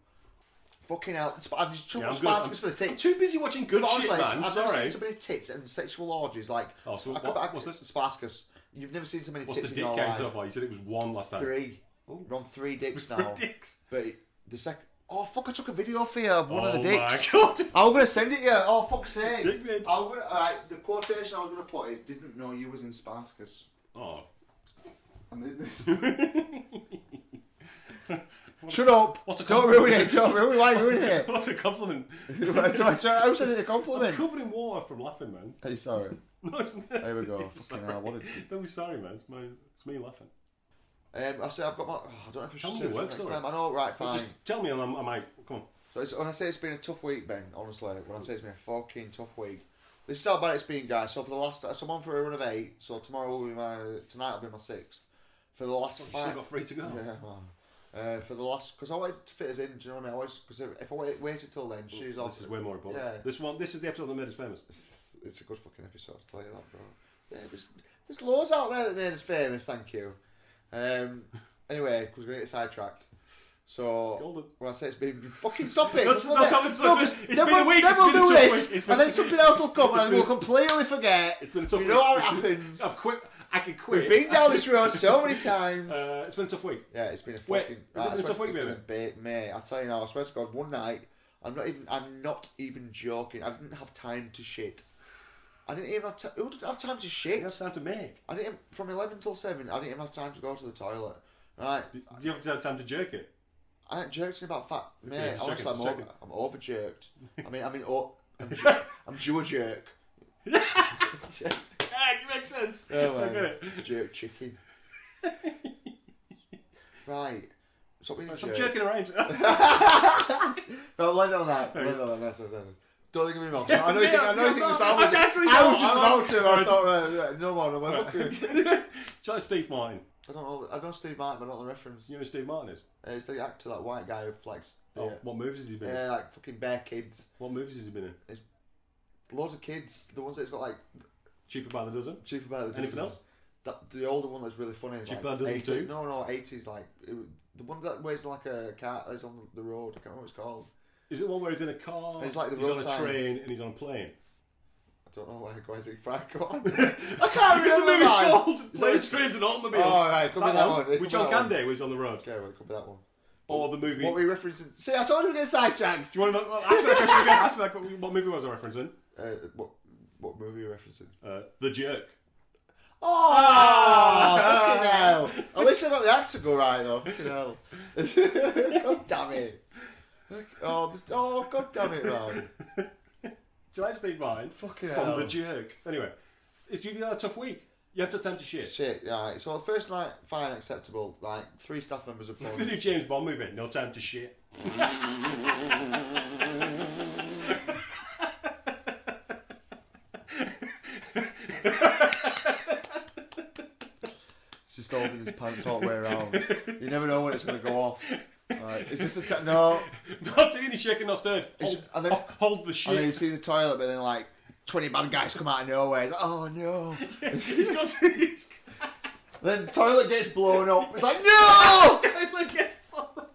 [SPEAKER 1] Fucking hell. Sp- I'm just too
[SPEAKER 2] Yeah,
[SPEAKER 1] much
[SPEAKER 2] I'm good.
[SPEAKER 1] Spartacus
[SPEAKER 2] I'm-
[SPEAKER 1] for the
[SPEAKER 2] I'm
[SPEAKER 1] tits.
[SPEAKER 2] too busy watching good
[SPEAKER 1] But
[SPEAKER 2] shit,
[SPEAKER 1] honestly,
[SPEAKER 2] man.
[SPEAKER 1] I've never
[SPEAKER 2] Sorry.
[SPEAKER 1] seen so many tits and sexual orgies. Like,
[SPEAKER 2] Oh, so
[SPEAKER 1] I
[SPEAKER 2] what-
[SPEAKER 1] could- I
[SPEAKER 2] what's
[SPEAKER 1] could-
[SPEAKER 2] this?
[SPEAKER 1] Spartacus. You've never seen so many
[SPEAKER 2] What's
[SPEAKER 1] tits
[SPEAKER 2] the
[SPEAKER 1] in your
[SPEAKER 2] dick count
[SPEAKER 1] life.
[SPEAKER 2] so far? You said it was one last time.
[SPEAKER 1] Three. We're on three dicks
[SPEAKER 2] Three
[SPEAKER 1] now.
[SPEAKER 2] dicks.
[SPEAKER 1] But the second. Oh fuck! I took a video for you of one of the
[SPEAKER 2] Oh my
[SPEAKER 1] dicks.
[SPEAKER 2] God.
[SPEAKER 1] I'm gonna send it to you. Oh fuck's sake!
[SPEAKER 2] Dick vid.
[SPEAKER 3] I'm gonna, alright, the quotation I was going to put is didn't know you was in Spartacus.
[SPEAKER 2] Oh,
[SPEAKER 3] And it- this,
[SPEAKER 1] Shut up!
[SPEAKER 2] What a
[SPEAKER 1] Don't
[SPEAKER 2] compliment.
[SPEAKER 1] ruin it! Don't ruin it! Why ruin it?
[SPEAKER 2] what a compliment!
[SPEAKER 1] I was sending a compliment.
[SPEAKER 2] Covered in water from laughing, man.
[SPEAKER 1] Hey, sorry.
[SPEAKER 2] No, it's-
[SPEAKER 1] There we go. Fucking hell! What a.
[SPEAKER 2] don't be sorry, man. It's, my, it's me laughing.
[SPEAKER 1] Um, I say I've got my. Oh, I don't know if I
[SPEAKER 2] Tell
[SPEAKER 1] should
[SPEAKER 2] me
[SPEAKER 1] say
[SPEAKER 2] your
[SPEAKER 1] this
[SPEAKER 2] work
[SPEAKER 1] next
[SPEAKER 2] story.
[SPEAKER 1] time. I know. Right, fine.
[SPEAKER 2] Just tell me, and I'm, I might come on.
[SPEAKER 1] So it's, when I say it's been a tough week, Ben, honestly, when I say it's been a fucking tough week, this is how bad it's been, guys. So for the last, so I'm on for a run of eight. So tomorrow will be my, tonight will be my sixth. For the last
[SPEAKER 2] You still
[SPEAKER 1] five,
[SPEAKER 2] got three to go.
[SPEAKER 1] yeah, man. Uh, for the last, because I wanted to fit us in. Do you know what I mean? I always, because if I wait, waited till then, shoes off.
[SPEAKER 2] This is way more important.
[SPEAKER 1] Yeah.
[SPEAKER 2] This one, this is the episode that made us famous.
[SPEAKER 1] It's a good fucking episode. I'll tell you that, bro. Yeah, there's, there's loads out there that made us famous. Thank you. Um, anyway, because we're gonna get sidetracked. So
[SPEAKER 2] Golden.
[SPEAKER 1] When I say it's been fucking stop it.
[SPEAKER 2] No, stop,
[SPEAKER 1] Love
[SPEAKER 2] stop,
[SPEAKER 1] it.
[SPEAKER 2] stop,
[SPEAKER 1] Stop
[SPEAKER 2] stop.
[SPEAKER 1] it.
[SPEAKER 2] It's
[SPEAKER 1] then
[SPEAKER 2] been a
[SPEAKER 1] we'll,
[SPEAKER 2] week,
[SPEAKER 1] Then
[SPEAKER 2] it's
[SPEAKER 1] we'll
[SPEAKER 2] been a
[SPEAKER 1] do
[SPEAKER 2] tough
[SPEAKER 1] this,
[SPEAKER 2] week, it's been
[SPEAKER 1] and then
[SPEAKER 2] a-
[SPEAKER 1] something else will come, and we'll completely forget.
[SPEAKER 2] It's been a tough
[SPEAKER 1] We
[SPEAKER 2] week.
[SPEAKER 1] know how it happens.
[SPEAKER 2] I've quit. I can quit.
[SPEAKER 1] We've been down this road so many times.
[SPEAKER 2] Uh, it's been a tough week.
[SPEAKER 1] yeah, it's been a
[SPEAKER 2] Wait,
[SPEAKER 1] fucking.
[SPEAKER 2] has it been
[SPEAKER 1] I swear
[SPEAKER 2] tough
[SPEAKER 1] to-
[SPEAKER 2] week,
[SPEAKER 1] it's been a bit, mate. I tell you now, I swear to God, one night, I'm not even. I'm not even joking. I didn't have time to shit. I didn't even have time. Who didn't have time to shit?
[SPEAKER 2] You have time to make.
[SPEAKER 1] I didn't from eleven till seven. I didn't even have time to go to the toilet. Right,
[SPEAKER 2] Do you have to have time to jerk it?
[SPEAKER 1] I ain't jerked in about fat mate.
[SPEAKER 2] Okay, just
[SPEAKER 1] honestly,
[SPEAKER 2] checking,
[SPEAKER 1] I'm,
[SPEAKER 2] just
[SPEAKER 1] over, I'm over jerked. I mean, I mean, oh, I'm, ju- I'm due a jerk.
[SPEAKER 2] Yeah, it makes sense.
[SPEAKER 1] Oh,
[SPEAKER 2] I get
[SPEAKER 1] well,
[SPEAKER 2] it.
[SPEAKER 1] jerk chicken. right. So we
[SPEAKER 2] Stop
[SPEAKER 1] jerk.
[SPEAKER 2] jerking around.
[SPEAKER 1] No, let it on that. Let it on that. That's what I said. Don't think of me wrong. I know you think. I know you
[SPEAKER 2] Yeah,
[SPEAKER 1] think
[SPEAKER 2] no,
[SPEAKER 1] was
[SPEAKER 2] I
[SPEAKER 1] I was,
[SPEAKER 2] actually
[SPEAKER 1] I was
[SPEAKER 2] don't.
[SPEAKER 1] just
[SPEAKER 2] I'm
[SPEAKER 1] about to. I thought, uh, yeah, no more, no more. Fuck you.
[SPEAKER 2] Shout out Steve Martin.
[SPEAKER 1] I don't know. I know Steve Martin, but I don't know the reference.
[SPEAKER 2] You know who Steve Martin is?
[SPEAKER 1] Uh, it's the actor, that white guy who flex.
[SPEAKER 2] Oh,
[SPEAKER 1] yeah.
[SPEAKER 2] what movies has he been in?
[SPEAKER 1] yeah, like fucking bare kids.
[SPEAKER 2] What movies has he been in?
[SPEAKER 1] Loads of kids. The ones that's got like
[SPEAKER 2] Cheaper by the dozen.
[SPEAKER 1] cheaper by the dozen.
[SPEAKER 2] Anything else?
[SPEAKER 1] That the older one that's really funny. Is
[SPEAKER 2] Cheaper by
[SPEAKER 1] like
[SPEAKER 2] the dozen
[SPEAKER 1] 80
[SPEAKER 2] too?
[SPEAKER 1] No, no, eighties like it, was- the one that wears like a car is on the road. I can't remember what it's called.
[SPEAKER 2] Is it the one where he's in a car?
[SPEAKER 1] It's like the
[SPEAKER 2] he's on
[SPEAKER 1] road
[SPEAKER 2] a
[SPEAKER 1] signs.
[SPEAKER 2] train and he's on a plane.
[SPEAKER 1] I don't know where Isaac Frank on. I can't
[SPEAKER 2] Because the
[SPEAKER 1] remember.
[SPEAKER 2] movie's
[SPEAKER 1] mine.
[SPEAKER 2] called
[SPEAKER 1] Is
[SPEAKER 2] Planes,
[SPEAKER 1] that-
[SPEAKER 2] Trains and Automobiles.
[SPEAKER 1] Oh, right, could be that one, it could
[SPEAKER 2] With
[SPEAKER 1] be
[SPEAKER 2] John
[SPEAKER 1] that one.
[SPEAKER 2] Candy, who's on the road.
[SPEAKER 1] Okay, well, it could be that one.
[SPEAKER 2] Or the movie.
[SPEAKER 1] What were you referencing? See, I told you we get sidetracked.
[SPEAKER 2] Do you want to know? well, Ask me that question again. Ask me that, que- what movie was I referencing?
[SPEAKER 1] Uh, what what movie are you referencing?
[SPEAKER 2] Uh, the Jerk.
[SPEAKER 1] Oh,
[SPEAKER 2] Ah!
[SPEAKER 1] fucking hell. At least I got the actor go right, though. Fucking hell. God damn it. Oh, this, oh, god damn it, man.
[SPEAKER 2] Do you like Steve Martin?
[SPEAKER 1] Fucking
[SPEAKER 2] From
[SPEAKER 1] hell.
[SPEAKER 2] The Jerk. Anyway, it's you've had a tough week. You have to attempt to shit.
[SPEAKER 1] Shit, right. So, first night, fine, acceptable. Like, three staff members have
[SPEAKER 2] The new
[SPEAKER 1] phoned.
[SPEAKER 2] James Bond movie, No Time to Shit.
[SPEAKER 1] It's just holding his pants all the way around. You never know when it's going to go off. Like, is this the t- No.
[SPEAKER 2] Not doing the shaking, not stirred.
[SPEAKER 1] It's-
[SPEAKER 2] Hold,
[SPEAKER 1] and then-
[SPEAKER 2] ho- hold the
[SPEAKER 1] And then you
[SPEAKER 2] shit.
[SPEAKER 1] see the toilet, but then, like, 20 bad guys come out of nowhere. It's like, oh, no.
[SPEAKER 2] he's got. He's
[SPEAKER 1] Then the toilet gets blown up. It's like, no!
[SPEAKER 2] Tyler gets followed.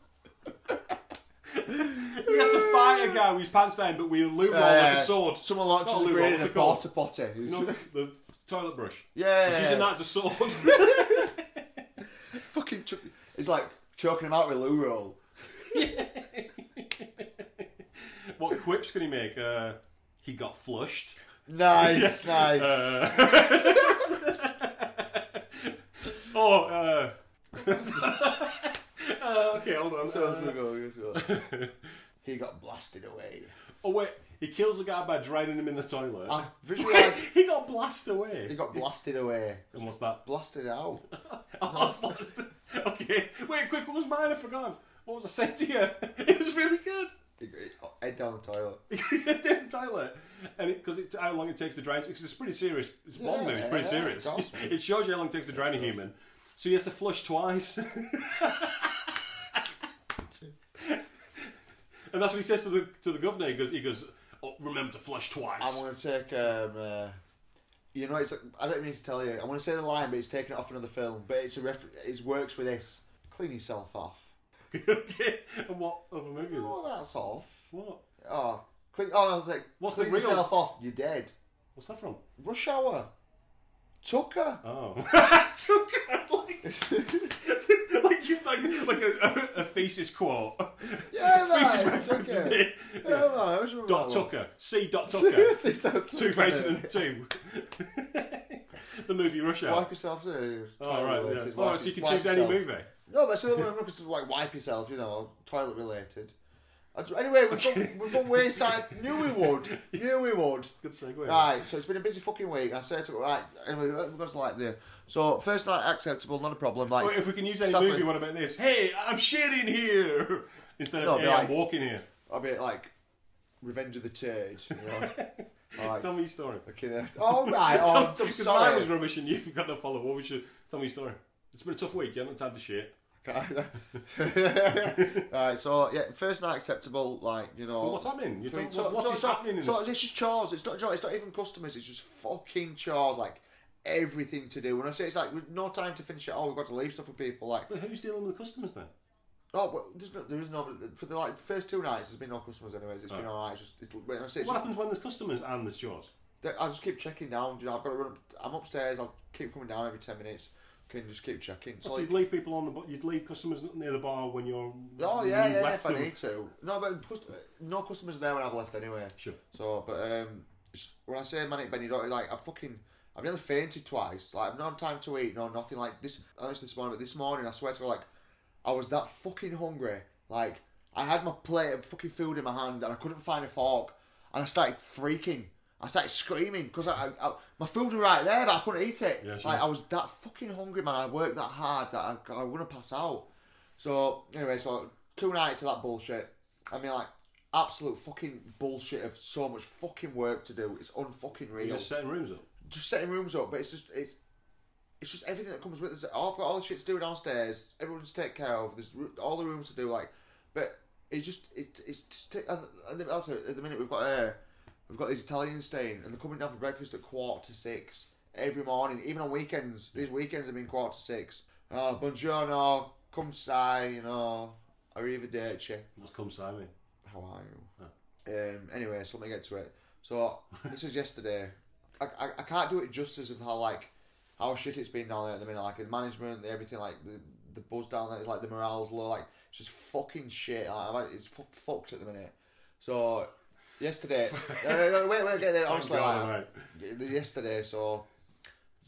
[SPEAKER 2] He has to fight a guy with his pants down, but with a loot roll like
[SPEAKER 1] Yeah.
[SPEAKER 2] a sword.
[SPEAKER 1] Someone
[SPEAKER 2] Not
[SPEAKER 1] launches a
[SPEAKER 2] Lou
[SPEAKER 1] grenade
[SPEAKER 2] Robbins,
[SPEAKER 1] at a
[SPEAKER 2] of course.
[SPEAKER 1] porta potty.
[SPEAKER 2] You know, the toilet brush.
[SPEAKER 1] Yeah.
[SPEAKER 2] He's using that as a sword.
[SPEAKER 1] fucking cho- it's like choking him out with loo roll.
[SPEAKER 2] what quips can he make? Uh, he got flushed.
[SPEAKER 1] Nice, nice.
[SPEAKER 2] Uh. Oh, uh, uh, okay, hold on.
[SPEAKER 1] so as we
[SPEAKER 2] Uh,
[SPEAKER 1] go, as we go. he got blasted away.
[SPEAKER 2] oh wait, he kills the guy by drowning him in the toilet.
[SPEAKER 1] I visualised
[SPEAKER 2] he got blasted away.
[SPEAKER 1] Ah. he got blasted away.
[SPEAKER 2] and what's that?
[SPEAKER 1] Blasted out.
[SPEAKER 2] Oh, blasted. Okay, wait, quick. What was mine? I forgot. What was I saying to you? It was really good.
[SPEAKER 1] He- he- Head down the toilet.
[SPEAKER 2] He's in the toilet, and because it, how long it takes to drown? Because it's pretty serious. It's a Bond
[SPEAKER 1] Yeah,
[SPEAKER 2] movie. It's pretty
[SPEAKER 1] yeah,
[SPEAKER 2] serious.
[SPEAKER 1] of course.
[SPEAKER 2] It shows you how long it takes to drown a human. So he has to flush twice. and that's what he says to the to the governor. He goes, he goes, oh, remember to flush
[SPEAKER 1] I'm
[SPEAKER 2] twice.
[SPEAKER 1] gonna take um. Uh, you know, it's. Like, I don't mean to tell you. I want to say the line, but it's taken it off another film. But it's a refer- It works with this. Clean yourself off.
[SPEAKER 2] okay. And what other movie is it?
[SPEAKER 1] Oh, that's off.
[SPEAKER 2] What?
[SPEAKER 1] Oh, clean. Oh, I was like,
[SPEAKER 2] What's the
[SPEAKER 1] clean
[SPEAKER 2] real-
[SPEAKER 1] yourself off. You're dead.
[SPEAKER 2] What's that from?
[SPEAKER 1] Rush hour. Tucker.
[SPEAKER 2] Oh. so good, like, like, you, like, like a, a, a thesis quote.
[SPEAKER 1] Yeah, right,
[SPEAKER 2] thesis reference.
[SPEAKER 1] Tucker.
[SPEAKER 2] isn't it?
[SPEAKER 1] Yeah, man, I always remember
[SPEAKER 2] Dot
[SPEAKER 1] that one.
[SPEAKER 2] Tucker. See Dot Tucker.
[SPEAKER 1] It's a Tucker.
[SPEAKER 2] 2002. the movie Rush Hour.
[SPEAKER 1] Wipe yourself too.
[SPEAKER 2] Oh, right.
[SPEAKER 1] Toilet related.
[SPEAKER 2] Yeah. Oh,
[SPEAKER 1] Wipe-
[SPEAKER 2] so you can
[SPEAKER 1] wipe
[SPEAKER 2] choose any
[SPEAKER 1] yourself.
[SPEAKER 2] movie.
[SPEAKER 1] No, but it's the other one because like wipe yourself, you know, toilet related. I d- Anyway, we've gone, we've gone wayside. Knew we would. Knew we would.
[SPEAKER 2] Good segue.
[SPEAKER 1] Right, so it's been a busy fucking week. I said to right, anyway, we've got to like the so first night acceptable, not a problem. Like
[SPEAKER 2] Wait, if we can use any
[SPEAKER 1] Stuff
[SPEAKER 2] movie,
[SPEAKER 1] like-
[SPEAKER 2] what about this? Hey, I'm shitting here! Instead
[SPEAKER 1] No,
[SPEAKER 2] of,
[SPEAKER 1] but
[SPEAKER 2] hey, I'm
[SPEAKER 1] like-
[SPEAKER 2] walking here.
[SPEAKER 1] I'll be like Revenge of the Turd. You know? Alright.
[SPEAKER 2] Tell me your story.
[SPEAKER 1] Fucking hell. Oh, right. Oh, I'm- I'm
[SPEAKER 2] Because
[SPEAKER 1] sorry.
[SPEAKER 2] mine was rubbish and you've got to follow. What was your... Tell me your story. It's been a tough week. You haven't had time to shit.
[SPEAKER 1] Alright, so yeah, first night acceptable, like, you know.
[SPEAKER 2] But what's happening? You're
[SPEAKER 1] I mean,
[SPEAKER 2] talking- what- what is happening in
[SPEAKER 1] so
[SPEAKER 2] this?
[SPEAKER 1] It's just chores. It's not, it's not even customers. It's just fucking chores. Like, everything to do. When I say it's like, we've no time to finish it all, we've got to leave stuff for people. Like,
[SPEAKER 2] But who's dealing with the customers then?
[SPEAKER 1] oh, well, there's no, there is no, for the like first two nights, there's been no customers, anyways. It's been alright. It's just, it's, when I say it's
[SPEAKER 2] Oh. What
[SPEAKER 1] just,
[SPEAKER 2] happens when there's customers and there's chores?
[SPEAKER 1] I just keep checking down. You know, I've got to run up, I'm upstairs, I'll keep coming down every 10 minutes. Can just keep checking. So,
[SPEAKER 2] So
[SPEAKER 1] like,
[SPEAKER 2] you'd leave people on the... bu- You'd leave customers near the bar when you're...
[SPEAKER 1] Oh
[SPEAKER 2] when
[SPEAKER 1] yeah,
[SPEAKER 2] you've
[SPEAKER 1] yeah,
[SPEAKER 2] left
[SPEAKER 1] if I
[SPEAKER 2] them.
[SPEAKER 1] need to. No, but cust- no customers are there when I've left anyway.
[SPEAKER 2] Sure.
[SPEAKER 1] So, but um, it's- when I say manic Benny Doty, like I fucking, I've nearly fainted twice. Like I've not had time to eat, no nothing. Like this, honestly, this morning, but this morning, I swear to God, like I was that fucking hungry. Like I had my plate of fucking food in my hand and I couldn't find a fork, and I started freaking. I started screaming because I, I, I, my food was right there, but I couldn't eat it.
[SPEAKER 2] Yeah, sure.
[SPEAKER 1] Like I was that fucking hungry, man. I worked that hard that I, I was gonna pass out. So anyway, so two nights of that bullshit. I mean, like absolute fucking bullshit of so much fucking work to do. It's unfucking real.
[SPEAKER 2] You're
[SPEAKER 1] Just,
[SPEAKER 2] just setting rooms up.
[SPEAKER 1] setting rooms up, but it's just it's it's just everything that comes with it. Oh, I've got all the shit to do downstairs. Everyone to take care of. There's ru- all the rooms to do. Like, but it just it it's just, ta- and, and then also at the minute we've got uh, we've got these Italians staying and they're coming down for breakfast at quarter to six every morning. Even on weekends, these weekends have been quarter to six. Oh, buongiorno, come sai, you know, arrivederci.
[SPEAKER 2] What's come Simon?
[SPEAKER 1] How are you? Um, anyway, so let me get to it. So this is yesterday. I, I, I can't do it justice of how like how shit it's been down there at the minute. Like the management, the everything, like the the buzz down there is like the morale's low. Like it's just fucking shit. Like, I'm like, it's fu- fucked at the minute. So yesterday, no, no, no, wait, wait, get there. Honestly,
[SPEAKER 2] God,
[SPEAKER 1] like, the- yesterday, so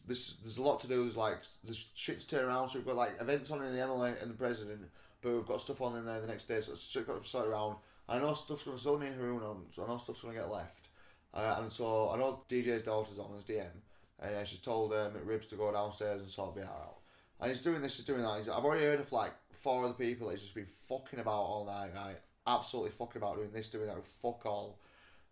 [SPEAKER 1] this there's a lot to do. There's like there's shit to turn around. So we've got like events on in the MLA and the president, but we've got stuff on in there the next day. So it's shit got to sort around. And I know stuff's gonna still me and Haroon on. So I know stuff's gonna get left. Uh, and so I know DJ's daughter's on as DM, and uh, she's told um, Ribs to go downstairs and sort BR out. And he's doing this, he's doing that. He's, I've already heard of like four other people that he's just been fucking about all night, right? Absolutely fucking about doing this, doing that, fuck all.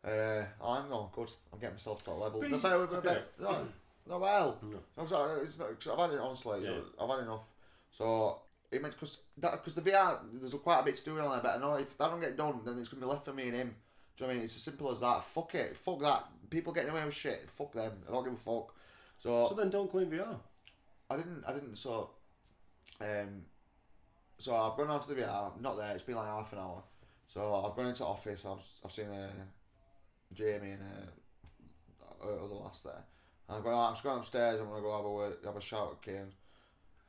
[SPEAKER 1] Uh, I'm not good. I'm getting myself to that level.
[SPEAKER 2] But
[SPEAKER 1] No,
[SPEAKER 2] you-
[SPEAKER 1] but- but-
[SPEAKER 2] okay.
[SPEAKER 1] but- no, no, well,
[SPEAKER 2] No.
[SPEAKER 1] I'm sorry. It's not, i I've had it honestly.
[SPEAKER 2] Yeah.
[SPEAKER 1] I've had enough. So it meant because that because the VR there's quite a bit to do on there, but I know if that don't get done, then it's gonna be left for me and him. Do you know what I mean? It's as simple as that. Fuck it. Fuck that. People getting away with shit. Fuck them. I don't give a fuck.
[SPEAKER 2] So then don't claim VR.
[SPEAKER 1] I didn't. I didn't. So, um, so I've gone out to the VR. I'm not there. It's been like half an hour. So I've gone into office. I've I've seen uh, Jamie and uh, our other last there. And I've gone. "Oh, I'm just going upstairs. I'm gonna go have a word, have a shout at Kane.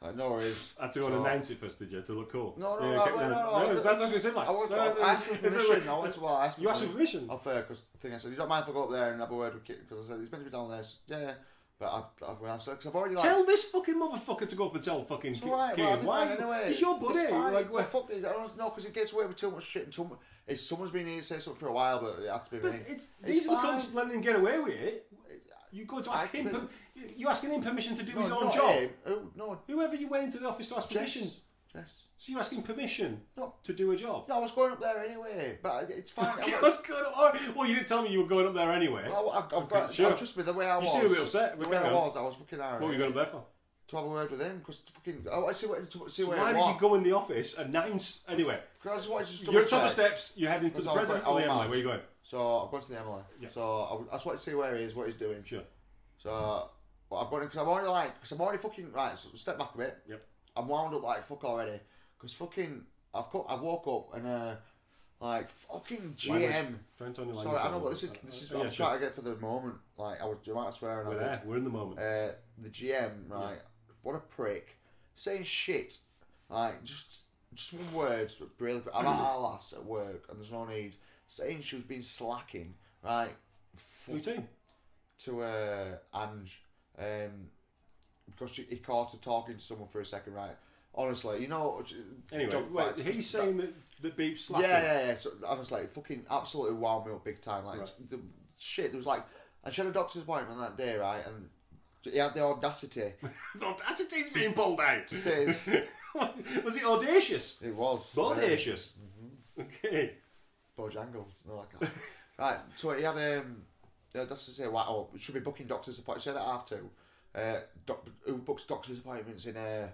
[SPEAKER 1] Like, no worries.
[SPEAKER 2] I had to go and
[SPEAKER 1] So-
[SPEAKER 2] announce it first, did you, to look cool?
[SPEAKER 1] No, no,
[SPEAKER 2] Yeah,
[SPEAKER 1] no,
[SPEAKER 2] get-
[SPEAKER 1] wait, no, no, I-
[SPEAKER 2] That's what you said, like.
[SPEAKER 1] I was
[SPEAKER 2] no,
[SPEAKER 1] I
[SPEAKER 2] that's-
[SPEAKER 1] asked for
[SPEAKER 2] it's like-
[SPEAKER 1] permission. I went to well, I asked for
[SPEAKER 2] You asked for permission?
[SPEAKER 1] off air because thing I said you don't mind if I go up there and have a word with Kane because I said it's meant to be down there. So, yeah, yeah. But I've I've, I've, cause I've already like
[SPEAKER 2] Tell this fucking motherfucker to go up and tell fucking
[SPEAKER 1] It's all right.
[SPEAKER 2] Kane.
[SPEAKER 1] Well, I didn't
[SPEAKER 2] Why?
[SPEAKER 1] mind anyway.
[SPEAKER 2] He's your buddy.
[SPEAKER 1] It's fine.
[SPEAKER 2] Like,
[SPEAKER 1] Well,
[SPEAKER 2] what-
[SPEAKER 1] fuck it. I don't know because it gets away with too much shit. And too much. It's someone's been here to say something for a while, but it had to be
[SPEAKER 2] But
[SPEAKER 1] me.
[SPEAKER 2] it's, these are the
[SPEAKER 1] fine.
[SPEAKER 2] cunts letting him get away with it. You go to
[SPEAKER 1] I
[SPEAKER 2] ask him.
[SPEAKER 1] can-
[SPEAKER 2] per- you asking him permission to do
[SPEAKER 1] No,
[SPEAKER 2] his own
[SPEAKER 1] not
[SPEAKER 2] job.
[SPEAKER 1] him. Oh, no,
[SPEAKER 2] Whoever you went into the office to ask permission.
[SPEAKER 1] Jess. Jess.
[SPEAKER 2] So you're asking permission
[SPEAKER 1] No.
[SPEAKER 2] to do a job.
[SPEAKER 1] No, I was going up there anyway, but it's fine. I,
[SPEAKER 2] What's going on? Well, you didn't tell me you were going up there anyway.
[SPEAKER 1] I, I, I've got,
[SPEAKER 2] sure.
[SPEAKER 1] trust me, the way I
[SPEAKER 2] You
[SPEAKER 1] was.
[SPEAKER 2] seem a bit upset.
[SPEAKER 1] The
[SPEAKER 2] Well,
[SPEAKER 1] way I
[SPEAKER 2] carry on.
[SPEAKER 1] was, I was fucking
[SPEAKER 2] what were
[SPEAKER 1] irate.
[SPEAKER 2] you going up there for?
[SPEAKER 1] to have a word with him because fucking. I want to see what. To, see
[SPEAKER 2] So
[SPEAKER 1] where
[SPEAKER 2] why
[SPEAKER 1] it
[SPEAKER 2] did
[SPEAKER 1] was.
[SPEAKER 2] you go in the office and announce? Anyway,
[SPEAKER 1] 'Cause I just wanted to just double
[SPEAKER 2] you're at top of
[SPEAKER 1] check.
[SPEAKER 2] steps. You're heading to
[SPEAKER 1] Because
[SPEAKER 2] the
[SPEAKER 1] I was
[SPEAKER 2] president
[SPEAKER 1] like,
[SPEAKER 2] of the
[SPEAKER 1] oh,
[SPEAKER 2] MLA.
[SPEAKER 1] man.
[SPEAKER 2] Where are you going?
[SPEAKER 1] So I've gone to the MLA.
[SPEAKER 2] Yeah.
[SPEAKER 1] So I, w- I just want to see where he is, what he's doing.
[SPEAKER 2] Sure.
[SPEAKER 1] So, but I've got it because I'm already like, because I'm already fucking right. So step back a bit.
[SPEAKER 2] Yep.
[SPEAKER 1] I'm wound up like fuck already. Because fucking, I've cut. I woke up and uh, like fucking GM.
[SPEAKER 2] Trying to
[SPEAKER 1] Sorry, I know, but this is this is what
[SPEAKER 2] yeah,
[SPEAKER 1] I'm
[SPEAKER 2] sure.
[SPEAKER 1] trying to get for the moment. Like I was, you might swear, and I
[SPEAKER 2] We're
[SPEAKER 1] was,
[SPEAKER 2] there. We're in the moment.
[SPEAKER 1] uh, the GM, right? What a prick, saying shit, like just just one word. Really, I'm at our last at work, and there's no need saying she was being slacking, right? Fuck
[SPEAKER 2] Who team?
[SPEAKER 1] to uh, Ange um, because she, he caught her talking to someone for a second, right? Honestly, you know. j-
[SPEAKER 2] Anyway,
[SPEAKER 1] jump
[SPEAKER 2] wait,
[SPEAKER 1] back,
[SPEAKER 2] he's
[SPEAKER 1] just
[SPEAKER 2] saying that the beep's
[SPEAKER 1] that-
[SPEAKER 2] slapping.
[SPEAKER 1] Yeah, yeah, yeah. So honestly, it fucking absolutely wound me up big time. Like
[SPEAKER 2] Right.
[SPEAKER 1] the shit, there was like, and she had a doctor's appointment that day, right? And he had the audacity
[SPEAKER 2] The audacity's being pulled out.
[SPEAKER 1] to say
[SPEAKER 2] Was it audacious?
[SPEAKER 1] it was
[SPEAKER 2] Audacious.
[SPEAKER 1] Mm-hmm.
[SPEAKER 2] Okay.
[SPEAKER 1] Uh, Bojangles, no, I can't. right, so he had um, the audacity to say, "Wow, oh, we should be booking doctor's appointments." She had it at half two. Uh, doc- who books doctor's appointments in uh,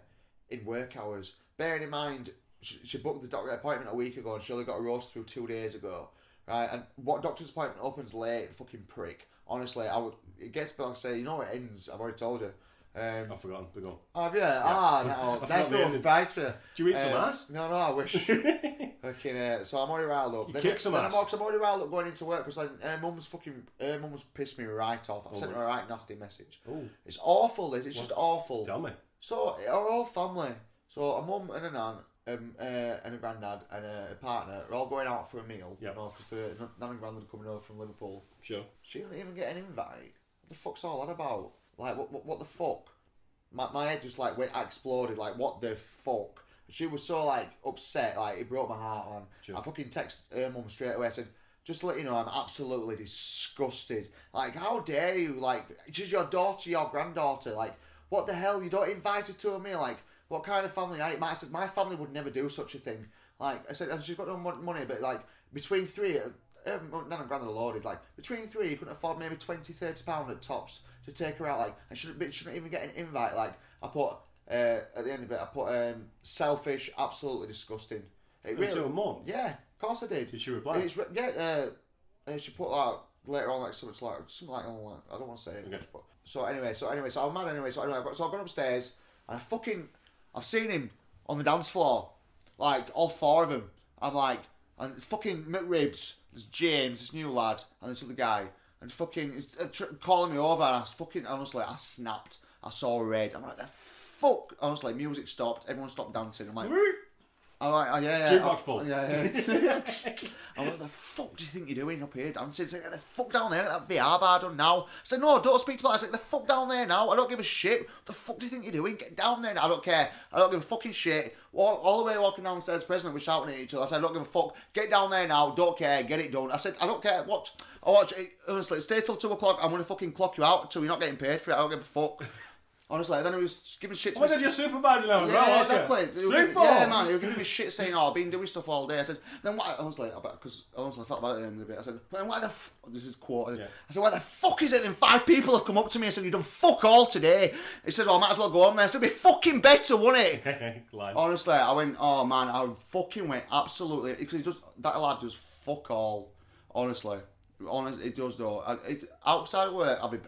[SPEAKER 1] in work hours. Bearing in mind, she, she booked the doctor appointment a week ago and she only got a roast through two days ago, right? And what doctor's appointment opens late? Fucking prick. Honestly, I would. It gets back. I Say, you know where it ends. I've already told you. Um,
[SPEAKER 2] I've forgotten. They're gone.
[SPEAKER 1] oh, have you? Ah, no,
[SPEAKER 2] forgot
[SPEAKER 1] that's
[SPEAKER 2] the
[SPEAKER 1] all
[SPEAKER 2] ending.
[SPEAKER 1] surprise for you.
[SPEAKER 2] Do you eat some
[SPEAKER 1] Uh,
[SPEAKER 2] ass?
[SPEAKER 1] No, no, I wish. Fucking, uh, so I'm already riled up.
[SPEAKER 2] You
[SPEAKER 1] then
[SPEAKER 2] kick some
[SPEAKER 1] then
[SPEAKER 2] ass.
[SPEAKER 1] I'm, also- I'm already riled up going into work because like, her mum's fucking, her mum's pissed me right off. I've sent her a right nasty message.
[SPEAKER 2] Oh,
[SPEAKER 1] It's awful, this. It's just awful.
[SPEAKER 2] tell me.
[SPEAKER 1] So, our whole family, so a mum and a nan, um, uh, and a granddad and a, a partner are all going out for a meal.
[SPEAKER 2] Yep.
[SPEAKER 1] You know, because the nan and granddad are coming over from Liverpool.
[SPEAKER 2] Sure.
[SPEAKER 1] She didn't even get an invite. What the fuck's all that about? Like, what, what, what the fuck? My, my head just like went exploded. Like, what the fuck? She was so like upset. Like, it broke my heart. Man,
[SPEAKER 2] Sure.
[SPEAKER 1] I fucking texted her mum straight away. I said, just to let you know, I'm absolutely disgusted. Like, how dare you? Like, she's your daughter, your granddaughter. Like, what the hell? You don't invite her to a meal. Like, what kind of family? are you? I said, my family would never do such a thing. Like, I said, and she's got no mon- money, but like between three, uh, um, well, Nan and Granddad are loaded. Like between three, you couldn't afford maybe 20, 30 pound at tops to take her out. Like and shouldn't be- shouldn't even get an invite. Like I put uh, at the end of it, I put um, selfish, absolutely disgusting. It
[SPEAKER 2] Really? To a mum.
[SPEAKER 1] yeah, of course I did.
[SPEAKER 2] Did she reply?
[SPEAKER 1] It's re- yeah, uh, uh, she put like later on like something like something like, oh, like I don't want to say it.
[SPEAKER 2] Okay.
[SPEAKER 1] but- so anyway, so anyway, so I'm mad anyway. So anyway, I've got- so I've gone upstairs and I fucking I've seen him on the dance floor, like all four of them. I'm like and fucking McRibs. There's James, this new lad, and this other guy, and fucking he's, uh, tr- calling me over. And I s- fucking honestly, I snapped. I saw red. I'm like the fuck. Honestly, music stopped. Everyone stopped dancing. I'm like. I'm like, oh, yeah, yeah.
[SPEAKER 2] Jukebox
[SPEAKER 1] oh,
[SPEAKER 2] Paul.
[SPEAKER 1] Yeah, yeah. I'm like, the fuck do you think you're doing up here dancing? He's like, the fuck down there, that VR bar done now. I said, no, don't speak to that. I said, the fuck down there now. I don't give a shit. The fuck do you think you're doing? Get down there. now. I don't care. I don't give a fucking shit. All, all the way walking downstairs, president was shouting at each other. I said, I don't give a fuck. Get down there now. Don't care. Get it done. I said, I don't care. Watch. I watch it. Honestly, stay till two o'clock. I'm going to fucking clock you out until you're not getting paid for it. I don't give a fuck. Honestly, then he was giving shit to
[SPEAKER 2] What
[SPEAKER 1] me.
[SPEAKER 2] did your supervisor know?
[SPEAKER 1] Yeah,
[SPEAKER 2] right,
[SPEAKER 1] exactly. It was-
[SPEAKER 2] Super.
[SPEAKER 1] Yeah, man, he was giving me shit saying, "Oh, I've been doing stuff all day." I said, "Then why?" I was like, "Because I honestly felt bad at the end of it." I said, "Then why the?" F-? This is quoted.
[SPEAKER 2] Yeah.
[SPEAKER 1] I said, "Why the fuck is it?" Then five people have come up to me and said, "You've done fuck all today." He said, "Well, I might as well go on there." I said, "Be fucking better, wouldn't it?"
[SPEAKER 2] Line.
[SPEAKER 1] Honestly, I went, "Oh man, I fucking went absolutely." Because he does that lad does fuck all. Honestly, honest, it does though. I, it's outside work. I'll be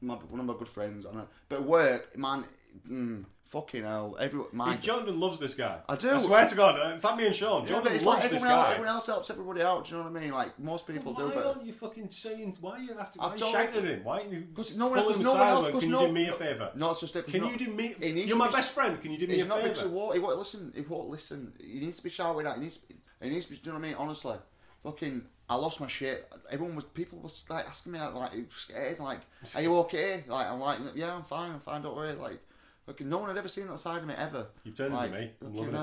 [SPEAKER 1] my, one of my good friends on it, but work, man. Mm, Fucking hell! Every my
[SPEAKER 2] Hey, Jordan loves this guy.
[SPEAKER 1] I do.
[SPEAKER 2] I swear to God, it's like me and Sean.
[SPEAKER 1] yeah, but
[SPEAKER 2] Jordan
[SPEAKER 1] it's like
[SPEAKER 2] loves this
[SPEAKER 1] everyone
[SPEAKER 2] guy.
[SPEAKER 1] else, everyone else helps everybody out. Do you know what I mean? Like most people do,
[SPEAKER 2] Why
[SPEAKER 1] but
[SPEAKER 2] aren't you fucking saying? Why are you after?
[SPEAKER 1] I've
[SPEAKER 2] Why are you
[SPEAKER 1] told-
[SPEAKER 2] shouting at him? Why aren't you?
[SPEAKER 1] 'Cause no one-
[SPEAKER 2] pulling
[SPEAKER 1] 'cause
[SPEAKER 2] him
[SPEAKER 1] no one
[SPEAKER 2] aside
[SPEAKER 1] else-
[SPEAKER 2] and
[SPEAKER 1] 'cause
[SPEAKER 2] Can
[SPEAKER 1] no-
[SPEAKER 2] you do me a favour?
[SPEAKER 1] no, it's just it- it's
[SPEAKER 2] Can
[SPEAKER 1] not-
[SPEAKER 2] you do me?
[SPEAKER 1] it needs
[SPEAKER 2] You're
[SPEAKER 1] to
[SPEAKER 2] my
[SPEAKER 1] be-
[SPEAKER 2] best friend. Can you do me
[SPEAKER 1] he's
[SPEAKER 2] a
[SPEAKER 1] not big to
[SPEAKER 2] favour?
[SPEAKER 1] what he won't listen. He won't listen. He needs to be shouted at. He needs. He needs to be. Do you know what I mean? Honestly, fucking, I lost my shit. Everyone was people was like asking me like, like "Are you scared. Like, are you okay? Like, I'm like, yeah, I'm fine. I'm fine. Don't worry. Like, fucking, no one had ever seen that side of me ever.
[SPEAKER 2] You've turned into
[SPEAKER 1] like,
[SPEAKER 2] me. I'm
[SPEAKER 1] fucking
[SPEAKER 2] loving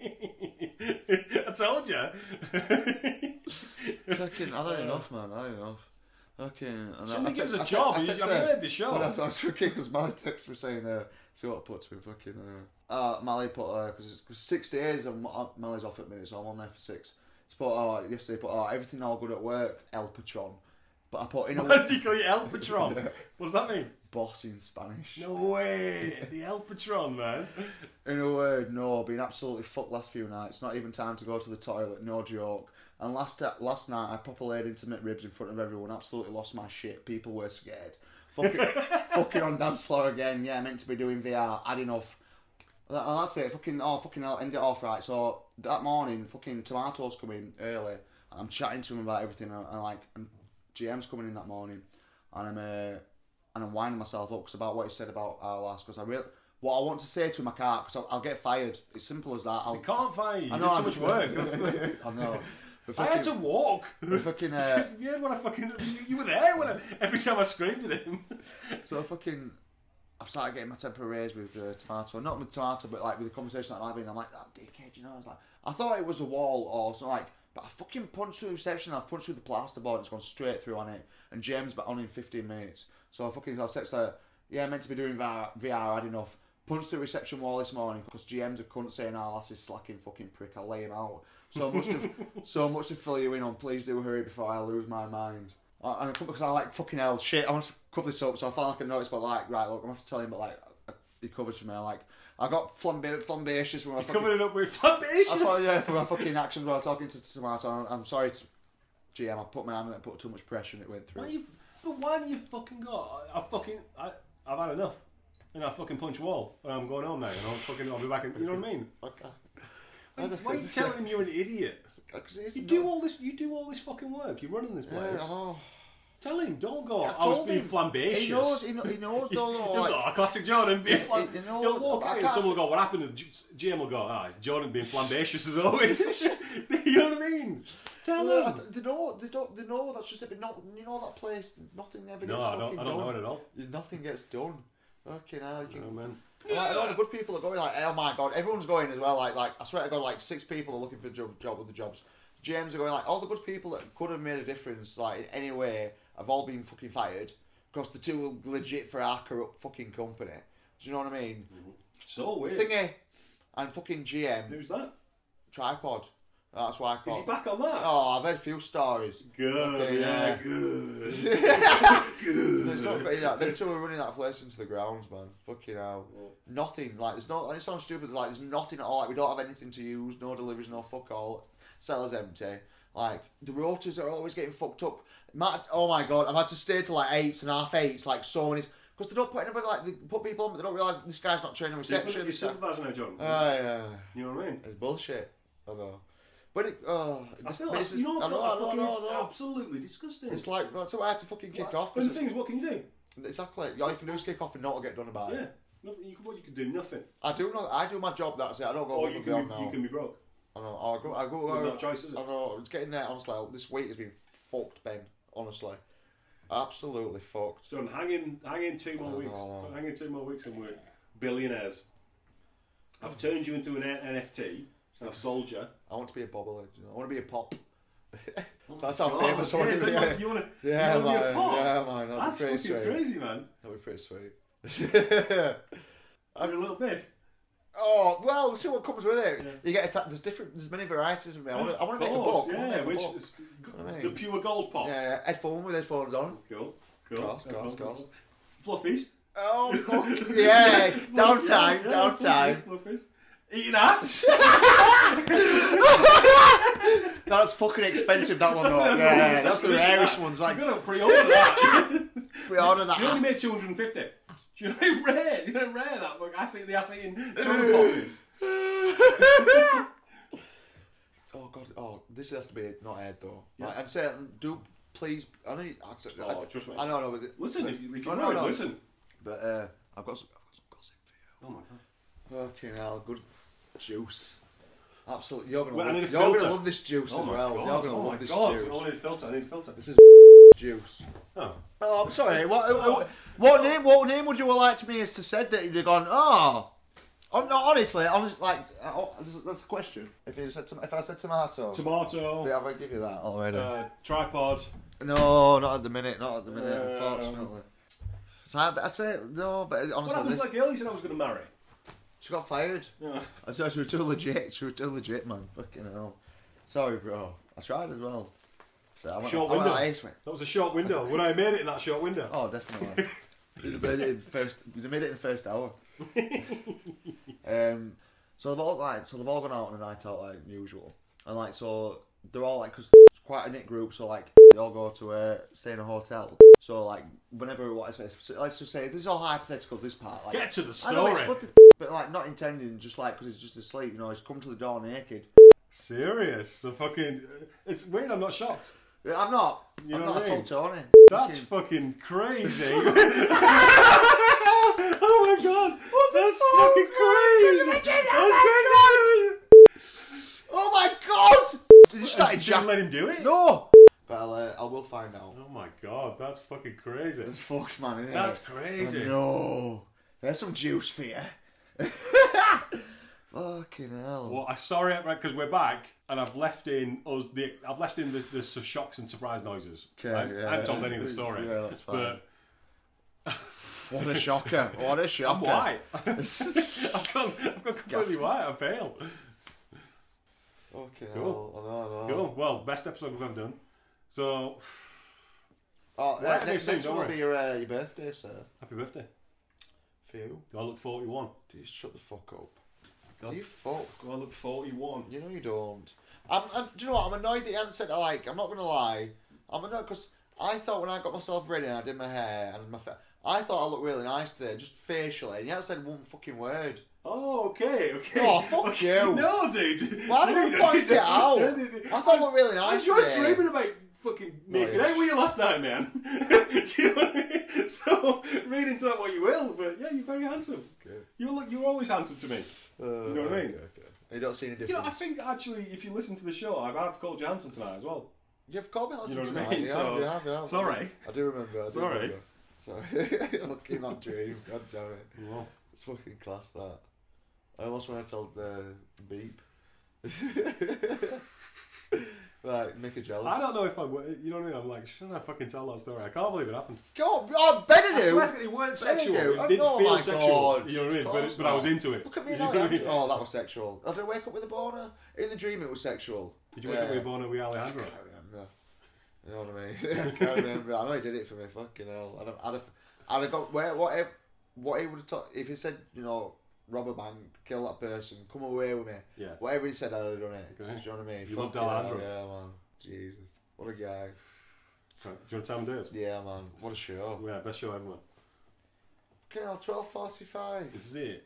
[SPEAKER 1] hell.
[SPEAKER 2] I told you.
[SPEAKER 1] Fucking, I don't enough, man. I don't enough. Fucking. and I-
[SPEAKER 2] Somebody
[SPEAKER 1] I
[SPEAKER 2] give
[SPEAKER 1] text-
[SPEAKER 2] us a
[SPEAKER 1] I te-
[SPEAKER 2] job.
[SPEAKER 1] I
[SPEAKER 2] You-
[SPEAKER 1] text
[SPEAKER 2] have you
[SPEAKER 1] her-
[SPEAKER 2] heard the show?
[SPEAKER 1] When I, I was fucking because Mally texts were saying, uh, "See what I put to him." Fucking. Uh, uh, Mally put because it's six days and Ma- uh, Mally's off at minute, so I'm on there for six. She put uh, yesterday. Put uh, everything all good at work. El patron. But I put in a
[SPEAKER 2] What did you call you El Patron? What does that mean?
[SPEAKER 1] boss in Spanish.
[SPEAKER 2] No way. The El Patron, man.
[SPEAKER 1] In a word, no, been absolutely fucked last few nights. Not even time to go to the toilet, no joke. And last uh, last night, I proper laid into mid ribs in front of everyone. Absolutely lost my shit. People were scared. Fucking, fucking on dance floor again. Yeah, meant to be doing VR. Had enough. That- and That's it. Fucking oh, fucking hell. End it off right. So that morning, fucking tomatoes come in early, and I'm chatting to him about everything. And, and like, and GM's coming in that morning, and I'm uh, and I'm winding myself up 'cause about what he said about our last. Because I really, what I want to say to him, I can't. Because I'll, I'll get fired. It's simple as that. I'll,
[SPEAKER 2] I can't find you. You
[SPEAKER 1] I
[SPEAKER 2] did
[SPEAKER 1] know
[SPEAKER 2] too
[SPEAKER 1] I'm-
[SPEAKER 2] much work. That's-
[SPEAKER 1] I know. But
[SPEAKER 2] I had
[SPEAKER 1] fucking,
[SPEAKER 2] to walk.
[SPEAKER 1] but fucking uh,
[SPEAKER 2] you heard what I fucking. You, you were there when I, every time I screamed at him.
[SPEAKER 1] So I fucking, I've started getting my temper raised with uh, tomato, not with tomato, but like with the conversation that I'm having. I'm like that dickhead, you know. I was like, I thought it was a wall or something like, but I fucking punched through the section. I punched through the plasterboard. It's gone straight through on it. And James back on in 15 minutes. So I fucking, I text her, yeah, meant to be doing VR. VR had enough. Punched the reception wall this morning because GM's a cunt saying our lass is slacking fucking prick. I'll lay him out. So much to so much to fill you in on. Please do hurry before I lose my mind. I, and because I like fucking hell shit. I want to cover this up, so I felt like a notice, but like right, look, I'm gonna have to tell him, but like I- he covers for me. Like I got flambe- flambacious when I fucking
[SPEAKER 2] Covering it up with
[SPEAKER 1] I
[SPEAKER 2] flambations.
[SPEAKER 1] thought, yeah, for my fucking actions when I was talking to Tomato. I'm, I'm sorry, to, GM. I put my hand in it, put too much pressure, and it went
[SPEAKER 2] Why
[SPEAKER 1] through.
[SPEAKER 2] you, but why do you fucking got? I, I fucking, I, I've had enough, and I fucking punch wall, and I'm going home now, and I'm fucking, I'll be back. In, you know what I mean? Why, why are you telling him you're an idiot? You do all this, you do all this fucking work. You're running this place.
[SPEAKER 1] oh.
[SPEAKER 2] Tell him, don't go.
[SPEAKER 1] I've
[SPEAKER 2] I was
[SPEAKER 1] told
[SPEAKER 2] being
[SPEAKER 1] him.
[SPEAKER 2] flambacious.
[SPEAKER 1] He knows. He, kno- he knows. though,
[SPEAKER 2] You'll
[SPEAKER 1] though,
[SPEAKER 2] go,
[SPEAKER 1] like,
[SPEAKER 2] "Oh, classic Jordan being flam-
[SPEAKER 1] you know,
[SPEAKER 2] You'll walk
[SPEAKER 1] I
[SPEAKER 2] out and
[SPEAKER 1] can't
[SPEAKER 2] someone
[SPEAKER 1] say-
[SPEAKER 2] will go, What happened? And G- GM will go, Ah, it's Jordan being flambacious as always. you know what I mean? Tell
[SPEAKER 1] No, I
[SPEAKER 2] him.
[SPEAKER 1] don't- they know, they don't, they know. That's just it. But not, you know that place. Nothing ever
[SPEAKER 2] No,
[SPEAKER 1] gets
[SPEAKER 2] I
[SPEAKER 1] fucking
[SPEAKER 2] don't, I don't know
[SPEAKER 1] done.
[SPEAKER 2] it at all.
[SPEAKER 1] Nothing gets done. Fucking hell! You can,
[SPEAKER 2] No, man.
[SPEAKER 1] like, all the good people are going. Like, oh my god, everyone's going as well. Like, like I swear to God, like six people are looking for job, job other jobs. James are going. Like, all the good people that could have made a difference, like in any way, have all been fucking fired because the two were legit for our corrupt fucking company. Do you know what I mean?
[SPEAKER 2] So weird.
[SPEAKER 1] Thingy and fucking GM
[SPEAKER 2] Who's that?
[SPEAKER 1] tripod. That's why I
[SPEAKER 2] Is he
[SPEAKER 1] call.
[SPEAKER 2] back on that?
[SPEAKER 1] Oh, I've had a few stories.
[SPEAKER 2] Good,
[SPEAKER 1] Okay,
[SPEAKER 2] yeah,
[SPEAKER 1] yeah.
[SPEAKER 2] good.
[SPEAKER 1] There's not been that. Them two are running that place into the grounds, man. Fucking hell. Nothing. Like there's no. It sounds stupid. Like there's nothing at all. Like we don't have anything to use. No deliveries. No fuck all. Cellar's empty. Like the rotors are always getting fucked up. Matt, oh my god, I've had to stay till like eights and half eights. Like so many. Because they don't put anybody like they put people on, but they don't realise this guy's not training reception.
[SPEAKER 2] You're
[SPEAKER 1] This guy-
[SPEAKER 2] supervising now, John.
[SPEAKER 1] Ah, yeah,
[SPEAKER 2] you know what I mean?
[SPEAKER 1] it's bullshit. I know. But it, oh,
[SPEAKER 2] I
[SPEAKER 1] this-
[SPEAKER 2] still,
[SPEAKER 1] this is-
[SPEAKER 2] you know,
[SPEAKER 1] I
[SPEAKER 2] what,
[SPEAKER 1] know, I know, I
[SPEAKER 2] fucking-
[SPEAKER 1] know, I
[SPEAKER 2] it's
[SPEAKER 1] know.
[SPEAKER 2] absolutely disgusting.
[SPEAKER 1] It's like that's why I had to fucking kick
[SPEAKER 2] Like,
[SPEAKER 1] off.
[SPEAKER 2] And
[SPEAKER 1] 'cause
[SPEAKER 2] the thing is, what can you do?
[SPEAKER 1] Exactly. All you can do is kick off and not get done about
[SPEAKER 2] Yeah,
[SPEAKER 1] it.
[SPEAKER 2] nothing. You can, what you can do, nothing.
[SPEAKER 1] I do not. I do my job. That's it. I don't go
[SPEAKER 2] Or
[SPEAKER 1] above
[SPEAKER 2] you
[SPEAKER 1] and
[SPEAKER 2] can,
[SPEAKER 1] beyond
[SPEAKER 2] be,
[SPEAKER 1] now.
[SPEAKER 2] you can be broke.
[SPEAKER 1] I know. I go. I go.
[SPEAKER 2] There's
[SPEAKER 1] I,
[SPEAKER 2] no choice, is it?
[SPEAKER 1] I know. It's getting there. Honestly, like, this week has been fucked, Ben. Honestly, absolutely fucked.
[SPEAKER 2] So hang in, hang in two more
[SPEAKER 1] Oh,
[SPEAKER 2] weeks.
[SPEAKER 1] no.
[SPEAKER 2] Hang in two more weeks, and we're billionaires. I've turned you into an NFT. I've sold you.
[SPEAKER 1] I want to be a bobblehead. You know? I want to be a pop. that's how
[SPEAKER 2] Oh,
[SPEAKER 1] famous I want
[SPEAKER 2] yeah,
[SPEAKER 1] to
[SPEAKER 2] so
[SPEAKER 1] be.
[SPEAKER 2] you want- you want to?
[SPEAKER 1] Yeah,
[SPEAKER 2] you want to be
[SPEAKER 1] man.
[SPEAKER 2] a pop?
[SPEAKER 1] Yeah, man. That'd
[SPEAKER 2] That's
[SPEAKER 1] be pretty
[SPEAKER 2] fucking
[SPEAKER 1] sweet.
[SPEAKER 2] crazy, man.
[SPEAKER 1] That'd be pretty sweet.
[SPEAKER 2] You're a little biff.
[SPEAKER 1] oh well, we'll see what comes with it.
[SPEAKER 2] Yeah.
[SPEAKER 1] You get attacked. There's different. There's many varieties of me. I want to. I want to
[SPEAKER 2] Of
[SPEAKER 1] make a
[SPEAKER 2] course,
[SPEAKER 1] book. I wanna
[SPEAKER 2] Yeah,
[SPEAKER 1] make a
[SPEAKER 2] which
[SPEAKER 1] book.
[SPEAKER 2] is
[SPEAKER 1] I mean-
[SPEAKER 2] the pure gold pop.
[SPEAKER 1] Yeah, yeah, headphone with headphones on.
[SPEAKER 2] Cool. Cool.
[SPEAKER 1] Gas, gas, gas.
[SPEAKER 2] Fluffies.
[SPEAKER 1] Oh fuck yeah! Downtime,
[SPEAKER 2] Yeah,
[SPEAKER 1] downtime.
[SPEAKER 2] Fluffies. Eating ass.
[SPEAKER 1] That's fucking expensive. That one though. Yeah, yeah, that's the
[SPEAKER 2] Listen to
[SPEAKER 1] rarest
[SPEAKER 2] that.
[SPEAKER 1] ones. Like
[SPEAKER 2] you got to pre-order that.
[SPEAKER 1] pre-order that.
[SPEAKER 2] you only made
[SPEAKER 1] ass.
[SPEAKER 2] 250. Do you know how rare? You know how rare that book. I see the ass eating chocolate pop is.
[SPEAKER 1] Oh god. Oh, this has to be not aired though. Right, and say do please. I know. You, I, I,
[SPEAKER 2] Oh, trust me.
[SPEAKER 1] I know. I know. But,
[SPEAKER 2] Listen, if, you- if you
[SPEAKER 1] I
[SPEAKER 2] are
[SPEAKER 1] know,
[SPEAKER 2] know,
[SPEAKER 1] I know.
[SPEAKER 2] listen.
[SPEAKER 1] But uh, I've got some. I've got some gossip for
[SPEAKER 2] Oh my god.
[SPEAKER 1] you. Fucking hell, good juice. Absolutely. You're gonna.
[SPEAKER 2] Well, I
[SPEAKER 1] love,
[SPEAKER 2] need a
[SPEAKER 1] you're
[SPEAKER 2] filter.
[SPEAKER 1] gonna love this juice
[SPEAKER 2] Oh
[SPEAKER 1] as
[SPEAKER 2] my
[SPEAKER 1] well.
[SPEAKER 2] God.
[SPEAKER 1] You're gonna
[SPEAKER 2] oh
[SPEAKER 1] love
[SPEAKER 2] my
[SPEAKER 1] this
[SPEAKER 2] god.
[SPEAKER 1] juice.
[SPEAKER 2] I need a filter. I need a filter.
[SPEAKER 1] This is juice.
[SPEAKER 2] Oh.
[SPEAKER 1] Oh, I'm sorry. What, what, what name? What name would you have liked me is to said that you'd have gone? Oh, oh no, honestly, honest, like uh, oh, that's, that's a question. If you said tom- if I said tomato,
[SPEAKER 2] Tomato.
[SPEAKER 1] yeah, I'm gonna give you that already.
[SPEAKER 2] Uh, tripod.
[SPEAKER 1] no, not at the minute. Not at the minute.
[SPEAKER 2] Uh,
[SPEAKER 1] unfortunately. So I, I say no, but
[SPEAKER 2] What
[SPEAKER 1] honestly,
[SPEAKER 2] happened to
[SPEAKER 1] this,
[SPEAKER 2] that girl you said I was going to marry?
[SPEAKER 1] she got fired.
[SPEAKER 2] Yeah.
[SPEAKER 1] I said she was too legit. She was too legit, man. Fucking hell. Sorry, bro. I tried as well. So I went,
[SPEAKER 2] Short
[SPEAKER 1] I went
[SPEAKER 2] window.
[SPEAKER 1] like this, mate.
[SPEAKER 2] That was a short window. Would I have made it in that short window?
[SPEAKER 1] Oh, definitely. they made it in first. They made it in first hour. um, so they've all like, so they've all gone out on a night out like usual, and like, so they're all like, cause it's quite a knit group, so like, they all go to uh, stay in a hotel. So like, whenever what I say, so, let's just say this is all hypothetical. This part, like,
[SPEAKER 2] Get to the
[SPEAKER 1] I know it's
[SPEAKER 2] story.
[SPEAKER 1] what the- but like not intending, just like because he's just asleep, you know, he's come to the door naked.
[SPEAKER 2] Serious? So fucking. uh, It's weird. I'm not shocked.
[SPEAKER 1] I'm not.
[SPEAKER 2] You
[SPEAKER 1] I'm
[SPEAKER 2] know
[SPEAKER 1] not.
[SPEAKER 2] what I
[SPEAKER 1] I
[SPEAKER 2] mean?
[SPEAKER 1] told Tony.
[SPEAKER 2] That's fucking crazy. oh my god. That's fucking crazy. That's crazy.
[SPEAKER 1] Oh my god! Did you start
[SPEAKER 2] Did you
[SPEAKER 1] jacking?
[SPEAKER 2] let him do it?
[SPEAKER 1] No. But I'll, uh, I will find out.
[SPEAKER 2] Oh my god. That's fucking crazy.
[SPEAKER 1] It's Fox man, isn't
[SPEAKER 2] That's
[SPEAKER 1] it?
[SPEAKER 2] crazy.
[SPEAKER 1] No, there's some juice for you. Fucking hell.
[SPEAKER 2] Well, I'm sorry, right? Because we're back, and I've left in us the I've left in the, the su- shocks and surprise noises.
[SPEAKER 1] Okay,
[SPEAKER 2] I, I haven't
[SPEAKER 1] yeah.
[SPEAKER 2] told any of the story.
[SPEAKER 1] Yeah, that's fine.
[SPEAKER 2] But
[SPEAKER 1] What a shocker! What a shocker!
[SPEAKER 2] I'm white. I've gone. I've gone completely white. I'm pale.
[SPEAKER 1] Fucking
[SPEAKER 2] Cool.
[SPEAKER 1] hell! Oh, I know, I know.
[SPEAKER 2] Cool. Well, best episode we've ever done. So
[SPEAKER 1] Oh, uh,
[SPEAKER 2] Well, I can
[SPEAKER 1] next
[SPEAKER 2] do
[SPEAKER 1] next
[SPEAKER 2] soon,
[SPEAKER 1] one will
[SPEAKER 2] don't
[SPEAKER 1] be your, uh, your birthday, sir.
[SPEAKER 2] happy birthday.
[SPEAKER 1] For you.
[SPEAKER 2] Do I look 41?
[SPEAKER 1] Do you shut the fuck up?
[SPEAKER 2] God.
[SPEAKER 1] Do you fuck?
[SPEAKER 2] Do I look 41?
[SPEAKER 1] You know you don't. I'm, I'm, do you know what? I'm annoyed that you haven't said like. I'm not gonna lie. I'm annoyed because I thought when I got myself ready and I did my hair and my, fa- I thought I looked really nice there, just facially, and you haven't said one fucking word.
[SPEAKER 2] Oh, okay, okay.
[SPEAKER 1] Oh, fuck
[SPEAKER 2] okay.
[SPEAKER 1] you.
[SPEAKER 2] No, dude.
[SPEAKER 1] Why did
[SPEAKER 2] Dude,
[SPEAKER 1] you point
[SPEAKER 2] dude,
[SPEAKER 1] it out?
[SPEAKER 2] dude, dude.
[SPEAKER 1] I thought it looked really
[SPEAKER 2] I
[SPEAKER 1] nice.
[SPEAKER 2] enjoyed
[SPEAKER 1] there.
[SPEAKER 2] dreaming about fucking naked.
[SPEAKER 1] yeah.
[SPEAKER 2] How were you last night, man? Do you know what I mean? So read into that what you will, but yeah, you're very handsome.
[SPEAKER 1] Okay.
[SPEAKER 2] You look, you're always handsome to me.
[SPEAKER 1] Uh,
[SPEAKER 2] You know what I mean?
[SPEAKER 1] okay, okay. You don't see any difference.
[SPEAKER 2] You know, I think actually, if you listen to the show, I've, I've called you handsome tonight as well.
[SPEAKER 1] You've called me out
[SPEAKER 2] You know what I
[SPEAKER 1] tonight.
[SPEAKER 2] mean?
[SPEAKER 1] You
[SPEAKER 2] So-
[SPEAKER 1] have, you have, you have.
[SPEAKER 2] sorry.
[SPEAKER 1] I do remember. I do
[SPEAKER 2] Sorry.
[SPEAKER 1] Remember. Sorry. fucking that dream. God damn it. It's fucking class that. I almost want to tell the beep. Like, make her jealous.
[SPEAKER 2] I don't know if I would. You know what I mean? I'm like, should I fucking tell that story? I can't believe it happened.
[SPEAKER 1] God, oh, Benedict!
[SPEAKER 2] I swear to God, it weren't sexual.
[SPEAKER 1] Benedict,
[SPEAKER 2] It didn't
[SPEAKER 1] oh
[SPEAKER 2] feel
[SPEAKER 1] my
[SPEAKER 2] sexual.
[SPEAKER 1] God.
[SPEAKER 2] You know what I mean?
[SPEAKER 1] Of
[SPEAKER 2] But,
[SPEAKER 1] course
[SPEAKER 2] but I was
[SPEAKER 1] not.
[SPEAKER 2] into it.
[SPEAKER 1] Look at me
[SPEAKER 2] You
[SPEAKER 1] now.
[SPEAKER 2] know what I mean?
[SPEAKER 1] Oh, that was sexual. I did wake up with a boner. In the dream, it was sexual.
[SPEAKER 2] Did you wake up
[SPEAKER 1] Yeah.
[SPEAKER 2] with Bono with Alejandro?
[SPEAKER 1] I can't remember. You know what I mean? I can't remember. I know he did it for me. Fucking hell. I'd have, I'd have, I'd have got where what if what he would have taught if he said you know rob a bank, kill that person, come away with me.
[SPEAKER 2] Yeah.
[SPEAKER 1] Whatever he said, I'd have done it.
[SPEAKER 2] Okay.
[SPEAKER 1] Do you know what I mean?
[SPEAKER 2] You loved
[SPEAKER 1] Fucking hell,
[SPEAKER 2] Alejandro.
[SPEAKER 1] Yeah, man. Jesus, what a guy.
[SPEAKER 2] Right, Do you want to tell me this?
[SPEAKER 1] Yeah, man. What a show.
[SPEAKER 2] Yeah, best show ever.
[SPEAKER 1] Fucking hell. Twelve forty-five.
[SPEAKER 2] This is it.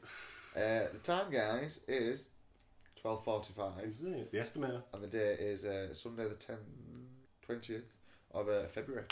[SPEAKER 1] Uh, the time, guys, is twelve forty-five,
[SPEAKER 2] This is it. The estimator.
[SPEAKER 1] and the day is uh, Sunday, the tenth, twentieth of uh, February.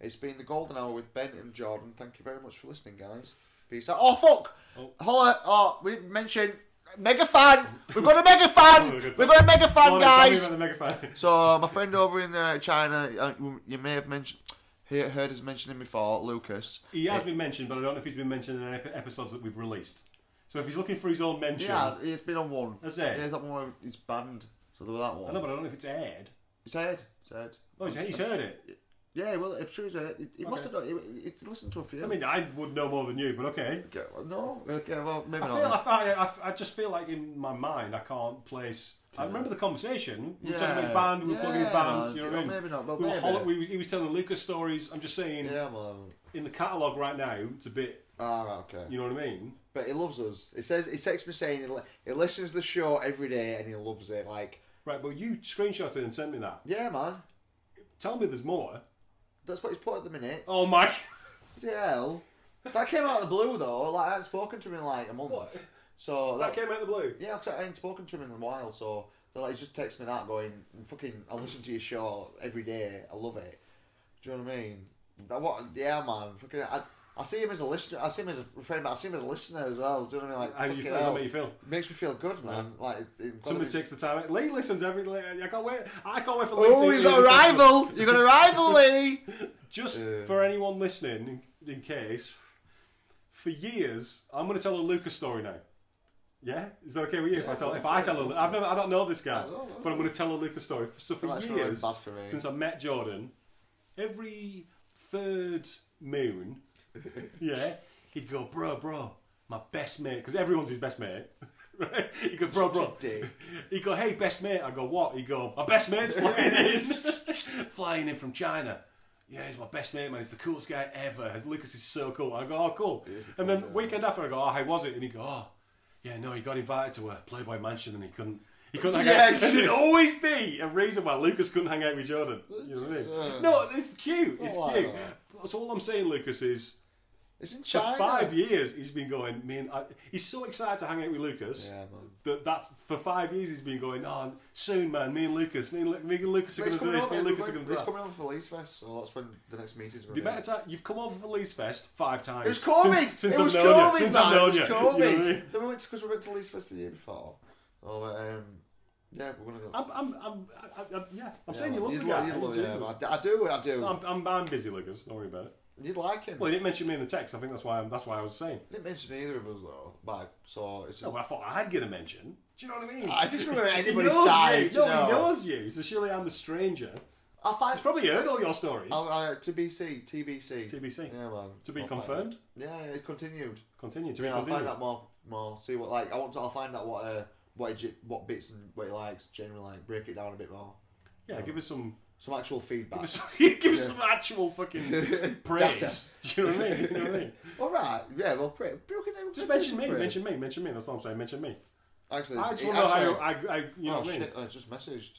[SPEAKER 1] It's been the golden hour with Ben and Jordan. Thank you very much for listening, guys. Peace out. Oh fuck!
[SPEAKER 2] Oh.
[SPEAKER 1] Holla! Oh, we mentioned mega fan. We've got a mega fan.
[SPEAKER 2] Oh, we've got
[SPEAKER 1] We've got a mega fan,
[SPEAKER 2] Bono, tell me
[SPEAKER 1] guys.
[SPEAKER 2] about the megaphone.
[SPEAKER 1] So uh, my friend over in uh, China, uh, you- you may have mentioned, he- heard us mentioning before, Lucas.
[SPEAKER 2] He has been mentioned, but I don't know if he's been mentioned in any ep- episodes that we've released. So if he's looking for his own mention,
[SPEAKER 1] Yeah, he's been on one.
[SPEAKER 2] Has he?
[SPEAKER 1] Yeah, that one. It's banned. So there was that one.
[SPEAKER 2] I know, but I don't know if it's aired.
[SPEAKER 1] It's heard. It's heard.
[SPEAKER 2] Oh, he's, he's heard it.
[SPEAKER 1] Yeah, well, I'm sure he's heard. He, he must have
[SPEAKER 2] Okay.
[SPEAKER 1] done. He, he listened to a few.
[SPEAKER 2] I mean, I would know more than you, but okay.
[SPEAKER 1] Okay, well, no. Okay, well, maybe
[SPEAKER 2] I
[SPEAKER 1] not.
[SPEAKER 2] feel, I, fi- I, I just feel like in my mind, I can't place. I remember the conversation. We were talking about his
[SPEAKER 1] Yeah.
[SPEAKER 2] band. We were plugging his
[SPEAKER 1] Yeah,
[SPEAKER 2] band.
[SPEAKER 1] no,
[SPEAKER 2] you know what I mean?
[SPEAKER 1] maybe not, but
[SPEAKER 2] we were
[SPEAKER 1] maybe.
[SPEAKER 2] hol- we, he was telling Lucas stories. I'm just saying,
[SPEAKER 1] yeah, man.
[SPEAKER 2] in the catalogue right now, it's a bit.
[SPEAKER 1] Ah, right, okay.
[SPEAKER 2] You know what I mean?
[SPEAKER 1] But he loves us. He says he texts me saying he, li- he listens to the show every day and he loves it. Like,
[SPEAKER 2] Right, but you screenshotted and sent me that.
[SPEAKER 1] yeah, man.
[SPEAKER 2] Tell me there's more.
[SPEAKER 1] That's what he's put at the minute.
[SPEAKER 2] Oh my!
[SPEAKER 1] Yeah. hell. That came out of the blue though. Like I hadn't spoken to him in like a month.
[SPEAKER 2] What?
[SPEAKER 1] So
[SPEAKER 2] That came out of the blue.
[SPEAKER 1] Yeah, 'cause I hadn't spoken to him in a while, so so, like, he just texted me that going, fucking, I listen to your show every day, I love it. Do you know what I mean? That, what, yeah, man, fucking, I, I see him as a listener, I see him as a friend, but I see him as a listener as well. Do you know what I mean? Like,
[SPEAKER 2] How do
[SPEAKER 1] fucking
[SPEAKER 2] you feel? How
[SPEAKER 1] hell.
[SPEAKER 2] do you feel?
[SPEAKER 1] Makes me feel good, man. Like, it, it,
[SPEAKER 2] Somebody
[SPEAKER 1] it's-
[SPEAKER 2] takes the time. out. Lee listens every. I can't wait. I can't wait for Lee.
[SPEAKER 1] Oh,
[SPEAKER 2] to-
[SPEAKER 1] you've got a rival! You've got a rival, Lee!
[SPEAKER 2] Just
[SPEAKER 1] Yeah.
[SPEAKER 2] for anyone listening, in, in case, for years, I'm going to tell a Lucas story now. Yeah, is that okay with you? if
[SPEAKER 1] Yeah,
[SPEAKER 2] I tell,
[SPEAKER 1] go
[SPEAKER 2] if
[SPEAKER 1] for
[SPEAKER 2] I
[SPEAKER 1] it,
[SPEAKER 2] tell,
[SPEAKER 1] go
[SPEAKER 2] a,
[SPEAKER 1] for
[SPEAKER 2] I've never, I don't know this guy,
[SPEAKER 1] I don't know.
[SPEAKER 2] but I'm going to tell a Lucas story. So for
[SPEAKER 1] That's really
[SPEAKER 2] years,
[SPEAKER 1] bad for me.
[SPEAKER 2] since I met Jordan, every third moon, yeah, he'd go, bro, bro, my best mate, because everyone's his best mate. Right? He'd go, Oh, bro, bro.
[SPEAKER 1] dick.
[SPEAKER 2] He'd go, hey, best mate. I go, what? He'd go, my best mate's flying in. flying in from China. Yeah, he's my best mate, man. He's the coolest guy ever. His Lucas is so cool. I go, oh, cool.
[SPEAKER 1] is the
[SPEAKER 2] And then
[SPEAKER 1] cool guy.
[SPEAKER 2] weekend after, I go, oh, how was it? And he'd go, oh, yeah, no, he got invited to a Playboy mansion and he couldn't. He couldn't hang
[SPEAKER 1] Yeah,
[SPEAKER 2] out. And there'd always be a reason why Lucas couldn't hang out with Jordan. You know what I mean?
[SPEAKER 1] Yeah.
[SPEAKER 2] No, it's cute. It's
[SPEAKER 1] Oh, I
[SPEAKER 2] cute.
[SPEAKER 1] know that.
[SPEAKER 2] So all I'm saying, Lucas, is
[SPEAKER 1] It's in
[SPEAKER 2] for
[SPEAKER 1] China.
[SPEAKER 2] five years he's been going. Man, I, he's so excited to hang out with Lucas.
[SPEAKER 1] Yeah, man.
[SPEAKER 2] That, that for five years he's been going. Oh, soon, man. Me and Lucas. Me and, Lu- me and Lucas are
[SPEAKER 1] But
[SPEAKER 2] going
[SPEAKER 1] It's
[SPEAKER 2] to do
[SPEAKER 1] coming
[SPEAKER 2] this.
[SPEAKER 1] over,
[SPEAKER 2] Me and
[SPEAKER 1] it's
[SPEAKER 2] Lucas are going
[SPEAKER 1] coming
[SPEAKER 2] to do that.
[SPEAKER 1] over for Leeds Fest, so that's when the next meeting's going
[SPEAKER 2] The
[SPEAKER 1] to be.
[SPEAKER 2] amount of time you've come over for Leeds Fest five times.
[SPEAKER 1] It was COVID.
[SPEAKER 2] Since, since
[SPEAKER 1] it
[SPEAKER 2] I've
[SPEAKER 1] was
[SPEAKER 2] known
[SPEAKER 1] COVID,
[SPEAKER 2] you. Since
[SPEAKER 1] man.
[SPEAKER 2] I've known
[SPEAKER 1] it
[SPEAKER 2] you.
[SPEAKER 1] was
[SPEAKER 2] You know
[SPEAKER 1] COVID.
[SPEAKER 2] what I mean?
[SPEAKER 1] Then we went because we went to Leeds Fest the year before. Oh, but, um, yeah, we're gonna go.
[SPEAKER 2] I'm, I'm, I'm, I, I, yeah. I'm
[SPEAKER 1] yeah,
[SPEAKER 2] saying you love
[SPEAKER 1] you'd
[SPEAKER 2] the guy.
[SPEAKER 1] You'd
[SPEAKER 2] You
[SPEAKER 1] love,
[SPEAKER 2] do.
[SPEAKER 1] yeah, man. I do. Um, I do.
[SPEAKER 2] I'm, I'm, I'm busy, Lucas. Don't worry about it.
[SPEAKER 1] you'd like him.
[SPEAKER 2] Well, he didn't mention me in the text. I think that's why. I'm, that's why I was saying.
[SPEAKER 1] didn't mention either of us though. But so it's.
[SPEAKER 2] No, but I thought I'd get a mention. Do you know what I mean?
[SPEAKER 1] I just remember
[SPEAKER 2] He
[SPEAKER 1] anybody's
[SPEAKER 2] knows
[SPEAKER 1] side.
[SPEAKER 2] You.
[SPEAKER 1] you
[SPEAKER 2] No,
[SPEAKER 1] know.
[SPEAKER 2] he knows you. So surely I'm the stranger.
[SPEAKER 1] I'll find.
[SPEAKER 2] He's probably heard all your stories.
[SPEAKER 1] I'll, uh, to BC, TBC.
[SPEAKER 2] TBC.
[SPEAKER 1] Yeah, man.
[SPEAKER 2] To be
[SPEAKER 1] I'll find
[SPEAKER 2] confirmed.
[SPEAKER 1] out. Yeah, it continued.
[SPEAKER 2] Continue. To
[SPEAKER 1] Yeah,
[SPEAKER 2] be
[SPEAKER 1] I'll
[SPEAKER 2] continued.
[SPEAKER 1] find out more. More. See what like I want. To, I'll find out what uh, what he, ge- what bits and what he likes. Generally, like break it down a bit more.
[SPEAKER 2] Yeah, give us some.
[SPEAKER 1] Some actual feedback.
[SPEAKER 2] Give us, give us some actual fucking praise. Do you know what I mean? You know what I mean?
[SPEAKER 1] All right, yeah, well, pretty. We can, we
[SPEAKER 2] Just
[SPEAKER 1] can
[SPEAKER 2] mention
[SPEAKER 1] do
[SPEAKER 2] me.
[SPEAKER 1] pretty.
[SPEAKER 2] Mention me. Mention me. That's all I'm saying. Mention me.
[SPEAKER 1] Actually,
[SPEAKER 2] I just
[SPEAKER 1] Uh, it-
[SPEAKER 2] want to know
[SPEAKER 1] actually-
[SPEAKER 2] how I, I, you know
[SPEAKER 1] oh
[SPEAKER 2] what I mean.
[SPEAKER 1] shit! I just messaged.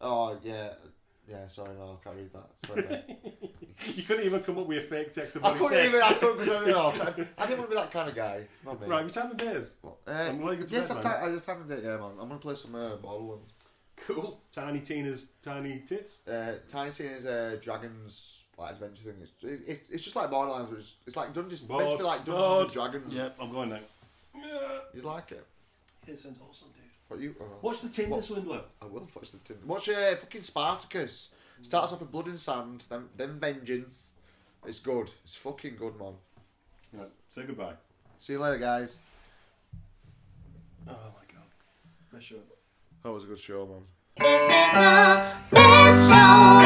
[SPEAKER 1] Oh yeah, yeah. Sorry, no, I can't read that. Sorry, mate.
[SPEAKER 2] You couldn't even come up with a fake text of
[SPEAKER 1] I
[SPEAKER 2] what he
[SPEAKER 1] couldn't
[SPEAKER 2] said.
[SPEAKER 1] even. I couldn't because I don't know. 'cause I, I didn't want to be that kind of guy. It's not me.
[SPEAKER 2] Right, have you time of days?
[SPEAKER 1] Well,
[SPEAKER 2] I'm
[SPEAKER 1] Uh,
[SPEAKER 2] gonna get to
[SPEAKER 1] yes,
[SPEAKER 2] bed,
[SPEAKER 1] I've
[SPEAKER 2] man.
[SPEAKER 1] ta- I just haven't done it. Yeah, man. I'm gonna play some uh, bottle
[SPEAKER 2] Cool. Tiny Tina's tiny tits.
[SPEAKER 1] and uh, Tiny Teen is a dragons like adventure thing. It's it, it's, it's just like Borderlands, but it's, it's like Dungeons. meant to be like Dungeons
[SPEAKER 2] Bored.
[SPEAKER 1] and Dragons.
[SPEAKER 2] Yep, I'm going now. Yeah.
[SPEAKER 1] You'd like it.
[SPEAKER 2] It sounds awesome, dude.
[SPEAKER 1] What you? oh,
[SPEAKER 2] Watch the Tinder
[SPEAKER 1] What?
[SPEAKER 2] Swindler.
[SPEAKER 1] I will watch the Tim. Watch uh, fucking Spartacus. Starts off with blood and sand, then then vengeance. It's good. It's fucking good, man.
[SPEAKER 2] Right, say goodbye.
[SPEAKER 1] See you later, guys.
[SPEAKER 2] Oh my god. Best show.
[SPEAKER 1] That was a good show, man.
[SPEAKER 4] This is the best show